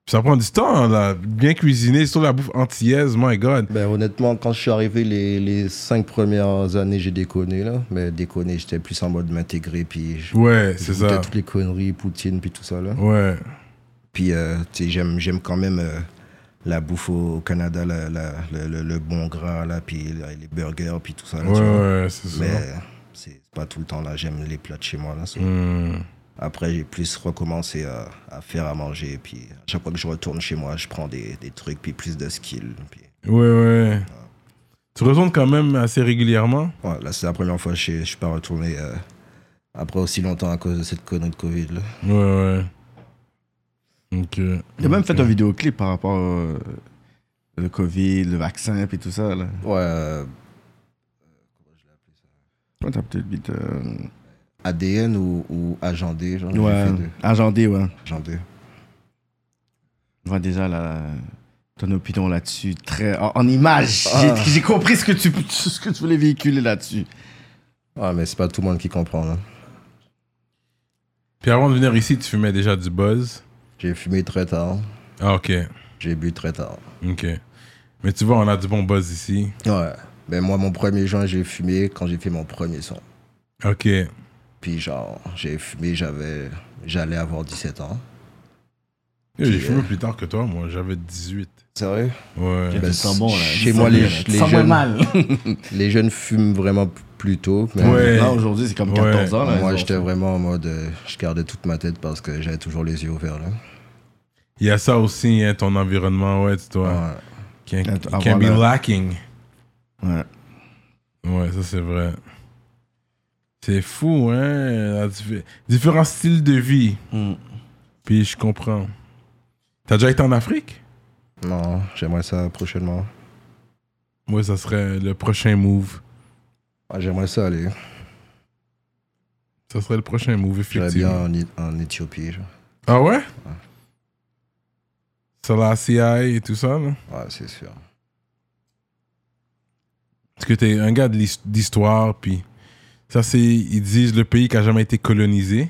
Speaker 3: Ça prend du temps, là. Bien cuisiner, sur la bouffe antillaise, my god.
Speaker 4: Ben, honnêtement, quand je suis arrivé les, les cinq premières années, j'ai déconné. Là. Mais déconné, j'étais plus en mode m'intégrer, puis je
Speaker 3: Ouais,
Speaker 4: je
Speaker 3: c'est
Speaker 4: goûtais
Speaker 3: ça.
Speaker 4: toutes les conneries, Poutine, puis tout ça. Là.
Speaker 3: Ouais.
Speaker 4: Puis, euh, tu sais, j'aime, j'aime quand même euh, la bouffe au au Canada, la- la- le, le- le bon gras, là, puis là, les burgers, puis tout ça. là,
Speaker 3: Ouais,
Speaker 4: tu vois.
Speaker 3: ouais, c'est ça.
Speaker 4: Mais euh, c'est pas tout le temps là, j'aime les plats de chez moi. Là,
Speaker 5: Mm.
Speaker 4: ça.
Speaker 3: Hmm.
Speaker 4: Après, j'ai plus recommencé à, à faire à manger. Puis à chaque fois que je retourne chez moi, je prends des, des trucs, puis plus de skills. Puis,
Speaker 3: Ouais, ouais. Tu retournes quand même assez régulièrement
Speaker 4: ouais, là, c'est la première fois que je je suis pas retourné euh, Après aussi longtemps à cause de cette connerie de Covid. Là.
Speaker 7: Ouais, ouais. Ok.
Speaker 5: Il a même fait un vidéoclip par rapport au le Covid, le vaccin, puis tout ça. Là.
Speaker 4: Ouais, euh,
Speaker 5: Ouais, t'as peut-être vite. euh,
Speaker 4: ADN ou, ou Agent D, genre. j'ai
Speaker 5: Ouais,
Speaker 4: fait deux.
Speaker 5: agendé, ouais.
Speaker 4: Agent D.
Speaker 5: Je vois déjà la, ton opinion là-dessus, très en, en image.
Speaker 4: Ah.
Speaker 5: J'ai- J'ai compris ce que, tu, ce que tu voulais véhiculer là-dessus.
Speaker 4: Ouais, mais c'est pas tout le monde qui comprend. Là.
Speaker 3: Puis avant de venir ici, tu fumais déjà du buzz.
Speaker 4: J'ai fumé très tard,
Speaker 3: Ah, ok.
Speaker 4: j'ai bu très tard.
Speaker 3: Ok. Mais tu vois, on a du bon buzz ici.
Speaker 4: Ouais. Mais moi, mon premier joint, j'ai fumé quand j'ai fait mon premier son.
Speaker 3: Ok.
Speaker 4: Puis genre, j'ai fumé, j'avais, j'allais avoir 17 ans.
Speaker 3: J'ai fumé plus tard que toi, moi. J'avais 18.
Speaker 4: Sérieux
Speaker 3: Ouais.
Speaker 4: Ben,
Speaker 5: tu te sens bon, là.
Speaker 4: Chez
Speaker 5: Tu
Speaker 4: moi,
Speaker 5: sens
Speaker 4: les,
Speaker 5: bien, là. Tu
Speaker 4: les
Speaker 5: sens moins
Speaker 4: jeunes,
Speaker 5: mal.
Speaker 4: les jeunes fument vraiment p- plus tôt. Mais
Speaker 3: Ouais.
Speaker 5: Maintenant, aujourd'hui, c'est comme 14 ans. Là,
Speaker 4: moi,
Speaker 5: ils ont-
Speaker 4: j'étais vraiment en mode, euh, je gardais toute ma tête parce que j'avais toujours les yeux ouverts. Là.
Speaker 3: Il y a ça aussi, hein, ton environnement, ouais, tu vois.
Speaker 4: Ouais.
Speaker 3: Can,
Speaker 5: Avoir
Speaker 3: can be
Speaker 5: la-
Speaker 3: lacking.
Speaker 5: Ouais.
Speaker 3: Ouais, ça c'est vrai. C'est fou, hein? la diffé- Différents styles de vie. Puis je comprends. T'as déjà été en Afrique?
Speaker 4: Non, j'aimerais ça prochainement.
Speaker 3: Moi, ça serait le prochain move.
Speaker 4: Ah, j'aimerais ça aller.
Speaker 3: Ça serait le prochain move,
Speaker 4: J'aimerais bien
Speaker 3: effectivement.
Speaker 4: en, I- en Éthiopie. genre.
Speaker 3: Ah ouais? Selassie et tout ça, là?
Speaker 4: Ouais, c'est sûr.
Speaker 3: Parce que t'es un gars de l'his- d'histoire, puis ça, c'est, ils disent, le pays qui a jamais été colonisé.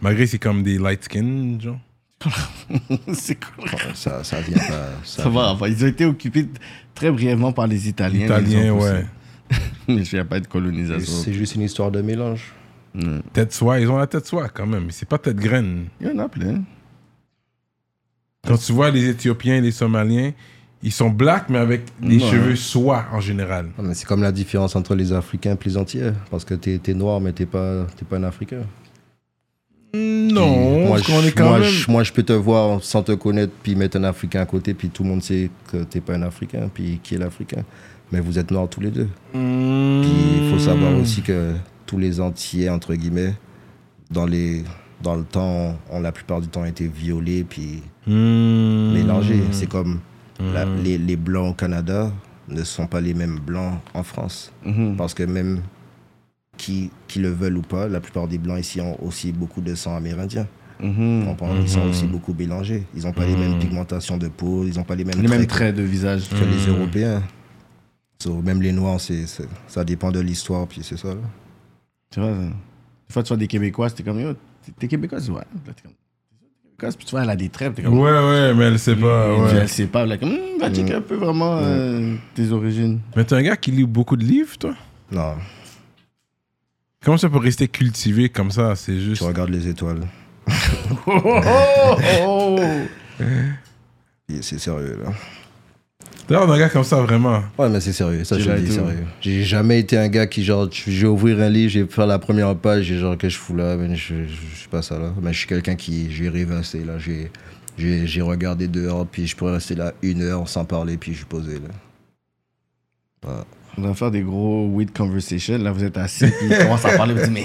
Speaker 3: Malgré c'est comme des light skin, genre.
Speaker 5: c'est cool.
Speaker 4: Ça, ça vient pas. Ça,
Speaker 5: Ça va, enfin, ils ont été occupés t- très brièvement par les Italiens. les
Speaker 3: Italien,
Speaker 5: ont poussés.
Speaker 3: ouais.
Speaker 5: Mais je viens pas de
Speaker 4: vient.
Speaker 5: colonisation.
Speaker 4: C'est juste une histoire de mélange.
Speaker 3: Tête soie, ils ont la tête soie quand même, mais c'est pas tête graine.
Speaker 5: Il y en a plein.
Speaker 3: Quand tu vois les Éthiopiens et les Somaliens, ils sont blacks, mais avec des
Speaker 5: Ouais.
Speaker 3: cheveux soie en général.
Speaker 4: Non, mais c'est comme la différence entre les Africains et les Antillais. Parce que t'es es noir, mais t'es pas, t'es pas un Africain.
Speaker 3: Hmm, Non,
Speaker 4: moi,
Speaker 3: parce qu'on
Speaker 4: je-
Speaker 3: est quand
Speaker 4: moi,
Speaker 3: même.
Speaker 4: je- moi, je peux te voir sans te connaître, puis mettre un Africain à côté, puis tout le monde sait que t'es pas un Africain, puis qui est l'Africain. Mais vous êtes noirs tous les deux.
Speaker 3: Hmm.
Speaker 4: Puis il faut savoir aussi que tous les Antillais, entre guillemets, dans, les, dans le temps, ont la plupart du temps été violés, puis
Speaker 3: Hmm.
Speaker 4: mélangés. C'est comme la-
Speaker 3: Mmh.
Speaker 4: les, les Blancs au Canada ne sont pas les mêmes Blancs en France.
Speaker 3: Mmh.
Speaker 4: Parce que même qui, qui le veulent ou pas, la plupart des Blancs ici ont aussi beaucoup de sang amérindien. Tu
Speaker 3: Mhm.
Speaker 4: comprends Ils
Speaker 5: Mhm.
Speaker 4: sont aussi beaucoup mélangés. Ils n'ont pas les mêmes pigmentations de peau, ils n'ont pas les mêmes
Speaker 5: Les mêmes
Speaker 4: traits
Speaker 5: traits Mhm. de visage.
Speaker 4: que les Européens. So, même les Noirs, c'est c'est- ça dépend de l'histoire, puis c'est ça. là.
Speaker 5: Tu vois, ça. des fois, tu vois des Québécois, c'était comme, yo, t'es- t'es Québécois, ouais. Là, t'es comme, Québécois, puis tu vois, elle a des traits, t'es comme,
Speaker 3: Ouais, ouais, mais elle sait pas.
Speaker 5: Et puis,
Speaker 3: ouais.
Speaker 5: elle sait pas, là, comme, Hum, va checker un peu vraiment euh, tes origines.
Speaker 3: Mais t'es un gars qui lit beaucoup de livres, toi
Speaker 4: Non,
Speaker 3: Comment ça peut rester cultivé comme ça C'est juste.
Speaker 4: tu regardes les étoiles.
Speaker 5: Oh, oh, oh, oh.
Speaker 4: Et C'est sérieux, là.
Speaker 3: D'ailleurs, un gars comme ça, vraiment.
Speaker 4: Ouais, mais c'est sérieux, ça
Speaker 5: Tu
Speaker 4: je
Speaker 5: l'as
Speaker 4: le dis,
Speaker 5: dit,
Speaker 4: sérieux. J'ai jamais été un gars qui, genre, tu- je vais ouvrir un livre, je vais faire la première page, et genre, que je fous là, mais je, je, je suis pas ça là. Mais je suis quelqu'un qui, j'ai rêvassé là, j'ai, j'ai, j'ai regardé dehors, puis je pourrais rester là une heure sans parler, puis je suis posé là.
Speaker 5: On va faire des gros weed conversations. Là, vous êtes assis, puis ils commencent à parler. Vous dites, mais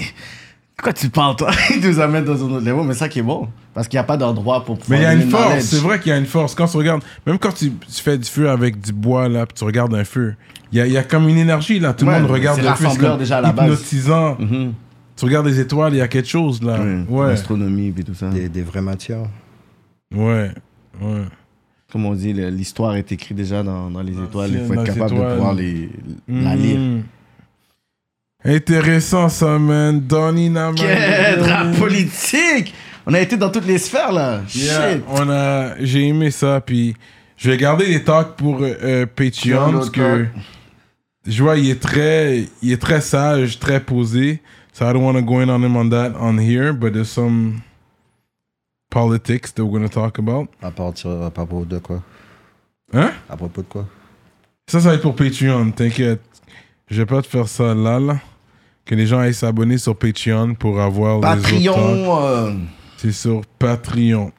Speaker 5: pourquoi tu parles, toi Ils nous amènent dans un autre niveau. Mais ça qui est bon. Parce qu'il n'y a pas d'endroit pour pouvoir.
Speaker 3: Mais il y a
Speaker 5: donner
Speaker 3: une
Speaker 5: le
Speaker 3: force,
Speaker 5: knowledge.
Speaker 3: c'est vrai qu'il y a une force. Quand tu regardes, même quand tu, tu fais du feu avec du bois, là, puis tu regardes un feu, il y a, il y a comme une énergie, là. Tout le
Speaker 5: Ouais,
Speaker 3: monde regarde
Speaker 5: c'est
Speaker 3: le feu.
Speaker 5: rassembleur
Speaker 3: comme
Speaker 5: déjà à la base.
Speaker 3: Hypnotisant.
Speaker 5: Mhm.
Speaker 3: Tu regardes les étoiles, il y a quelque chose, là.
Speaker 5: Ouais.
Speaker 3: Ah, Ouais.
Speaker 5: L'astronomie, puis tout ça.
Speaker 4: Des, des vraies matières.
Speaker 3: Ouais. Ouais.
Speaker 5: Comme on dit, le- l'histoire est écrite déjà dans, dans les étoiles. Il faut
Speaker 3: Ah, dans
Speaker 5: être
Speaker 3: les
Speaker 5: capable
Speaker 3: étoiles.
Speaker 5: de pouvoir les, la lire.
Speaker 3: Hmm. Intéressant, ça, man. Donnie Naman.
Speaker 5: Quelle rap politique On a été dans toutes les sphères, là.
Speaker 3: Yeah,
Speaker 5: Shit.
Speaker 3: on a, j'ai aimé ça, puis je vais garder les talks pour euh, euh,
Speaker 5: Garde
Speaker 3: Patreon
Speaker 5: le
Speaker 3: parce que
Speaker 5: talk.
Speaker 3: je vois il est très, il est très sage, très posé. So I don't want to go in on him on that on here, but there's some politics that we're going to talk about.
Speaker 4: À partir, à propos de quoi
Speaker 3: Hein?
Speaker 4: À propos de quoi
Speaker 3: Ça, ça va être pour Patreon, t'inquiète. Je vais pas te faire ça là, là. Que les gens aillent s'abonner sur Patreon pour avoir les autres talks.
Speaker 5: Patreon. euh,
Speaker 3: C'est sur Patreon.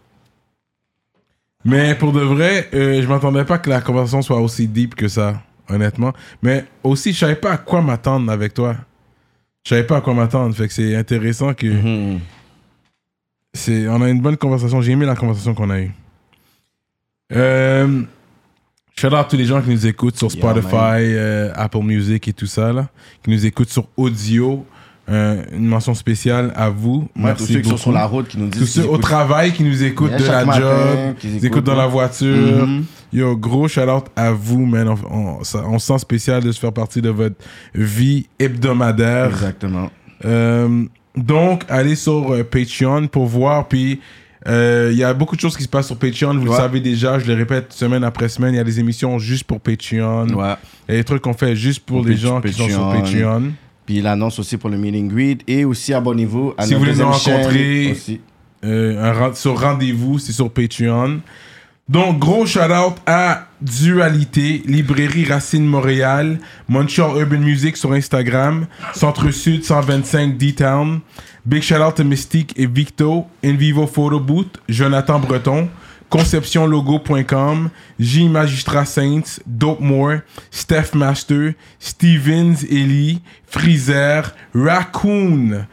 Speaker 3: Mais pour de vrai, euh, je m'attendais pas que la conversation soit aussi deep que ça, honnêtement. Mais aussi, je savais pas à quoi m'attendre avec toi. Je savais pas à quoi m'attendre. Fait que c'est intéressant que.
Speaker 5: euh, Mhm.
Speaker 3: C'est, on a une bonne conversation. J'ai aimé la conversation qu'on a eue. Euh, shout out à tous les gens qui nous écoutent sur Spotify, euh, Apple Music et tout ça, là, qui nous écoutent sur audio. Euh, une mention spéciale à vous.
Speaker 5: Ouais,
Speaker 3: Merci
Speaker 5: tous ceux qui sont
Speaker 3: beaucoup.
Speaker 5: sur la route qui nous disent.
Speaker 3: Tous ceux
Speaker 5: qu'ils
Speaker 3: au
Speaker 5: écoutent.
Speaker 3: travail qui nous écoutent
Speaker 5: Yeah,
Speaker 3: de la
Speaker 5: chaque matin,
Speaker 3: job,
Speaker 5: qu'ils
Speaker 3: qui nous
Speaker 5: écoutent,
Speaker 3: écoutent dans
Speaker 5: ouais.
Speaker 3: la voiture.
Speaker 5: Mhm.
Speaker 3: Yo, gros shout out à vous, man. On, on- ça- on se sent spécial de se faire partie de votre vie hebdomadaire.
Speaker 5: Exactement.
Speaker 3: Euh, donc, allez sur euh, Patreon pour voir. Puis, euh, il y a beaucoup de choses qui se passent sur Patreon. Vous le
Speaker 5: Ouais.
Speaker 3: savez déjà, je le répète semaine après semaine. Il y a des émissions juste pour Patreon. Il
Speaker 5: Ouais.
Speaker 3: y a des trucs qu'on fait juste pour
Speaker 5: Pour
Speaker 3: les
Speaker 5: Pat-
Speaker 3: gens qui sont sur
Speaker 5: Patreon.
Speaker 3: Patreon.
Speaker 5: Puis il annonce aussi pour le meeting greet. Et aussi, abonnez-vous à
Speaker 3: Si
Speaker 5: notre
Speaker 3: vous voulez nous
Speaker 5: deuxième chaîne
Speaker 3: rencontrer,
Speaker 5: aussi.
Speaker 3: Euh, un ren- sur rendez-vous, c'est sur Patreon. Donc, gros shout-out à Dualité, Librairie Racine Montréal, Montreal Urban Music sur Instagram, Centre-Sud 125 D-Town, Big shout-out à Mystique et Victo, In Vivo Photo Boot, Jonathan Breton, ConceptionLogo.com, J Magistrat Saints, Dope Moore, Steph Master, Stevens Ellie, Freezer, Raccoon,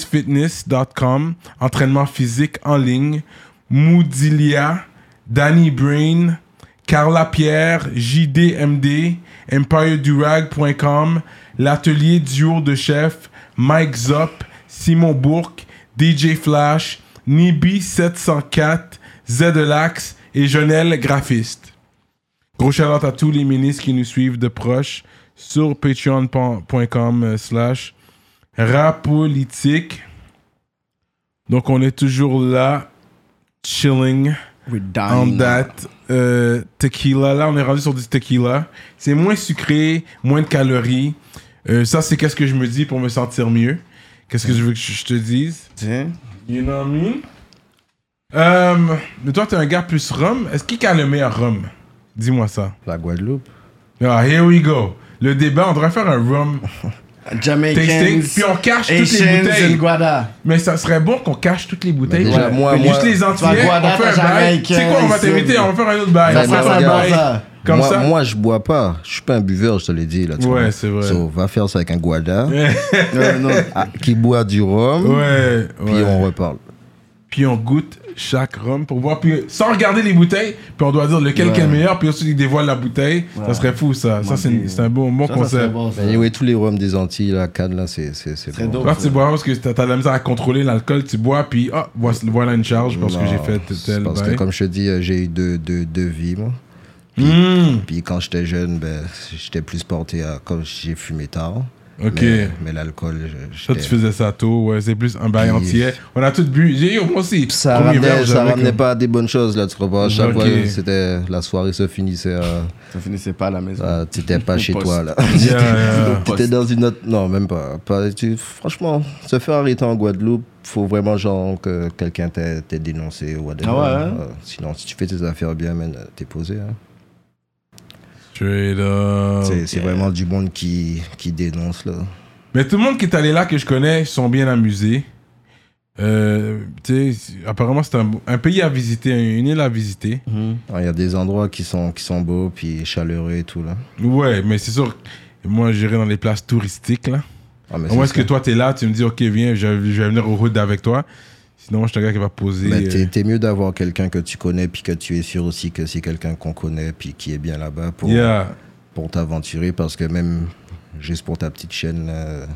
Speaker 3: sansfocusfitness.com, entraînement physique en ligne, Moodilia, Danny Brain, Carla Pierre, JDMD, EmpireDurag.com, l'atelier duo de chef, Mike Zop, Simon Bourque, DJ Flash, Nibi704, Zedelax et Jonel Graphiste. Gros shout à tous les ministres qui nous suivent de proche sur patreon.com euh, slash rapolitique. Donc on est toujours là, chilling,
Speaker 5: We're
Speaker 3: en
Speaker 5: dying.
Speaker 3: date. Euh, tequila, là on est rendu sur du tequila. C'est moins sucré, moins de calories. Euh, ça c'est qu'est-ce que je me dis pour me sentir mieux. Qu'est-ce que je veux que je je te dise
Speaker 5: Tu sais?
Speaker 3: You know what I mean? Euh, mais toi, t'es un gars plus rhum. Est-ce qui a le meilleur rhum? Dis-moi ça.
Speaker 4: La Guadeloupe.
Speaker 3: Ah, here we go. Le débat, on devrait faire un rhum
Speaker 5: Jamaicans.
Speaker 3: tasting, puis on cache toutes les
Speaker 5: Haitians et
Speaker 3: bouteilles.
Speaker 5: Guada.
Speaker 3: Mais ça serait bon qu'on cache toutes les bouteilles.
Speaker 4: Mais déjà,
Speaker 3: Ouais.
Speaker 4: moi,
Speaker 3: Mais
Speaker 4: moi-
Speaker 3: juste les
Speaker 5: vas
Speaker 3: Antillais, on
Speaker 5: boire
Speaker 3: fait un
Speaker 5: ta
Speaker 3: bail. Tu
Speaker 5: Jamaïcaine
Speaker 3: sais quoi, on va
Speaker 5: ici.
Speaker 3: t'inviter, on va faire un autre bail.
Speaker 4: Ça
Speaker 3: On va
Speaker 4: sera
Speaker 3: faire un
Speaker 4: ça,
Speaker 3: bail.
Speaker 5: ça.
Speaker 3: Comme
Speaker 4: moi,
Speaker 3: ça.
Speaker 4: moi, je bois pas. Je suis pas un buveur, je te l'ai dit. Là, tu
Speaker 3: Ouais,
Speaker 4: vois.
Speaker 3: c'est vrai.
Speaker 4: So, va faire ça avec un guada
Speaker 5: Euh, non.
Speaker 4: ah, qui boit du rhum,
Speaker 3: Ouais,
Speaker 4: puis
Speaker 3: ouais.
Speaker 4: on reparle.
Speaker 3: puis on goûte chaque rhum pour voir, puis sans regarder les bouteilles, puis on doit dire lequel qui est le meilleur, puis ensuite ils dévoilent la bouteille. Ça serait fou, ça. Ça, c'est une- c'est un bon, bon
Speaker 5: Ça, ça serait
Speaker 3: concept.
Speaker 5: bon, ça.
Speaker 4: Mais anyway, tous les rhums des Antilles, la canne, là, c'est c'est- c'est
Speaker 5: Très
Speaker 4: bon.
Speaker 5: dope.
Speaker 3: Quand tu bois parce que t'as t'as de la misère à contrôler l'alcool, tu bois, puis ah, voici- voilà une charge parce que
Speaker 4: Non,
Speaker 3: j'ai fait
Speaker 4: c'est
Speaker 3: tel
Speaker 4: Parce que,
Speaker 3: bail.
Speaker 4: comme je te dis, euh, j'ai eu deux, deux, deux vies, moi.
Speaker 3: Hmm,
Speaker 4: Puis quand j'étais jeune, ben, j'étais plus porté à. Comme j'ai fumé tard.
Speaker 3: Ok.
Speaker 4: Mais, mais l'alcool, je-
Speaker 3: Toi, tu
Speaker 4: j'étais.
Speaker 3: faisais ça tôt, ouais, c'est plus un bail
Speaker 4: Puis-
Speaker 3: entier. On a tout bu. J'ai eu moi aussi.
Speaker 4: Ça
Speaker 3: Premier
Speaker 4: ramenait,
Speaker 3: verre,
Speaker 4: ça
Speaker 3: j'avais
Speaker 4: ramenait
Speaker 3: comme-
Speaker 4: pas à des bonnes choses, là, tu comprends. À Chaque
Speaker 3: Ok.
Speaker 4: fois, c'était. La soirée se finissait à.
Speaker 5: Ça finissait pas à la maison.
Speaker 4: à- T'étais pas chez
Speaker 5: poste.
Speaker 4: toi, là.
Speaker 3: Yeah, yeah, yeah.
Speaker 4: T'étais dans une autre. Non, même pas. pas- tu- franchement, se faire arrêter en Guadeloupe, faut vraiment genre que quelqu'un t'ait t'ait dénoncé ou whatever.
Speaker 5: Ah ouais, hein?
Speaker 4: Euh, Sinon, si tu fais tes affaires bien, man, euh, t'es posé. hein.
Speaker 3: Straight up.
Speaker 4: C'est- C'est vraiment du monde qui, qui dénonce, là.
Speaker 3: Mais tout le monde qui est allé là que je connais ils sont bien amusés. Euh, tu sais, apparemment, c'est un, un pays à visiter, une île à visiter.
Speaker 4: Ah, Il y a des endroits qui sont, qui sont beaux, puis chaleureux et tout, là.
Speaker 3: Ouais, mais c'est sûr, que moi, j'irai dans les places touristiques, là.
Speaker 4: Ah, mais
Speaker 3: Au moins,
Speaker 4: c'est
Speaker 3: est-ce que
Speaker 4: ça.
Speaker 3: toi, t'es là, tu me dis, OK, viens, je, je vais venir au hood avec toi. Sinon, moi, je suis un gars qui va poser.
Speaker 4: Mais
Speaker 3: euh,
Speaker 4: Bah, t'es t'es mieux d'avoir quelqu'un que tu connais, puis que tu es sûr aussi que c'est quelqu'un qu'on connaît, puis qui est bien là-bas pour,
Speaker 3: yeah.
Speaker 4: pour t'aventurer, parce que même juste pour ta petite chaîne, euh,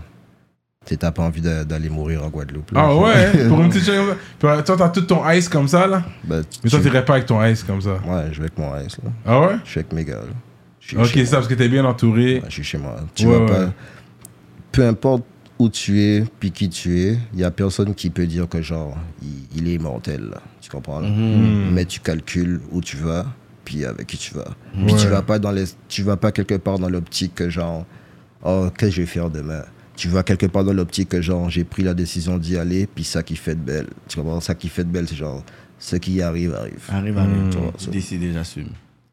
Speaker 4: t'es- t'as pas envie d'a- d'aller mourir en Guadeloupe. là.
Speaker 3: Ah ouais, pour une petite chose. comme ça. Toi, t'as tout ton ice comme ça, là.
Speaker 4: Bah, tu-
Speaker 3: Mais toi,
Speaker 4: tu-
Speaker 3: t'irais pas avec ton ice comme ça.
Speaker 4: Ouais, je vais avec mon ice, là.
Speaker 3: Ah ouais?
Speaker 4: Je suis avec mes gars, là. Je suis
Speaker 3: Ok,
Speaker 4: chez
Speaker 3: ça, parce que t'es bien entouré.
Speaker 4: moi. Ouais, Je suis chez moi. Tu
Speaker 3: Ouais,
Speaker 4: vois
Speaker 3: ouais.
Speaker 4: pas... Peu importe où tu es, puis qui tu es, il y a personne qui peut dire que, genre, il, il est immortel, là. Tu comprends, là?
Speaker 3: Mhm.
Speaker 4: Mais tu calcules où tu vas, puis avec qui tu vas. Puis tu
Speaker 3: Ouais.
Speaker 4: vas pas dans les... Tu vas pas quelque part dans l'optique que, genre... Oh, qu'est-ce que je vais faire demain Tu vas quelque part dans l'optique que, genre, j'ai pris la décision d'y aller, puis ça qui fait de belle. Tu comprends Ça qui fait de belle, c'est genre... Ce qui arrive, arrive.
Speaker 5: Arrive, arrive.
Speaker 4: Tu vois, ça-
Speaker 5: Décidé, j'assume.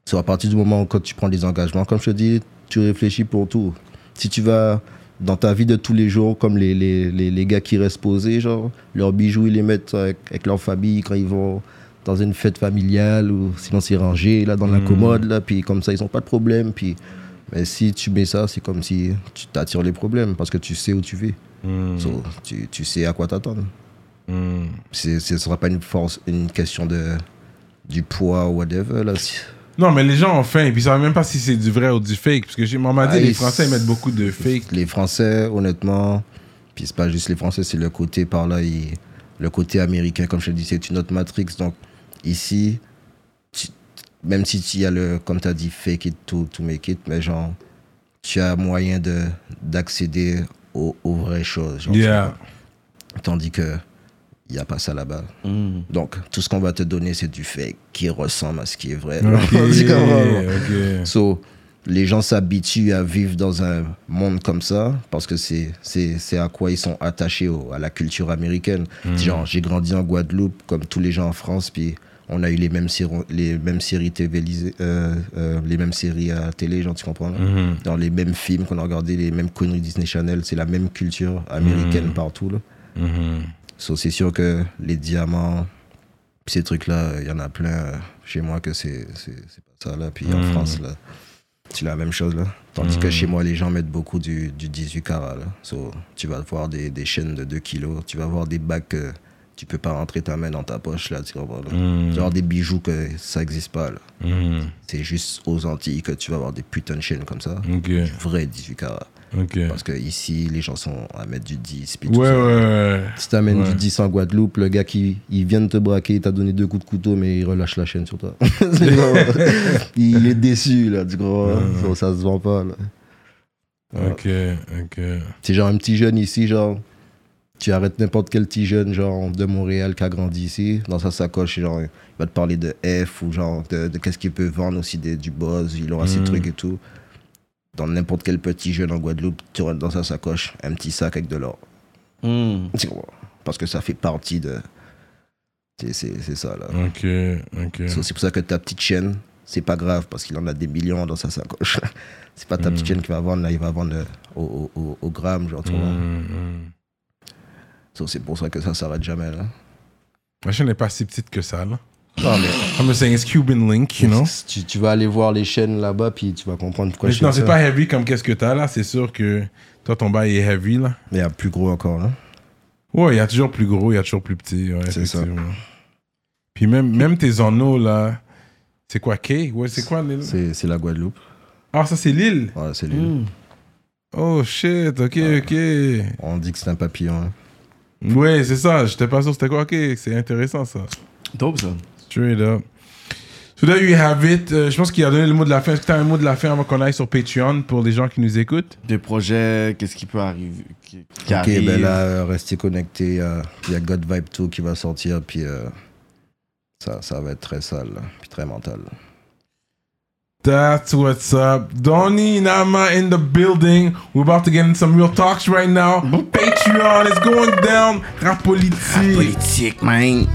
Speaker 4: c'est à partir du moment où quand tu prends des engagements, comme je te dis, tu réfléchis pour tout. Si tu vas dans ta vie de tous les jours, comme les, les, les, les gars qui restent posés, genre, leurs bijoux, ils les mettent avec, avec leur famille quand ils vont dans une fête familiale ou sinon c'est rangé là dans la commode là puis comme ça ils ont pas de problème puis Mais si tu mets ça, c'est comme si tu t'attires les problèmes parce que tu sais où tu vis. So, tu, tu sais à quoi t'attendre. C'est- Ce ne sera pas une force, une question de du poids ou whatever. Là. Si-
Speaker 3: Non, mais les gens ont faim, puis ils savent même pas si c'est du vrai ou du fake. Parce que j'ai- on m'a dit,
Speaker 4: Ah,
Speaker 3: les
Speaker 4: ils-
Speaker 3: Français, ils mettent beaucoup de fake.
Speaker 4: Les Français, honnêtement, puis c'est pas juste les Français, c'est le côté par là, il- le côté américain, comme je te dis, c'est une autre matrix. Donc ici, tu- même si tu y as le, comme tu as dit, fake it to, to make it, mais genre, tu as moyen de- d'accéder aux, aux vraies choses. genre, tu
Speaker 3: Yeah.
Speaker 4: vois. Tandis que il n'y a pas ça là-bas. Donc tout ce qu'on va te donner, c'est du fake qui ressemble à ce qui est vrai. Tu comprends?
Speaker 3: ok.
Speaker 4: So, les gens s'habituent à vivre dans un monde comme ça parce que c'est c'est c'est à quoi ils sont attachés au- à la culture américaine. Genre, j'ai grandi en Guadeloupe comme tous les gens en France, puis on a eu les mêmes séro- les mêmes séries télévisées, euh, euh, les mêmes séries à télé, genre tu comprends là? Dans les mêmes films qu'on a regardé, les mêmes conneries Disney Channel, c'est la même culture américaine partout là. So, c'est sûr que les diamants, ces trucs-là, il y en a plein euh, chez moi que c'est c'est- c'est pas ça, là. Puis
Speaker 7: Hmm.
Speaker 4: en France, là, c'est la même chose, là. Tandis que chez moi, les gens mettent beaucoup du, du 18 carats, là. So, tu vas voir des, des chaînes de 2 kilos, tu vas voir des bacs que tu peux pas rentrer ta main dans ta poche, là, tu comprends, là.
Speaker 7: Hmm.
Speaker 4: Tu vas voir des bijoux que ça existe pas, là. C'est juste aux Antilles que tu vas avoir des putains de chaînes comme ça.
Speaker 7: Ok.
Speaker 4: Du vrai 18 carats.
Speaker 7: Ok.
Speaker 4: Parce que ici, les gens sont à mettre du 10, puis
Speaker 7: Ouais,
Speaker 4: tout
Speaker 7: ouais,
Speaker 4: ça.
Speaker 7: ouais.
Speaker 4: Si t'amènes
Speaker 7: Ouais.
Speaker 4: du 10 en Guadeloupe, le gars qui il vient de te braquer, il t'a donné deux coups de couteau, mais il relâche la chaîne sur toi. C'est genre, il est déçu, là, du gros. Ça, ça se vend pas, là.
Speaker 7: Ok, ok.
Speaker 4: C'est genre un petit jeune ici, genre, tu arrêtes n'importe quel petit jeune, genre, de Montréal qui a grandi ici, dans sa sacoche, genre, il va te parler de F ou genre, de, de qu'est-ce qu'il peut vendre aussi, des- du buzz, il aura ses trucs et tout. Dans n'importe quel petit jeune en Guadeloupe, tu auras dans sa sacoche un petit sac avec de l'or. Tu comprends? Parce que ça fait partie de. C'est, c'est- c'est ça, là.
Speaker 7: Ok, ok.
Speaker 4: So, c'est pour ça que ta petite chaîne, c'est pas grave, parce qu'il en a des millions dans sa sacoche. c'est pas ta petite chaîne qui va vendre, là, il va vendre euh, au, au- au- au gramme, genre,
Speaker 3: Mhm,
Speaker 4: tu vois.
Speaker 7: Mm, mm.
Speaker 4: So, c'est pour ça que ça s'arrête jamais, là.
Speaker 3: Ma chaîne n'est pas si petite que ça, là.
Speaker 4: Non, mais
Speaker 3: I'm saying it's Cuban Link, you know?
Speaker 4: tu, tu vas aller voir les chaînes là-bas, puis tu vas comprendre pourquoi
Speaker 3: Mais
Speaker 4: je
Speaker 3: non,
Speaker 4: fais
Speaker 3: c'est
Speaker 4: ça.
Speaker 3: pas heavy comme qu'est-ce que t'as là. C'est sûr que toi, ton bail est heavy là.
Speaker 4: Mais il y a plus gros encore, là.
Speaker 3: Ouais, il y a toujours plus gros, il y a toujours plus petit. Ouais,
Speaker 4: C'est ça.
Speaker 3: effectivement. Puis même, même tes anneaux là, c'est quoi, K? Ouais, c'est quoi l'île?
Speaker 4: C'est, c'est la Guadeloupe.
Speaker 3: Ah, ça, c'est l'île?
Speaker 4: Ouais, c'est l'île.
Speaker 3: Oh shit, ok, ok.
Speaker 4: On dit que c'est un papillon. hein.
Speaker 3: Ouais, c'est ça, j'étais pas sûr c'était quoi, ok. C'est intéressant ça.
Speaker 5: Dope, ça.
Speaker 3: Straight up. So there you have it. Euh, je pense qu'il a donné le mot de la fin. Est-ce que t'as un mot de la fin avant qu'on aille sur Patreon pour les gens qui nous écoutent?
Speaker 5: Des projets, qu'est-ce qui peut arriver qui,
Speaker 4: Ok,
Speaker 5: qui arrive.
Speaker 4: ben là, euh, restez connectés. euh, Il y a God Vibe 2 qui va sortir, puis euh, ça, ça va être très sale, là, puis très mental.
Speaker 3: That's what's up. Donnie Nama in the building. We're about to get in some real talks right now. Patreon is going down. Rap politique.
Speaker 5: Politique, man.